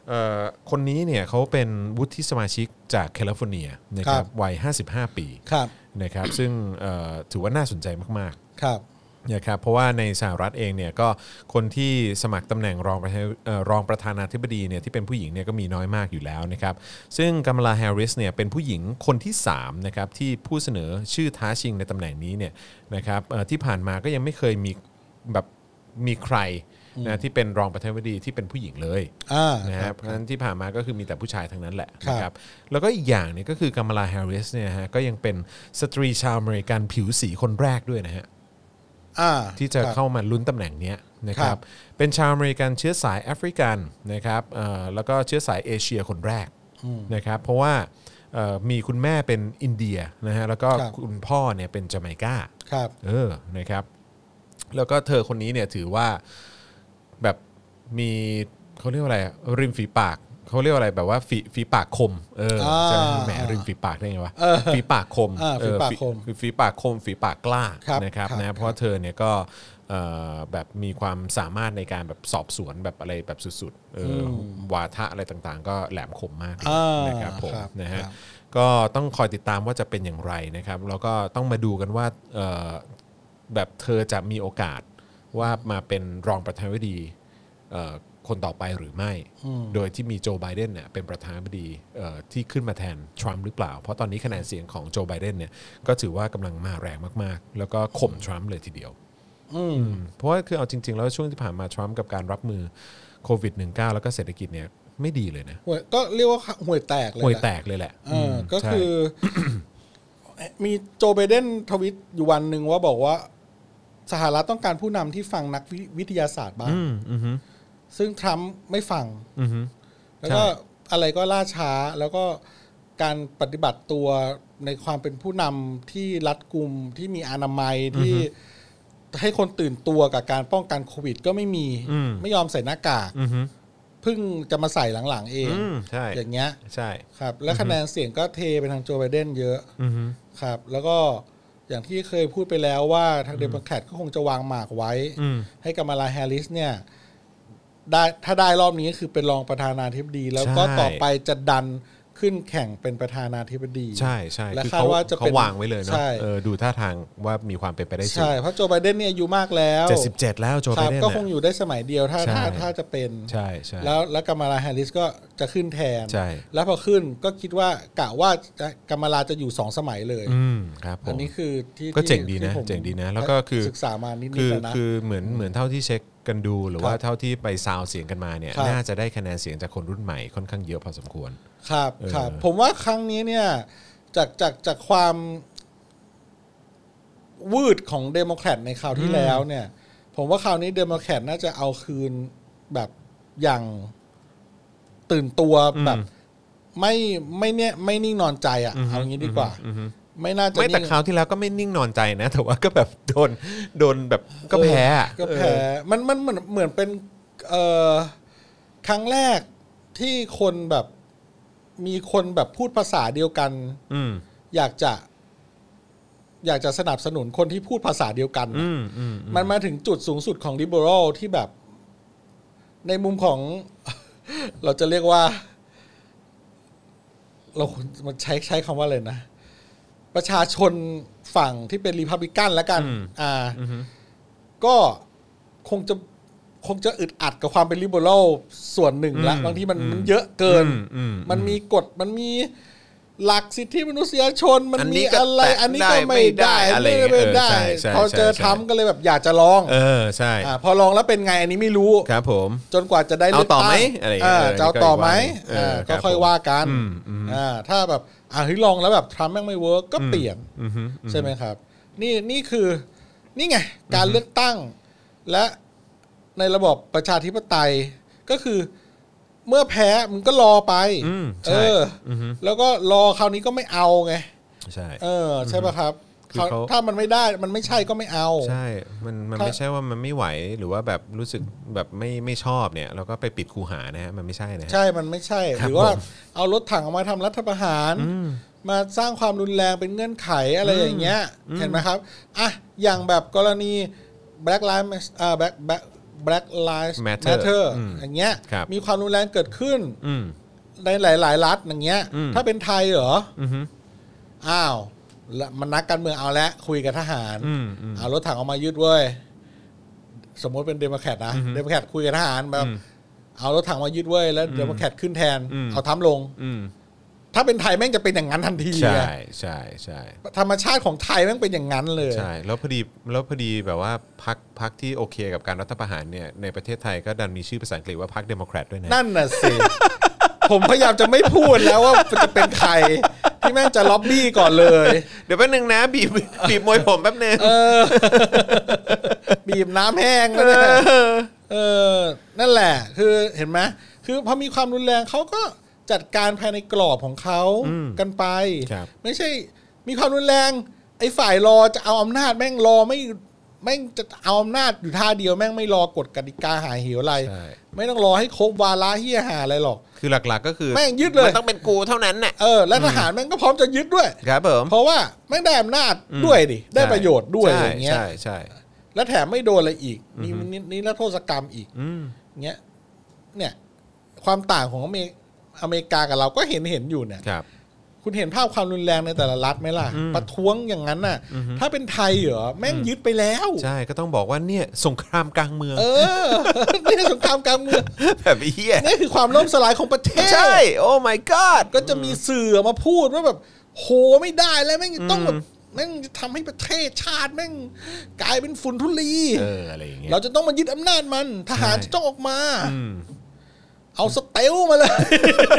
เอ่อคนนี้เนี่ยเขาเป็นวุฒิสมาชิกจากแคลิฟอร์เนียนะค
ครั
รับบ วัย 55 ปี
ครับ
นะครับซึ่งเอ่อถือว่าน่าสนใจมาก
ครับ
ๆนะครับเพราะว่าในสหรัฐเองเนี่ยก็คนที่สมัครตำแหน่งรองประธานเอ่อรองประธานาธิบดีเนี่ยที่เป็นผู้หญิงเนี่ยก็มีน้อยมากอยู่แล้วนะครับซึ่งกัมลาแฮร์ริสเนี่ยเป็นผู้หญิงคนที่3นะครับที่ผู้เสนอชื่อท้าชิงในตำแหน่งนี้เนี่ยนะครับเอ่อที่ผ่านมาก็ยังไม่เคยมีแบบมีใครนะที่เป็นรองประธานาธิบดีที่เป็นผู้หญิงเลย
อ่า
นะฮะเพราะฉะนั้นที่ผ่านมาก็คือมีแต่ผู้ชายทั้งนั้นแหละ
ครับ
นะครับแล้วก็อีกอย่างเนี่ยก็คือกัมลาแฮร์ริสเนี่ยฮะก็ยังเป็นสตรีชาวอเมริกันผิวสีคนแรกด้วยนะฮะ
อ่า
ที่จะ
ครับ
เข้ามาลุ้นตำแหน่งเนี้ยนะค
ค
รั
รั
บบ เป็นชาวอเมริกันเชื้อสายแอฟริกันนะครับเอ่อแล้วก็เชื้อสายเอเชียคนแรกนะครับเพราะว่าเอ่อมีคุณแม่เป็นอินเดียนะฮะแล้วก็คุณพ่อเนี่ยเป็นจาเมกา
ครับ
เออ นะครับ แล้วก็เธอคนนี้เนี่ยถือว่าแบบมีเขาเรียกว่าอะไรอะริมฝีปากเขาเรียกว่าอะไรแบบว่าฝีฝีปากคม เออ
อ่า
จะแหมริมฝีปากได้ไงวะฝีปากคม
อ่าฝีปากคม
เออฝีฝีปากคมฝีปากกล้า
ครับ
นะครับ
ครับ
นะเพราะเธอเนี่ยก็เอ่อแบบมีความสามารถในการแบบสอบสวนแบบอะไรแบบสุดๆเอออวาทะอะไรต่างๆ ก็แหลมคมมากเลย
อ่า
นะครับผม
ครับ
นะฮะ
ครับ
ก็ต้องคอยติดตามว่าจะเป็นอย่างไรนะครับแล้วก็ต้องมาดูกันว่าเอ่อแบบเธอจะมีโอกาสว่ามาเป็นรองประธานาธิบดีเอ่อคนต่อไปหรือไม่ โดยที่มีโจไบเดนเนี่ยเป็นประธานาธิบดีเอ่อที่ขึ้นมาแทนทรัมป์หรือเปล่า เพราะตอนนี้คะแนนเสียงของโจไบเดนเนี่ยก็ถือว่ากำลังมาแรงมากๆ แล้วก็ข่มทรัมป์เลยทีเดียว อืมเพราะว่าคือเอาจริง ๆ แล้วช่วงที่ผ่านมาทรัมป์กับการรับมือโควิด -19 แล้วก็เศรษฐกิจเนี่ยไม่ดีเลยนะ
หวยก็เรียกว่าห่วยแตกเลย
ห่วย
นะ
แตกเลยแหละ
เอออ
ม
ก็
ใช่
คือ *coughs* มีโจไบเดนทวิตอยู่วันหนึ่งว่าบอกว่า สหรัฐต้องการผู้นำที่ฟังนักวิวิทยาศาสตร์บ้าง
อืมอืมฮึ
ซึ่งทรัมป์ไม่ฟัง
อืมฮึ
แล้วก็
ใช่
อะไรก็ล่าช้าแล้วก็การปฏิบัติตัวในความเป็นผู้นำที่รัดกุมที่มีอนามัยที่ให้คนตื่นตัวกับการป้องกันโควิด ก็ไม่มีไม่ยอมใส่หน้ากาก
อืมฮึ
เพิ่งจะมาใส่หลังๆเอง
อืมใช่
อย่างเงี้ย
ใช่
ครับ และคะแนนเสียงก็เทไปทางโจไบเดนเยอะ
อืมฮึ
ครับแล้วก็อย่างที่เคยพูดไปแล้วว่าทางเดโมแครตก็คงจะวางหมากไว้
อืม
ให้กัมมาลาแฮร์ริสเนี่ยได้ถ้าได้รอบนี้ก็คือเป็นรองประธานาธิบดี แล้วก็
ใช่
ต่อไปจะดันขึ้นแข่งเป็นประธานาธิบดี
ใช่ใช่
และ
คือ
คาด
เขา
ว่าจะ
เขา
เป็น
วางไว้เลยเนาะ
ใช่
เออดูท่าทางว่ามีความเป็นไปได้สูง
ใช่ เพราะโจไบเดนเนี่ยอายุมากแล้ว
เจ็ดสิบเจ็ดแล้วโจ
ค
ไบ
รับ
เดน
ก็ค
เนี่
ง
ย
อยู่ได้สมัยเดียวถ้า
ใช่
ถ้าถ้าจะเป็น
ใช่ใช่
แล้วแล้วกัมมาลาแฮร์ริสก็จะขึ้นแทน
ใช่
แล้วพอขึ้นก็คิดว่ากะว่าจะกัมมาลาจะอยู่สองสมัยเลย
อืมครับผ
อัน
ม
นี้คือที่
ก็เจ๋งดี
ที่
นะ
ผม
เจ๋งดีนะแล้วก็คือ
ศึกษามานิดๆ
คือ
แล้วนะ
คือเหมือนเหมือนเท่าที่เช็คกันดูหรือว่า
ครับ
เท่าที่ไปซาวเสียงกันมาเนี่ย
ครับ
น่าจะได้คะแนนเสียงจากคนรุ่นใหม่ค่อนข้างเยอะพอสมควร
ครับ
เออ
ครับ ผมว่าครั้งนี้เนี่ยจากจากจากความวืดของเดโมแครตในคราวที่แล้วเนี่ย ผมว่าคราวนี้เดโมแครตน่าจะเอาคืนแบบอย่างตื่นตัวแบบไม่ไม่เนี่ยไม่นิ่งนอนใจอ่ะเอางี้ดีกว่า ไม่น่าจะ
ไม่แต่
นิ่ง
คราวที่แล้วก็ไม่นิ่งนอนใจนะ แต่ว่าก็แบบโดนโดนแบบก็แพ้อะ
เออก็แพ้
เออ
มันมันเหมือนเหมือนเป็นเอ่อครั้งแรกที่คนแบบมีคนแบบพูดภาษาเดียวกัน
อืม
อยากจะ อยากจะสนับสนุนคนที่พูดภาษาเดียวกัน
อืมอืม
มันมาถึงจุดสูงสุดของลิเบอรัลที่แบบ ในมุมของ *laughs* เราจะเรียกว่า เราควรมันใช้ใช้คำว่าอะไรนะ ประชาชนฝั่งที่เป็นรีพับลิกันแล้วกัน อ่า ก็คงจะคงจะอึดอัดกับความเป็นลิเบอรัลส่วนหนึ่งละบางที่มันมันเยอะเกิน
อืม
มันมีกฎมันมีหลักสิทธิมนุษยชน มัน
อันนี้
มี
ก็
อะไร
แตะ
อันนี้ก็ไม่ได้
ได้อะไรอย่างเงี้ย
ไม่ได้
เออใช่ใช่
พอเจอ
ใช่ใช่
ทำก็เลยแบบอยากจะลอง
เออใช่
อ่าพอลองแล้วเป็นไงอันนี้ไม่รู้
ครับผม
จนกว่าจะได้
เอา
เลือก
ต่อ
ตั้ง
ไหมอะไรอย่างเงี้ย
อ่า
เออ
จะเอาต่อไหม
เออ
อ่า
ครับ
ก็ค่อยว่ากัน
อืมอืม
อ่าถ้าแบบอ่าเฮ้ยลองแล้วแบบทรัมป์แม่งไม่เวิร์กก็เปลี่ยน ใช่ไหมครับ นี่นี่คือนี่ไงการเลือกตั้ง และในระบบประชาธิปไตยก็คือ เมื่อแพ้มึงก็รอไป
อืมใช่
เอออ
อฮึ
แล้วก็รอคราวนี้ก็ไม่เอาไง
ใช่
เออ ใช่ป่ะครับ
คือเขา
ถ้ามันไม่ได้มันไม่ใช่ก็ไม่เอา
ใช่ มันมัน
ถ้า
ไม่ใช่ว่ามันไม่ไหวหรือว่าแบบรู้สึกแบบไม่ไม่ชอบเนี่ย เราก็ไปปิดคูหานะฮะมันไม่ใช่นะฮะ
ใช่ มันไม่ใช่
ครับ
หรือว่า
ผม
เอารถถังมาทำรัฐประหาร มาสร้างความรุนแรงเป็นเงื่อนไขอะไรอย่างเงี้ย เห็นไหมครับ อ่ะ อย่างแบบกรณี Black Lives อ่า Black Black Black Lives
Matter
Matter
อืม
อย่างเงี้ย
ครับ
มีความรุนแรงเกิดขึ้น
อืม
ในหลาย ๆ รัฐอย่างเงี้ย
อืม
ถ้าเป็นไทยเหรอ
อือฮึ
อ้าวละมันนักการเมืองเอาละคุยกับทหาร
อืมอืม
เอารถถังออกมายึดเว้ย สมมติเป็นเดโมแครตนะเดโมแครตคุยกับทหารแบบ
อืม
เอารถถังมายึดเว้ยแล้วเดโมแครตขึ้นแทน
อืม
เอาทัพลง
อืม
ถ้าเป็นไทยแม่งจะเป็นอย่างนั้นทันที
ใช่
อะ
ใช่ใช่
ธรรมชาติของไทยแม่งเป็นอย่างนั้นเลย
ใช่แล้วพอดีแล้วพอดีแบบว่าพักพักที่โอเคกับการรัฐประหารเนี่ยในประเทศไทยก็ดันมีชื่อภาษาอังกฤษว่าพักเดโมแครตด้วยนะ
นั่นน่ะสิ *laughs* ผมพยายามจะไม่พูดแล้วว่าจะเป็นใครที่แม่งจะล็อบบี้ก่อนเลย
เดี๋ยวแป๊บนึงนะ บีบบีบมวยผมแป๊บนึง
บีบน้ำแห้งนั่นแหละเออ นั่นแหละ คือเห็นไหมคือพอมีความรุนแรงเขาก็จัดการภายในกรอบของเขา
อืม
กันไป
ครับ
ไม่ใช่มีความรุนแรง ไอ้ฝ่ายรอจะเอาอำนาจแม่งรอไม่แม่งจะเอาอำนาจอยู่ท่าเดียวแม่งไม่รอกฎกติกาหายเหวอะไร
ใช่
ไม่ต้องรอให้ครบวาระเฮียหาอะไรหรอก
คือหลักๆก็คือ
แม่งยึดเลย
มันต้องเป็นกูเท่านั้นน่ะ
เออ และทหารแม่งก็พร้อมจะยึดด้วย
ครับผม
เพราะว่าไม่งได้อำนาจด้วยดิ ได้ประโยชน์ด้วย
ใช่
อย่างเงี้ย
ใช่ใช่
และแถมไม่โดนอะไรอีกนี่นี่นี่ละโทษกรรมอีก
อืม
เงี้ย เนี่ย ความต่างของอเมริอเมริกากับเราก็เห็นเห็นอยู่เนี่ย
ครับ
คุณเห็นภาพความรุนแรงในแต่ละรัฐไหมล่ะ ประท้วงอย่างนั้นน่ะ ถ้าเป็นไทยเหรอ แม่งยึดไปแล้ว
ใช่ก็ต้องบอกว่าเนี่ยสงครามกลางเมือง
เออ *laughs* นี่สงครามกลางเมื
*laughs*
อง
แบบเฮีย
นี่คือความล่มสลายของประเทศ
ใช่ โอ้ my god
ก็จะมีสื่อออกมาพูดว่าแบบโหไม่ได้แล้วแม่งจะต้องแบบแม่งจะทำให้ประเทศชาติแม่งกลายเป็นฝุ่นทุลี
เอออะไรอย่างเงี้ย
เราจะต้องมายึดอำนาจมัน ทหาร
ใช่
จะต้องออกมา
อืม
เอาสเตลมาเลย *laughs*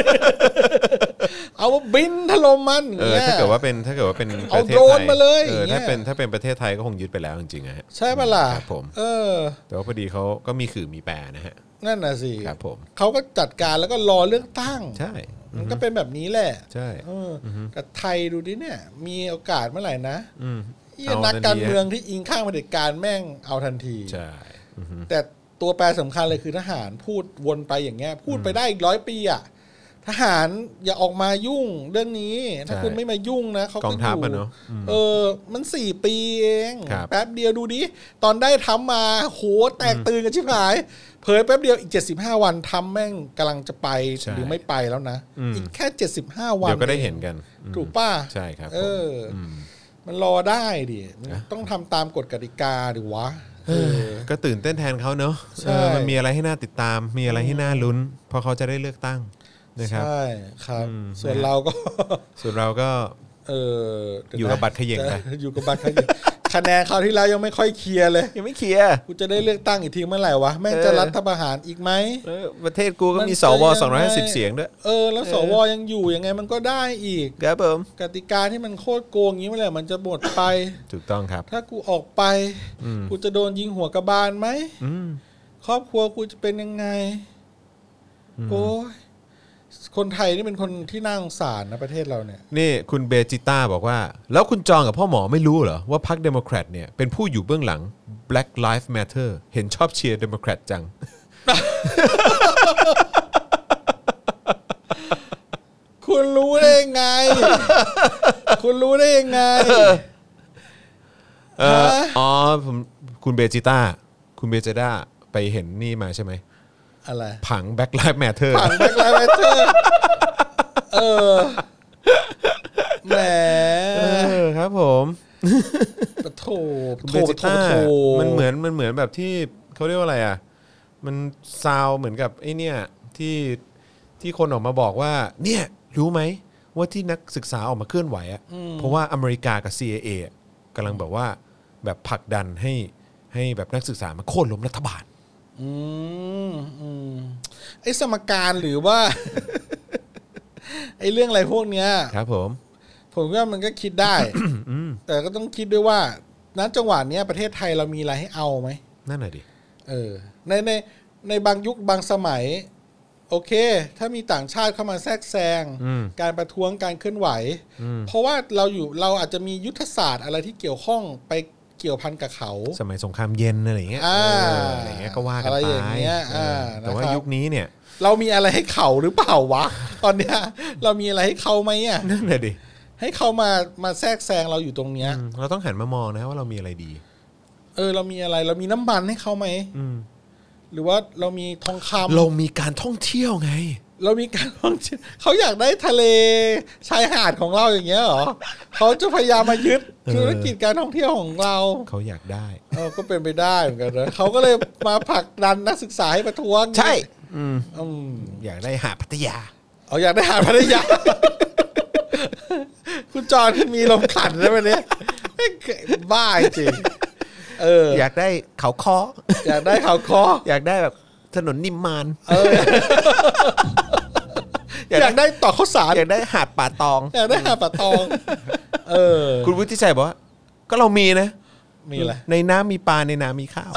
เอามาบินถล่มมัน
เออ
นี่ย
ถ้าเกิดว่าเป็นถ้าเกิดว่าเป็น
เอา
ประทศ
โดรนมาเลย
ไทออ
อย่างเงี้ย
ถ้าเป็นถ้าเป็นประเทศไทยก็คงยึดไปแล้วจริงๆอะฮะ
ใช่ปะล่ะ
ครับผม
เออ
แต่ว่าพอดีเขาก็มีขื่อมีแปรนะฮะ
นั่นน่ะสิ
ครับผม
เขาก็จัดการแล้วก็รอเลือกตั้ง
ใช่อื
มั
อนฮึ
ก็เป็นแบบนี้แหละ
ใช่
เอออแต่ไทยดูดิเนี่ย มีโอกาสเมื่อไหร่นะ
อืม
เหี้ย
เอา
นักการเมือง
ทันที
ที่อิงข้างเผด็จการแม่งเอาทันที
ใช่อือฮึ
แต่ตัวแปรสำคัญเลยคือทหารพูดวนไปอย่างเงี้ย พูดไปได้อีกร้อยปีอ่ะทหารอย่าออกมายุ่งเรื่องนี้ ถ้าคุณไม่มายุ่งนะเขา
ก
ก็
องทัพ
ยู่
อะเนาะอืม
เออ มันสี่ปีเอง
ครับ
แป๊บเดียวดูดิตอนได้ทำมาโหแตกตื่นกันชิบหาย เผยแป๊บเดียวอีก 75 วันทำแม่งกำลังจะไป
ใช่
หรือไม่ไปแล้วนะ
อืม
อีกแค่ 75 วัน
เดี๋ยวก็ได้เห็นกันอืม
ถูกป้า
ใช่ครับผม
เอออ
ม
มันรอได้ดิมัน
นะ
ต้องทำตามกฎกติกาดิวะเออ
ก็ตื่นเต้นแทนเขาเนอะ
ใช่
เออมันมีอะไรให้น่าติดตาม มีอะไรให้น่าลุ้น เพราะเขาจะได้เลือกตั้งนะครับ
ใช่ครับ
อืม
ส่วน
นะฮะ
เราก็ *laughs*
ส่วนเราก็
เออเดี๋วนะ *laughs*
อยู่กับบัตรเขย่งไป
อยู่กับบัตรเขย่งคะแนนคราวที่แล้วยังไม่ค่อยเคลียร์เลย
ยังไม่เคลียร์
กูจะได้เลือกตั้งอีกทีเมื่อไหร่วะแม่งจะ
เออ
รัฐประหารอีกไหม
เออประเทศกูก็มี
มัน
สว
จะยังไง
สองร้อยห้าสิบเสียงด้วย
เออ แล้วสวยังอยู่ยังไงมันก็ได้อีก
ครับผม
กติกาที่มันโคตรโกงอย่างนี้เมื่อไหร่มันจะหมดไป
ถูกต้องครับ
ถ้ากูออกไป
อืม
กูจะโดนยิงหัวกระบาลไหม
อืม
ครอบครัวกูจะเป็นยังไง โอ้ยคนไทยนี่เป็นคนที่น่าสงสารนะประเทศเราเนี่ย
นี่คุณเบจิต้าบอกว่า แล้วคุณจองกับพ่อหมอไม่รู้เหรอ ว่าพรรคเดโมแครตเนี่ยเป็นผู้อยู่เบื้องหลัง Black Lives Matter เห็นชอบเชียร์เดโมแครตจัง
คุณรู้ได้ยังไง คุณรู้ได้ยังไง
เออ
ฮะ
อ๋อผมคุณเบจิต้าคุณเบจิต้าไปเห็นนี่มาใช่ไหม
อะไร
ผัง Black Lives Matter
ผ่านแบ็คไลท์เตอร์เออ แหม
เออครับผม
ปะโถปะ
คุณเบ
โถ
จิ
ปะโถ
ต้า
ปะโถ
มันเหมือนมันเหมือนแบบที่เขาเรียกว่าอะไรอ่ะ มันซาวเหมือนกับไอ้เนี่ยที่ที่คนออกมาบอกว่า เนี่ยรู้ไหมว่าที่นักศึกษาออกมาเคลื่อนไหวอ่ะเพราะว่าอเมริกากับ CIA อะกำลังแบบว่าแบบผลักดันให้ให้แบบนักศึกษามาโค่นล้มรัฐบาล
อืมอืมไอสมการหรือว่า *laughs* ไอเรื่องอะไรพวกเนี้ย
ครับผม
ผมว่ามันก็คิดได้
*coughs*
แต่ก็ต้องคิดด้วยว่าณจังหวะเนี้ยประเทศไทยเรามีอะไรให้เอาไหม
นั่นแหละดิ
เออในในในบางยุคบางสมัย โอเค ถ้ามีต่างชาติเข้ามาแทรกแซง การประท้วงการเคลื่อนไหว เพราะว่าเราอยู่เราอาจจะมียุทธศาสตร์อะไรที่เกี่ยวข้องไปเกี่ยวพันกับเขา
สมัยสงครามเย็นอะไรอย่างเงี้ย
อ่า
เอออะไรอย่างเงี้ยก็ว่ากัน
อะไร
ไป
อย่างเงี้ย
เออ
นะครั
แต่
บ
ว่ายุคนี้เนี่ย
เรามีอะไรให้เขาหรือเปล่าวะ *laughs* ตอนเนี้ยเรามีอะไรให้เขาไหมอ่ะ
นั่นแหละดิ
ให้เขามามาแทรกแซงเราอยู่ตรงเนี้ย
อืมเราต้องหันมามองนะว่าเรามีอะไรดี
เออเรามีอะไรเรามีน้ำมันให้เขาไหม
อืม
หรือว่าเรามีทองคำ
เรามีการท่องเที่ยวไง
เรามีการท่องเที่ยวเขาอยากได้ทะเลชายหาดของเราอย่างเงี้ยเหรอเขาจะพยายามมายึด
เออ
ธุรกิจการท่องเที่ยวของเรา
เขาอยากได้
เออก็เป็นไปได้เหมือนกันนะเขาก็เลยมาผลักดันนักศึกษาให้ประท้วง
ใช่
อืม
อยากได้หาดพัทยา
เอาอยากได้หาดพัทยา *laughs* คุณจอนมีลมขันแล้ววันเนี้ยบ้าจริงเออ
*laughs* อยากได้เขาคอ *laughs*
อยากได้ข่าวคอ
อยากได้แบบถนนนิมมาน *laughs*
อยากได้ต่อข้าวสาร
อยากได้หาดป่าตอง
อยากได้หาดป่าตอง เออ
คุณวุฒิชัยบอกว่าก็เรามีนะ
มีอะไร
ในน้ำมีปลาในนามีข้าว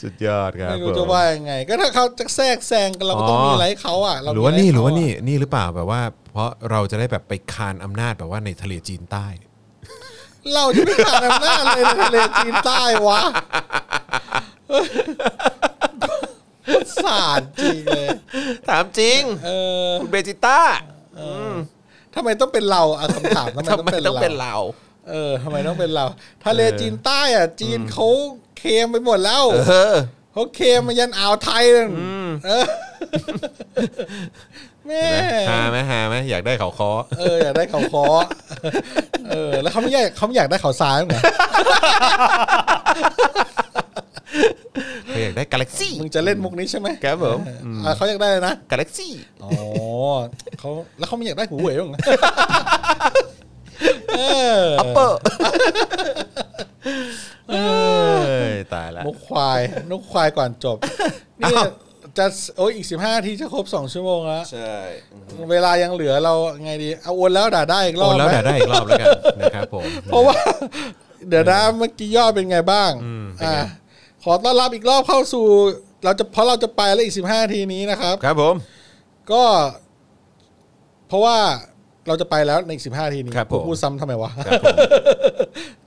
สุดยอดครับ
ไม่รู้
ผม
จะว่ายังไง ก็ถ้าเขาจะแทรกแซงเราก็ต้องมีอะไรให้เขาอ่ะเมี
หรือว่า
ะไ
นี่หรือ
เขะ
ว่านี่นี่หรือเปล่าแบบว่า เพราะเราจะได้แบบไปคานอำนาจแบบว่าในทะเลจีนใต้
เราจะไม่ขาดอำนาจเลยในทะเลจีนใต้วะสารจริงเลย
ถามจริง
เออ
คุณเบจิต้า
ทำไมต้องเป็นเราอะคำถามทำไมต้องเป็นเรา เออทำไมต้องเป็นเรา ทะเลจีนใต้อ่ะ จีนเขาเคลมไปหมดแล้ว
เออ
เขาเคลมมายันอ่าวไทยเลยเออ *laughs* แม่
หาไหมหาไหมอยากได้เขาคอ
เอออยากได้เขาคอเออ แล้วเขาไม่อยากเขาไม่อยากได้เขาซ้ายมั้งเหรอ
เขาอยากได้กาแล็กซี่
มึงจะเล่นมุกนี้ใช่ไหม
ครับผม
อ่ะเขาอยากได้เลยนะ
กาแล็กซี่
อ๋อเขาแล้วเขาไม่อยากได้หูเหวยมั้งเหรอเออ
อัปเป *laughs* อร์ตายละ
นกควายนกควายก่อนจบนี่
อ้าว
จะโอ้ยอีกสิบห้าทีจะครบสองชั่วโมงแล้ว
ใช่
เวลายังเหลือเราไงดีเอาอวนแล้วด่าได้อีกร
โอ
อบ
นแล้ว
ไหม
แต่ได้อีกรอบแล้วกันนะครับผม
เพราะว่า เดี๋ยวนะเมื่อกี้ยอดเป็นไงบ้างอ่าขอต้อนรับอีกรอบเข้าสู่ เราจะเพราะเราจะไปแล้วอีกสิบห้าทีนี้นะครับ
ครับผม
ก็ เพราะว่าเราจะไปแล้วในอีกสิบห้าทีนี้
ครับผม
พูดซ้ำทำไมวะ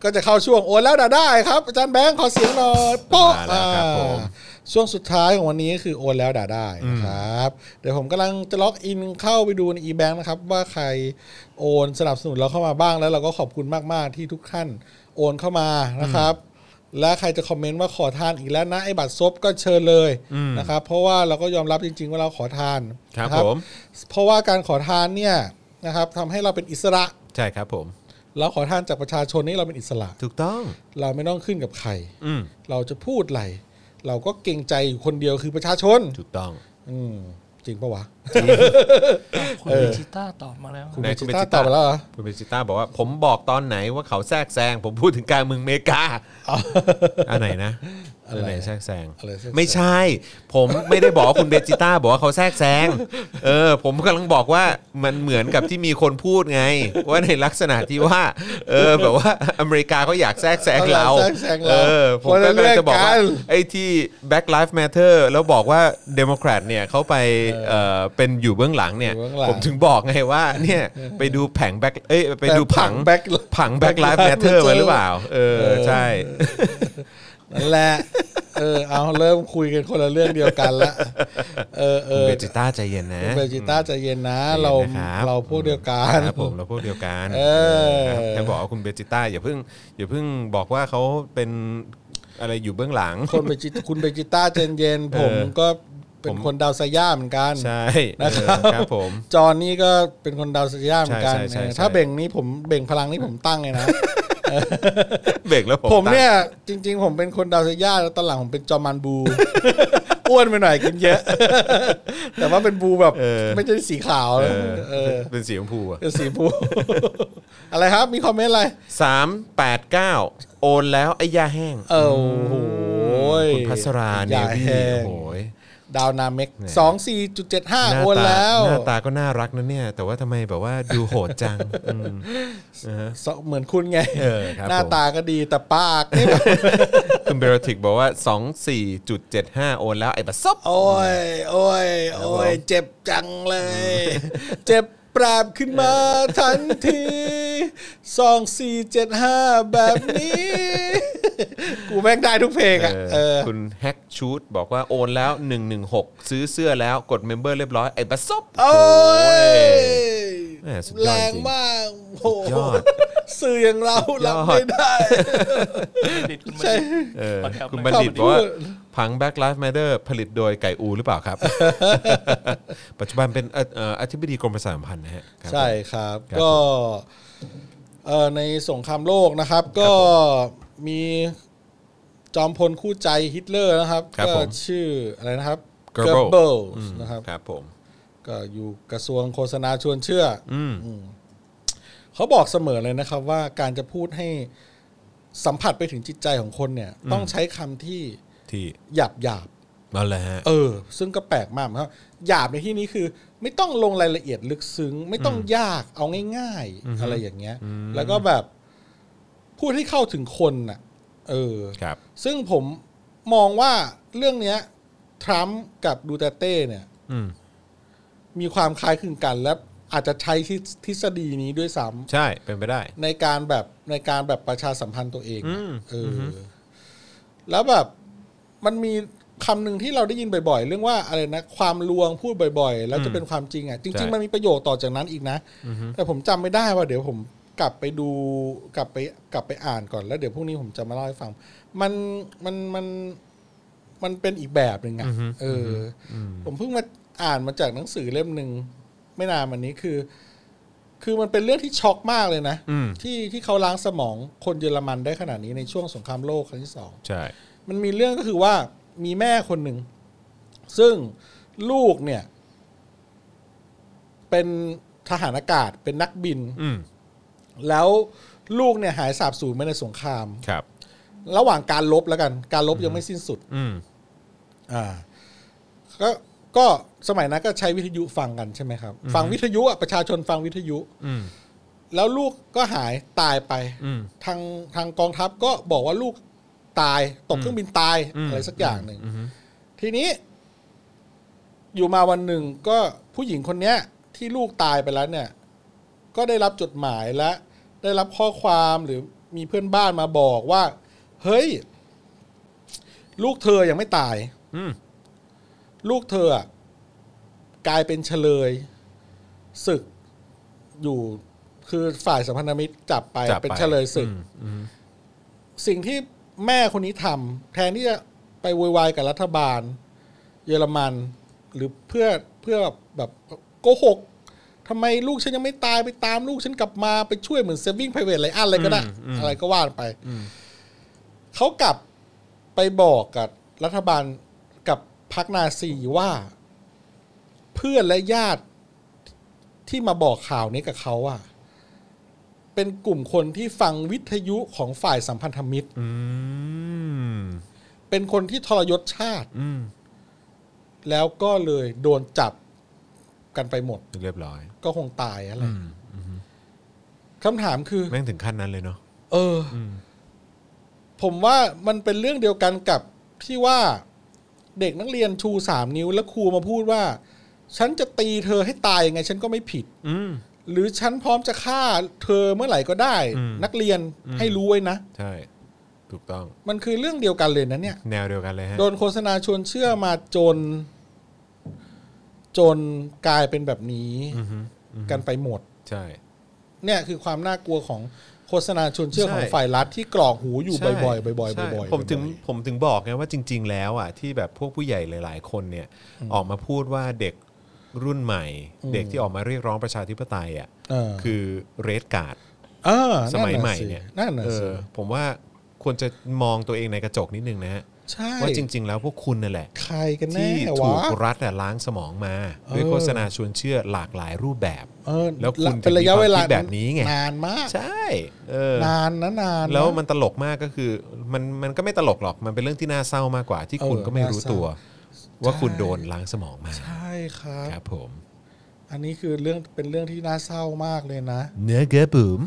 ก็จะเข้าช่วงโอนแล้วด่าได้ครับอาจารย์แบงค์ขอเสียงหน่อยโป๊ะ
มาแล้วครับผม
อ่าช่วงสุดท้ายของวันนี้คือโอนแล้วด่าได้นะครับ เดี๋ยวผมกำลังจะล็อกอินเข้าไปดูใน e-bank นะครับ ว่าใครโอนสนับสนุนเราเข้ามาบ้างแล้วเราก็ขอบคุณมาก ๆ ที่ทุกท่านโอนเข้ามานะครับ และใครจะคอมเมนต์ว่าขอทานอีกแล้วนะไอ้บัตรซบก็เชิญเลยนะครับ เพราะว่าเราก็ยอมรับจริง ๆ ว่าเราขอทาน
ครับ
นะ
ผม
เพราะว่าการขอทานเนี่ยนะครับทำให้เราเป็นอิสระ
ใช่ครับผม
เราขอทานจากประชาชนนี่เราเป็นอิสระ
ถูกต้อง
เราไม่ต้องขึ้นกับใคร
อืม
เราจะพูดอะไร เราก็เกรงใจอยู่คนเดียวคือประชาชน
ถูกต้อง
อืม จริงปะวะ
คุณเบจิต้าตอบมาแล้ว
คุณ
ไหน
เบ
คุ
จิ
ณเบ
ต้า
จิ
ต
ต้า
อบไปแล้วเหรอ
คุณเบจิต้าบอกว่า ผมบอกตอนไหนว่าเขาแทรกแซง ผมพูดถึงการเมืองเมกาอันไหนนะอันไหนแทรกแซง
อะไรแทรกแซง
ไม่ใช่ ผมไม่ได้บอกว่าคุณเบจิต้าบอกว่าเขาแทรกแซง เออ ผมกำลังบอกว่ามันเหมือนกับที่มีคนพูดไง ว่าในลักษณะที่ว่า เออ แบบว่าอเมริกาเขาอยากแทรกแซงเรา
เขาอยากแทรกแซง
เอ
เรา
อ ผมก็กำลังจะบอกว่า
คนละเรื่องกัน
ไอ้ที่ Black Lives Matter แล้วบอกว่า d e m o c r a t เนี่ยเขาไปเอ่อเป็นอยู่เบื้องหลังเนี่ย
อยู่เบื้องหลัง
ผมถึงบอกไงว่า
*laughs*
เนี่ยไปดูแผง Black เอ้ยไปดูผัง
Black
ผัง Black Lives
Black Lives
Matter
Matter
มาหรือเปล่า เออ
เออ
ใช่
นั่นแหละ เออ เอาเริ่มคุยกันคนละเรื่องเดียวกันละ เออเออ
เบจิต้าใจเย็นนะ
คุณเบจิต้าใจเย็นนะ
ใจย็น
เรา
นะคบ
เราพวกเดียวกัน
ครับผมเราพวกเดียวกัน
เออ
ครับแค่บอกว่าคุณเบจิต้าอย่าเพิ่งอย่าเพิ่งบอกว่าเขาเป็นอะไรอยู่เบื้องหลัง
คนเบจิคุณเบจิต้าใจเย็น ผมก็เป็น
ผม
คนดาวไซย่าเหมือนกัน
ใช่
นะครับ
เออครับผม
*laughs* จอห์นนี่ก็เป็นคนดาวไซย่าเหมือนกัน
ใช่ใช่ใช่
เออถ้าเบ่งนี้ผมเบ่งพลังนี้ผมตั้งเลยนะ
เบรก *laughs* แล้วผม
ผมเนี่
ตั้ง
ยจริง ๆ ผมเป็นคนดาวเซย่าแล้วตอนหลังผมเป็นจอมัน
*laughs*
บู อ้วนไปหน่อยกินเยอะ แต่ว่าเป็นบูแบบไม่ใช่สีขาว
เอ
นะ
อ
เออ
เป็นสีชมพูอะ
เป็นสีบู *laughs* อะไรครับมีคอมเมนต์อะไร
สามแปดเก้าโอนแล้วไอ้ยาแห้ง
เออโอ้โห
คุณพัสราเน
อย่า
วี่
แห้ง
โอ้ย
ดาวนาเมกสองสี่จุดเจ็ดห้าโอนแล้ว
หน้าตาก็น่ารักนะเนี่ย แต่ว่าทำไมแบบว่าดูโหดจังอืม
สเหมือนคุณไง
เออครับ
หน้าตาก็ดีแต่ปากนี่แบบ
คุณเบลติกบอกว่า 24.75 โอนแล้วไอ้บัสซบ
โอ้ย โอ้ย โอ้ย เจ็บจังเลย เจ็บปราบขึ้นมาทันทีสองสี่เจ็ดห้าแบบนี้ กูแม่งได้ทุกเพลงอ่ะ
เออ
เออ
คุณแฮกชูดบอกว่าโอนแล้ว 116 ซื้อเสื้อแล้วกดเมมเบอร์เรียบร้อย ไอ้บัสซบ
โอ้ย
แหม่สุดยอดจริง
แรงมากโอ้โห
ยอด
สื่ออย่างเรา
ย
รั
อบ ด
ไม่ได้
ดิตคุณ
ใช่
เออ
บัณฑิต
คุณบัณฑิตบอกว่า
ขอบคุณ
ผัง Black Lives Matter ผลิตโดยไก่อูหรือเปล่า
*laughs*
ครับ ปัจจุบันเป็นเอ่อเอ่ออธิบดีกรมประชาสัมพันธ์นะฮะครับ
ใช่ครับ
ครับ
ก็เอ่อในสงครามโลกนะครับ ก็มีจอมพลคู่ใจฮิตเลอร์นะครับ
ครับ
ก็
ผม
ชื่ออะไรนะครับ
Goebbels
ลนะครับ
ครับผม
ก็อยู่กระทรวงโฆษณาชวนเชื่ออ
อืม
เขาบอกเสมอเลยนะครับ ว่าการจะพูดให้สัมผัสไปถึงจิตใจของคนเนี่ย ต้องใช้คำที่
ที่
หยาบหยาบ
นั่นแหละฮะ
ๆเออ ซึ่งก็แปลกมากนะครับหยาบในที่นี้คือ ไม่ต้องลงรายละเอียดลึกซึ้ง ไม่ต้องยากเอาง่ายๆ อะไรอย่างเงี้ย แล้วก็แบบ พูดให้เข้าถึงคนน่ะ เออ
ครับ
ซึ่งผมมองว่าเรื่องเนี้ยทรัมป์กับดูเตเต้เนี่ย
อืม
มีความคล้ายคลึงกันและอาจจะใช้ทฤทฤษฎีนี้ด้วยซ้
ใช่ เป็นไปได้
ำในการแบบในการแบบประชาสัมพันธ์ตัวเอง
อืม
เอออแล้วแบบมันมีคำหนึ่งที่เราได้ยินบ่อยๆ เรื่องว่าอะไรนะ ความลวงพูดบ่อย ๆ แล้วจะเป็นความจริงอ่ะจ
ใช่
ริง ๆ มันมีประโยชน์ต่อจากนั้นอีกนะ แต่ผมจำไม่ได้ว่าเดี๋ยวผมกลับไปดูกลับไปกลับไปอ่านก่อนแล้วเดี๋ยวพรุ่งนี้ผมจะมาเล่าให้ฟัง มันมันมันมันเป็นอีกแบบหนึ่งอ่ะเอออผมเพิ่งมาอ่านมาจากหนังสือเล่มหนึ่งไม่นานมานี้คือ คือมันเป็นเรื่องที่ช็อกมากเลยนะ
อืม
ที่ที่เขาล้างสมองคนเยอรมันได้ขนาดนี้ในช่วงสงครามโลกครั้งที่สอง
ใช่
มันมีเรื่องก็คือว่ามีแม่คนหนึ่ง ซึ่งลูกเนี่ย เป็นทหารอากาศเป็นนักบิน
อืม
แล้วลูกเนี่ยหายสาบสูญไปในสงคราม
ครับ
ระหว่างการลบแล้วกัน การลบยังไม่สิ้นสุด
อืม
อ่าก็ก็สมัยนั้นก็ใช้วิทยุฟังกันใช่ไหมครับ ฟังวิทยุอะประชาชนฟังวิทยุ
อืม
แล้วลูกก็หายตายไป
อืม
ทางทางกองทัพก็บอกว่าลูกตายตกเครื่องบินตาย
อืม
อะไรสักอย่างหนึ่ง
อืม
ทีนี้ อยู่มาวันหนึ่งก็ผู้หญิงคนเนี้ย ที่ลูกตายไปแล้วเนี่ย ก็ได้รับจดหมายและ ได้รับข้อความหรือมีเพื่อนบ้านมาบอกว่า เฮ้ย ลูกเธอยังไม่ตาย
อืม
ลูกเธออะกลายเป็นเฉลยศึกอยู่คือฝ่ายสัมพันธมิตรจับไป
จับไป
เป็นเฉลยศึก
อืม
สิ่งที่แม่คนนี้ทำแทนที่จะไปโวยวายกับรัฐบาล เยอรมัน หรือเพื่อเพื่อแบบโกหกทำไมลูกฉันยังไม่ตายไปตามลูกฉันกลับมาไปช่วยเหมือนเซฟวิ่งไพรเวทอะไรอะไรก็ได้
อืมอืม
อะไรก็ว่าไปเขากลับไปบอกกับรัฐบาลกับพรรคนาซีว่า เพื่อนและญาติที่มาบอกข่าวนี้กับเขาอะเป็นกลุ่มคนที่ฟังวิทยุของฝ่ายสัมพันธมิตร
อืม
เป็นคนที่ทรยศชาติ
อืม
แล้วก็เลยโดนจับกันไปหมด
เรียบร้อย
ก็คงตายอะไร
อืม
คำถามคือ
แม่งถึงขั้นนั้นเลยเนาะ
เอออ
ม
ผมว่ามันเป็นเรื่องเดียวกันกับที่ว่าเด็กนักเรียนชูสามนิ้วแล้วครูมาพูดว่า ฉันจะตีเธอให้ตายยังไง ฉันก็ไม่ผิด
อืม
หรือฉันพร้อมจะฆ่าเธอเมื่อไหร่ก็ได้
อืม
นักเรียนให้รู้ไว้นะ
ใช่ ถูกต้อง
มันคือเรื่องเดียวกันเลยนะเนี่ย
แนวเดียวกันเลยฮะ
โดนโฆษณาชวนเชื่อมาจน จนกลายเป็นแบบนี้
อือฮึอือฮึ
กันไปหมด
ใช่
เนี่ยคือความน่ากลัวของโฆษณาชวนเชื่อ
ใช่
ของฝ่ายรัฐที่กรอกหูอยู่
ใช่
บ่อยๆบ่อยๆ
ใช่
บ่อยๆ
ผมถึง
บ่อย
ผมถึงบอกไงว่าจริง ๆ แล้วอ่ะที่แบบพวกผู้ใหญ่หลาย ๆ คนเนี่ย ออกมาพูดว่าเด็กรุ่นใหม่ เด็กที่ออกมาเรียกร้องประชาธิปไตยอ่ะ
ๆเออ
คือเรดการ์ด
เออ
สมัยใหม่เนี่ย
นั่นน่ะ
เอ
สิ
อผมว่าควรจะมองตัวเองในกระจกนิดนึงนะฮะ
ใช่
ว่าจริง ๆ แล้วพวกคุณนั่นแหละ
ใครกันแน่
ที่
วะ
ถูกรัฐอะล้างสมองมา ด้วย
เออ
โฆษณาชวนเชื่อหลากหลายรูปแบบ
เออ
แล้วคุณ
เป็นระยะเวลา
ถึงมีความคิดแบบนี้ไง
นานมาก
ใช่เออ
นานนะนานนะ
แล้วมันตลกมากก็คือมันมันก็ไม่ตลกหรอกมันเป็นเรื่องที่น่าเศร้ามากกว่าที่
เออ
คุณก็ไม่รู้ตัว
น่าเศร้า
ว่าคุณโดนล้างสมองมา
ใช่ครับ
ครับผม
อันนี้คือเรื่องเป็นเรื่องที่น่าเศร้ามากเลยนะ
เนื้อเกลือบุ๋ม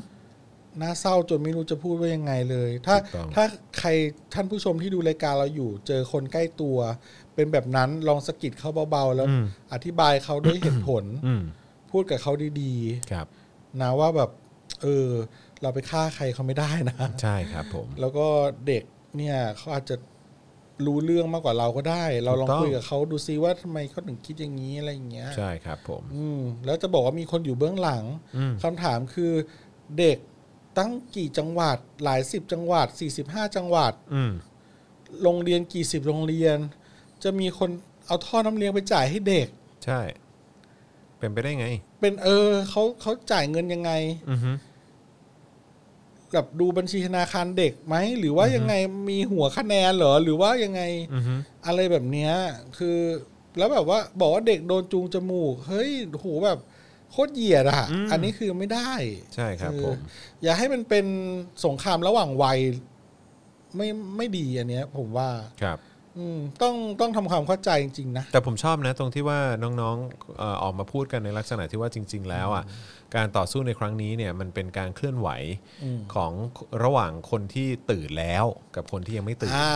น่าเศร้าจนไม่รู้จะพูดว่ายังไงเลย ถ้า
ถูกต้อง
ถ้าใครท่านผู้ชมที่ดูรายการเราอยู่ เจอคนใกล้ตัว เป็นแบบนั้นลองสะกิดเขาเบาๆ แล้ว อธิบายเขาด้วยเหตุผ
*coughs*
ล
อืม
พูดกับเขาดี
ครับ
ๆ นะว่าแบบ เออ เราไปฆ่าใครเขาไม่ได้นะ *coughs*
ใช่ครับผม
แล้วก็เด็กเนี่ยเขาอาจจะรู้เรื่องมากกว่าเราก็ได้ เราลอง
ถูกต้อง
คุยกับเขาดูซิว่าทำไมเขาถึงคิดอย่างนี้อะไรอย่างเงี้ย
ใช่ครับผม
อืมแล้วจะบอกว่ามีคนอยู่เบื้องหลัง
อืม
คำถามคือเด็กตั้งกี่จังหวัดหลายสิบจังหวัด 45 จังหวัด
อืม
โรงเรียนกี่สิบโรงเรียน จะมีคนเอาท่อน้ำเลี้ยงไปจ่ายให้เด็ก
ใช่ เป็นไปได้ไง
เป็นเออเขาเขาจ่ายเงินยังไง
อือฮึ
แบบดูบัญชีธนาคารเด็กไหมหรือว่ายังไงมีหัวคะแนนเหรอหรือว่ายังไง
อือฮึ
อะไรแบบเนี้ยคือแล้วแบบว่าบอกว่าเด็กโดนจูงจมูก เฮ้ยโอ้โหแบบโคตรเหยียดอะ
อืม
อันนี้คือไม่ได้
ใช่ครับผม
เอออย่าให้มันเป็นสงครามระหว่างวัยไม่ไม่ดีอันเนี้ย ผมว่า
ครับ
อืมต้องต้องทำความเข้าใจจริงๆนะ
แต่ผมชอบนะตรงที่ว่าน้องๆเอ่อออกมาพูดกันในลักษณะที่ว่าจริง ๆ แล้วอ่ะการต่อสู้ในครั้งนี้เนี่ยมันเป็นการเคลื่อนไหว
อืม
ของระหว่างคนที่ตื่นแล้วกับคนที่ยังไม่ตื่น
อ่า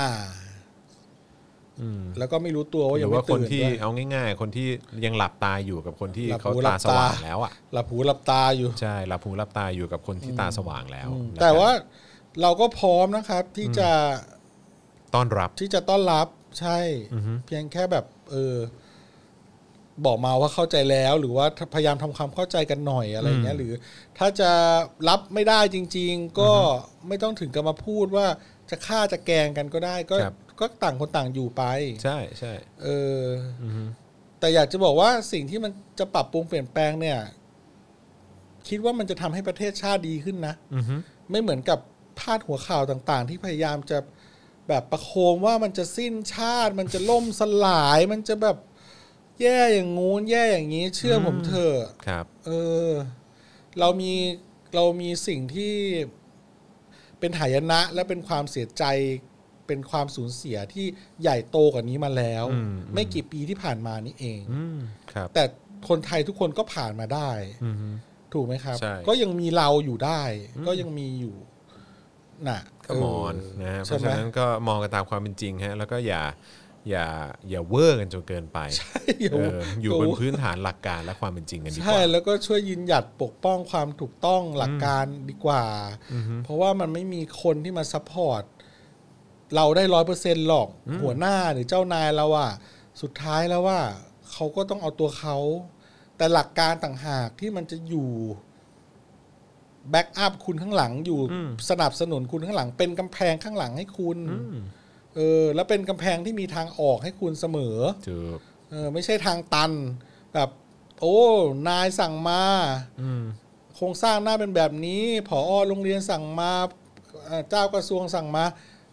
อืม
แล้วก็ไม่รู้ตัวว่า
ห
ยั
รื
ง
อ
ไม่
ว่าคน
ตื่น
ที่
ด้วย
เอาง่าย ๆ คนที่ยังหลับตาอยู่กับคนที่
หลับ
เขา
หูหลั
ตา
บ
ส
ตา
ว่างแล้วอ่ะ
หลับหูหลับตาอยู่
ใช่หลับหูหลับตาอยู่กับคนที่ตาสว่างแล้ว
อืม
นะครับ
แต่ว่าเราก็พร้อมนะครับ ที่จะ
ต้อนรับ
ที่จะต้อนรับใช่
อือฮึ
เพียงแค่แบบ เออ บอกมาว่าเข้าใจแล้ว หรือว่าพยายามทำความเข้าใจกันหน่อยอะไรอย่างเงี้ยหรือ ถ้าจะรับไม่ได้จริง ๆ ก็ไม่ต้องถึงกับมาพูดว่าจะฆ่าจะแกล้งกันก็ได้ ก็
ครับ
ก็ต่างคนต่างอยู่ไป
ใช่ใช่
เออ
อือฮึ
แต่อยากจะบอกว่าสิ่งที่มันจะปรับปรุงเปลี่ยนแปลงเนี่ย คิดว่ามันจะทำให้ประเทศชาติดีขึ้นนะ
อือฮึ
ไม่เหมือนกับพาดหัวข่าวต่าง ๆ ที่พยายามจะแบบประโคมว่ามันจะสิ้นชาติ มันจะล่มสลาย มันจะแบบแย่อย่างงู้นแย่อย่างนี้ เชื่ออผมเถอะ
ครับ
เออ เรามีเรามีสิ่งที่เป็นหายนะและเป็นความเสียใจ เป็นความสูญเสียที่ใหญ่โตกว่านี้มาแล้ว
อืม
ไม่กี่ปีที่ผ่านมานี้เอง
อืมครับ
แต่คนไทยทุกคนก็ผ่านมาได้
อือฮึ
ถูกไหมครับ
ใช่
ก็ยังมีเราอยู่ได้ ก็ยังมีอยู่น่ะ
ก็มอน
เ
นะฮะเพ
ใช่
ราะ
ไหม
ฉะนั้นก็มองกันตามความเป็นจริงฮะแล้วก็อย่าอย่าอย่าเวอร์กันจนเกินไป
อย่า
เอ
เวอ
อ
ร์
อยู่บนพื้นฐานหลักการและความเป็นจริงกันดีก
ใช่
ว่า
แล้วก็ช่วยยืนหยัดปกป้องความถูกต้องหลักการดีกว่า เพราะว่ามันไม่มีคนที่มาซัพพอร์ตเราได้ร้อยเปอร์เซ็นต์หรอก หัวหน้าหรือเจ้านายเราอะสุดท้ายแล้วว่าเขาก็ต้องเอาตัวเขา แต่หลักการต่างหากที่มันจะอยู่แบ็กอัพคุณข้างหลังอยู่สนับสนุนคุณข้างหลัง เป็นกำแพงข้างหลังให้คุณเออ แล้วเป็นกำแพงที่มีทางออกให้คุณเสมอ
ถูก
เออไม่ใช่ทางตัน แบบ โอ้นายสั่งมา
อืม
โครงสร้างหน้าเป็นแบบนี้ผอโรงเรียนสั่งมาเอ่อเจ้ากระทรวงสั่งมา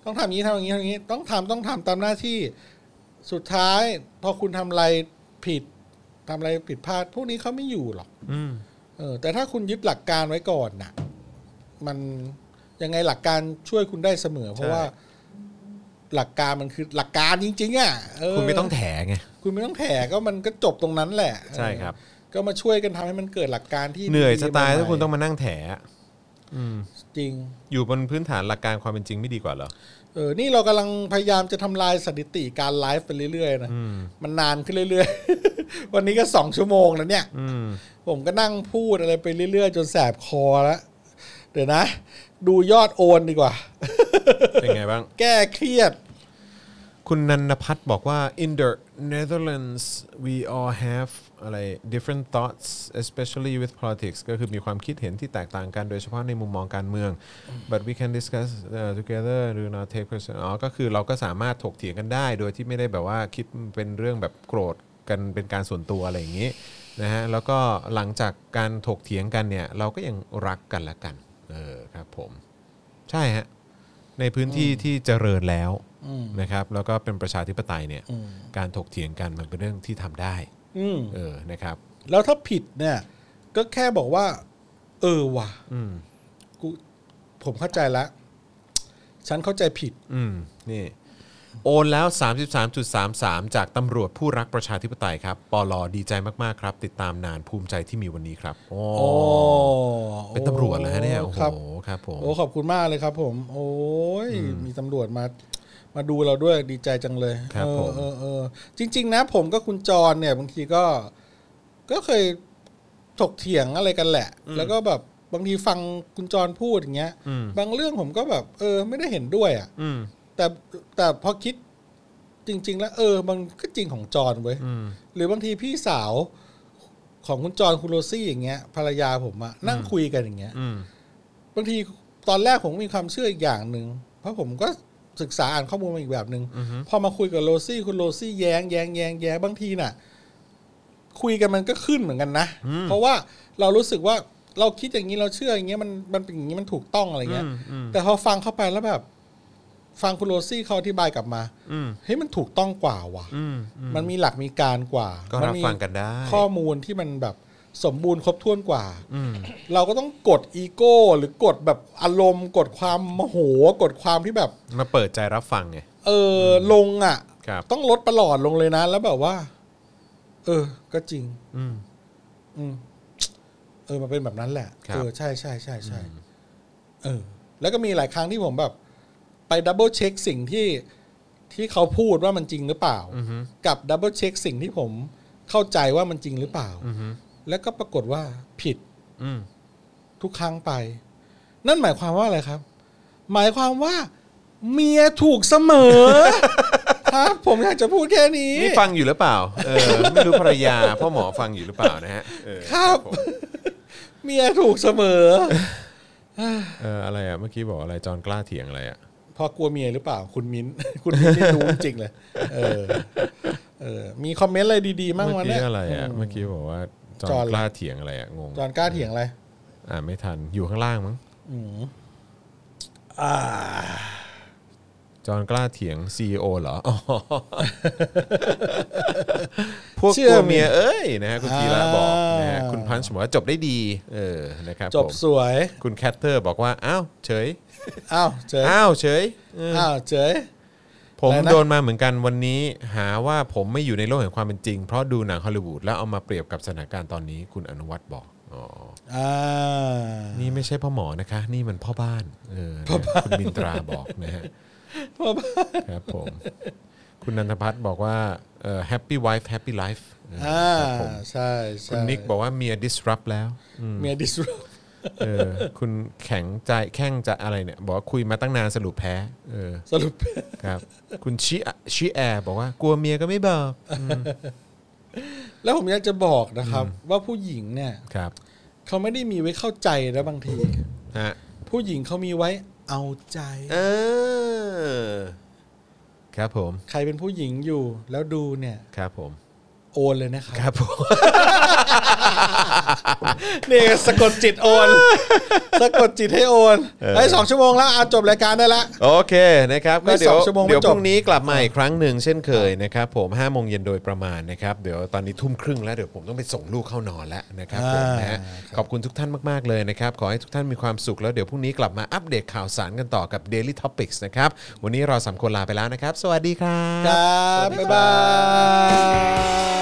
ต้องทำอย่างนี้ทำอย่างนี้ทำอย่างนี้ ต้องทำต้องทำตามหน้าที่สุดท้าย พอคุณทำอะไรผิดทำอะไรผิดพลาด พวกนี้เขาไม่อยู่หรอก
อืม
เออ แต่ถ้าคุณยึดหลักการไว้ก่อนน่ะ มันยังไงหลักการช่วยคุณได้เสมอ เพราะว่า หลักการมันคือหลักการจริง ๆอ่ะเ
คุณไม่ต้องแถไง
คุณไม่ต้องแถก็มันก็จบตรงนั้นแหละ
ใช่ครับ
เออก็มาช่วยกันทำให้มันเกิดหลักการที่
เหนื่อย
ดีๆ
จะตาย
ใหม่ๆ
ถ้าคุณต้องมานั่งแถอะอืม
จริง
อยู่บนพื้นฐานหลักการความเป็นจริงไม่ดีกว่าเหรอ
เออ นี่เรากำลังพยายามจะทำลายสถิติการไลฟ์ไปเรื่อยๆนะ
อืม
มันนานขึ้นเรื่อยๆ *laughs* วันนี้ก็สองชั่วโมงแล้วเนี่ย
อืม
ผมก็นั่งพูดอะไรไปเรื่อยๆ จนแสบคอแล้ว เดี๋ยวนะ ดูยอดโอนดีกว่า *laughs*
เป็นไงบ้าง
แก้เครียด
คุณนันพัฒน์บอกว่า in the Netherlands we all have อะไร different thoughts especially with politics ก็คือมีความคิดเห็นที่แตกต่างกันโดยเฉพาะในมุมมองการเมือง but we can discuss uh, together do not take person อ๋อก็คือเราก็สามารถถกเถียงกันได้ โดยที่ไม่ได้แบบว่าคิดเป็นเรื่องแบบโกรธกันเป็นการส่วนตัวอะไรอย่างนี้นะฮะแล้วก็หลังจากการถกเถียงกันเนี่ย เราก็ยังรักกันและกันเออครับผม ใช่ฮะ ในพื้นที่ที่เจริญแล้ว
อืม
นะครับแล้วก็เป็นประชาธิปไตยเนี่ย
อืม
การถกเถียงกันมันเป็นเรื่องที่ทำได้
อืม
เออนะครับ
แล้วถ้าผิดเนี่ย ก็แค่บอกว่า เออว่ะ
อืม
กูผมเข้าใจละ ฉันเข้าใจผิด
อืมนี่ โอนแล้ว 33.33 จากตำรวจผู้รักประชาธิปไตยครับปลอดีใจมากๆครับ ติดตามนานภูมิใจที่มีวันนี้ครับโอ้
โอ้
เป็นตำรวจแล้วเนี่ยโอ้โห
ครับ
ครับผม
โอ้ขอบคุณมากเลยครับ ผม โอ้ยมีตำรวจมามาดูเราด้วยดีใจจังเลย
ครับ
เอ
ผ
อ
ม
เออเออจริง ๆ นะ ผมก็คุณจรเนี่ยบางทีก็ ก็เคยถกเถียงอะไรกันแหละ แล้วก็แบบบางทีฟังคุณจรพูดอย่างเงี้ย
อืม
บางเรื่องผมก็แบบ เออ ไม่ได้เห็นด้วยอ่ะ
อืม
แต่แต่พอคิดจริง ๆ แล้ว เออ มันก็จริงของจรเว้ย
อืม
หรือบางทีพี่สาวของคุณจรคุณโรซี่อย่างเงี้ยภรรยาผมอะนั่งคุยกันอย่างเงี้ย
อืม
บางทีตอนแรกผมก็มีความเชื่ออีกอย่างหนึ่งเพราะผมก็ศึกษาอ่านข้อมูลมาอีกแบบหนึ
อือฮึ
่งพอมาคุยกับโรซี่คุณโรซี่แย้งแย้งแย้งแย้งบางทีน่ะ คุยกันมันก็ขึ้นเหมือนกันนะเพราะว่าเรารู้สึกว่าเราคิดอย่างนี้เราเชื่ออย่างเงี้ยมันมันเป็นอย่างนี้มันถูกต้องอะไรเงี้ย
อืม
แต่พอฟังเข้าไปแล้วแบบ ฟังคุณโรซี่เขาอธิบายกลับมา
อืม
เฮ้ยมันถูกต้องกว่าว่ะ
อืมอืม
มันมีหลักมีการกว่า
ก็
มั
รับ
มี
ฟังกันได้
ข้อมูลที่มันแบบสมบูรณ์ครบถ้วนกว่า
อืม
เราก็ต้องกดอีโก้ หรือกดแบบอารมณ์ กดความโมโห กดความที่แบบ
มาเปิดใจรับฟังไง
เอออลงอ่ะ
ครับ
ต้องลดประหลอดลงเลยนะ แล้วแบบว่า เออ ก็จริง
อืม
อืมเออมันเป็นแบบนั้นแหละ
ครับ
เออใช่ใช่ใช่ใช่เออ แล้วก็มีหลายครั้งที่ผมแบบ ไปดับเบิลเช็คสิ่งที่ที่เขาพูดว่ามันจริงหรือเปล่า
อือฮึ
กับดับเบิลเช็คสิ่งที่ผมเข้าใจว่ามันจริงหรือเปล่า
อือฮึ
แล้วก็ปรากฏว่าผิด
อืม
ทุกครั้งไป นั่นหมายความว่าอะไรครับ หมายความว่า เมียถูกเสมอ
*laughs*
ครับ ผมอยากจะพูดแค่นี้
นี่ฟังอยู่หรือเปล่า เออ ไม่รู้ภรรยาพ่อหมอฟังอยู่หรือเปล่านะฮะเออ
ครับ
ผม
เมียถูกเสมอ
เอออะไรอ่ะ เมื่อกี้บอกอะไรจอนกล้าเถียงอะไรอ่ะ
พอกลัวเมียหรือเปล่า คุณมิ้น *laughs* คุณมิ้นนี่รู้จริงเลย เออ เออ มีคอมเมนต์อะไรดีๆมั่ง
เมื่อ
วัน
กี้
นี้
อะไรอ่ะ เมื่อกี้บอกว่าจอน
จอนอะไร
กล้าเถียงอะไรอ่ะ งง
จอนกล้าเถียงอะไร
อ่าไม่ทัน อยู่ข้างล่างมั้งจอนกล้าเถียง CEO เหรออ๋อพวกก
เชื่อ
ลัวเมียเอ้ยนะฮะคุณ
อ่า
ธีระบอกนะฮะคุณพันช์บอกว่าจบได้ดี เออ นะครับ
จบ
ผม
สวย
คุณแคทเตอร์บอกว่า อ้าว เฉย
อ้าวเจย
อ้าว เฉย
อ้าวเจย
ผม
อะไรนะ
โดนมาเหมือนกันวันนี้ หาว่าผมไม่อยู่ในโลกแห่งความเป็นจริง เพราะดูหนังฮอลลีวูดแล้วเอามาเปรียบกับสถานการณ์ตอนนี้คุณอนุวัตบอกอ๋อ
อ่า
นี่ไม่ใช่พ่อหมอนะคะ นี่มันพ่อบ้านเออนะคุณมินตราบอกนะฮะ
พ่อบ้าน
ครับผม คุณนันทพัฒน์บอกว่าเอ่อ happy wife happy life เออ
อ่า
ครับผม
ใช่ใช่
คุณนิกบอกว่าเมีย disrupt แล้วอืม
เมียดิสรุป
เออคุณแข็งใจแข้งจะอะไรเนี่ย บอกว่าคุยมาตั้งนานสรุปแพ้เออ
สรุป *laughs*
ครับ คุณชิชิแอร์บอกว่ากลัวเมียก็ไม่บอก
แล้วผมอยากจะบอกนะครับ ว่าผู้หญิงเนี่ย
ครับ
เขาไม่ได้มีไว้เข้าใจนะบางที
ฮะ
ผู้หญิงเขามีไว้เอาใจ
เออครับผม
ใครเป็นผู้หญิงอยู่แล้วดูเนี่ย
ครับผม
โอนเลยนะครับ
ครับผม
เนี่ยสะกดจิตโอน สะกดจิตให้โอนไอ้ยสองชั่วโมงแล้วเอาจบรายการได้ละ
โอเคนะครับก็
ไม่
เดี๋ยว
สองชั่วโมงไม่
เดี๋ยว
จบ
พรุ่งนี้กลับมาอีกครั้งหนึ่งเช่นเคยนะครับผม5้าโมงเย็นโดยประมาณนะครับเดี๋ยวตอนนี้ทุ่มครึ่งแล้วเดี๋ยวผมต้องไปส่งลูกเข้านอนแล้วนะครับผมนะฮะขอบคุณทุกท่านมาก ๆ เลยนะครับ ขอให้ทุกท่านมีความสุขแล้วเดี๋ยวพรุ่งนี้กลับมาอัปเดตข่าวสารกันต่อกับ Daily Topics นะครับวันนี้เราสามคนลาไปแล้วนะครับ สวัสดีครับ
ครับ บ๊ายบาย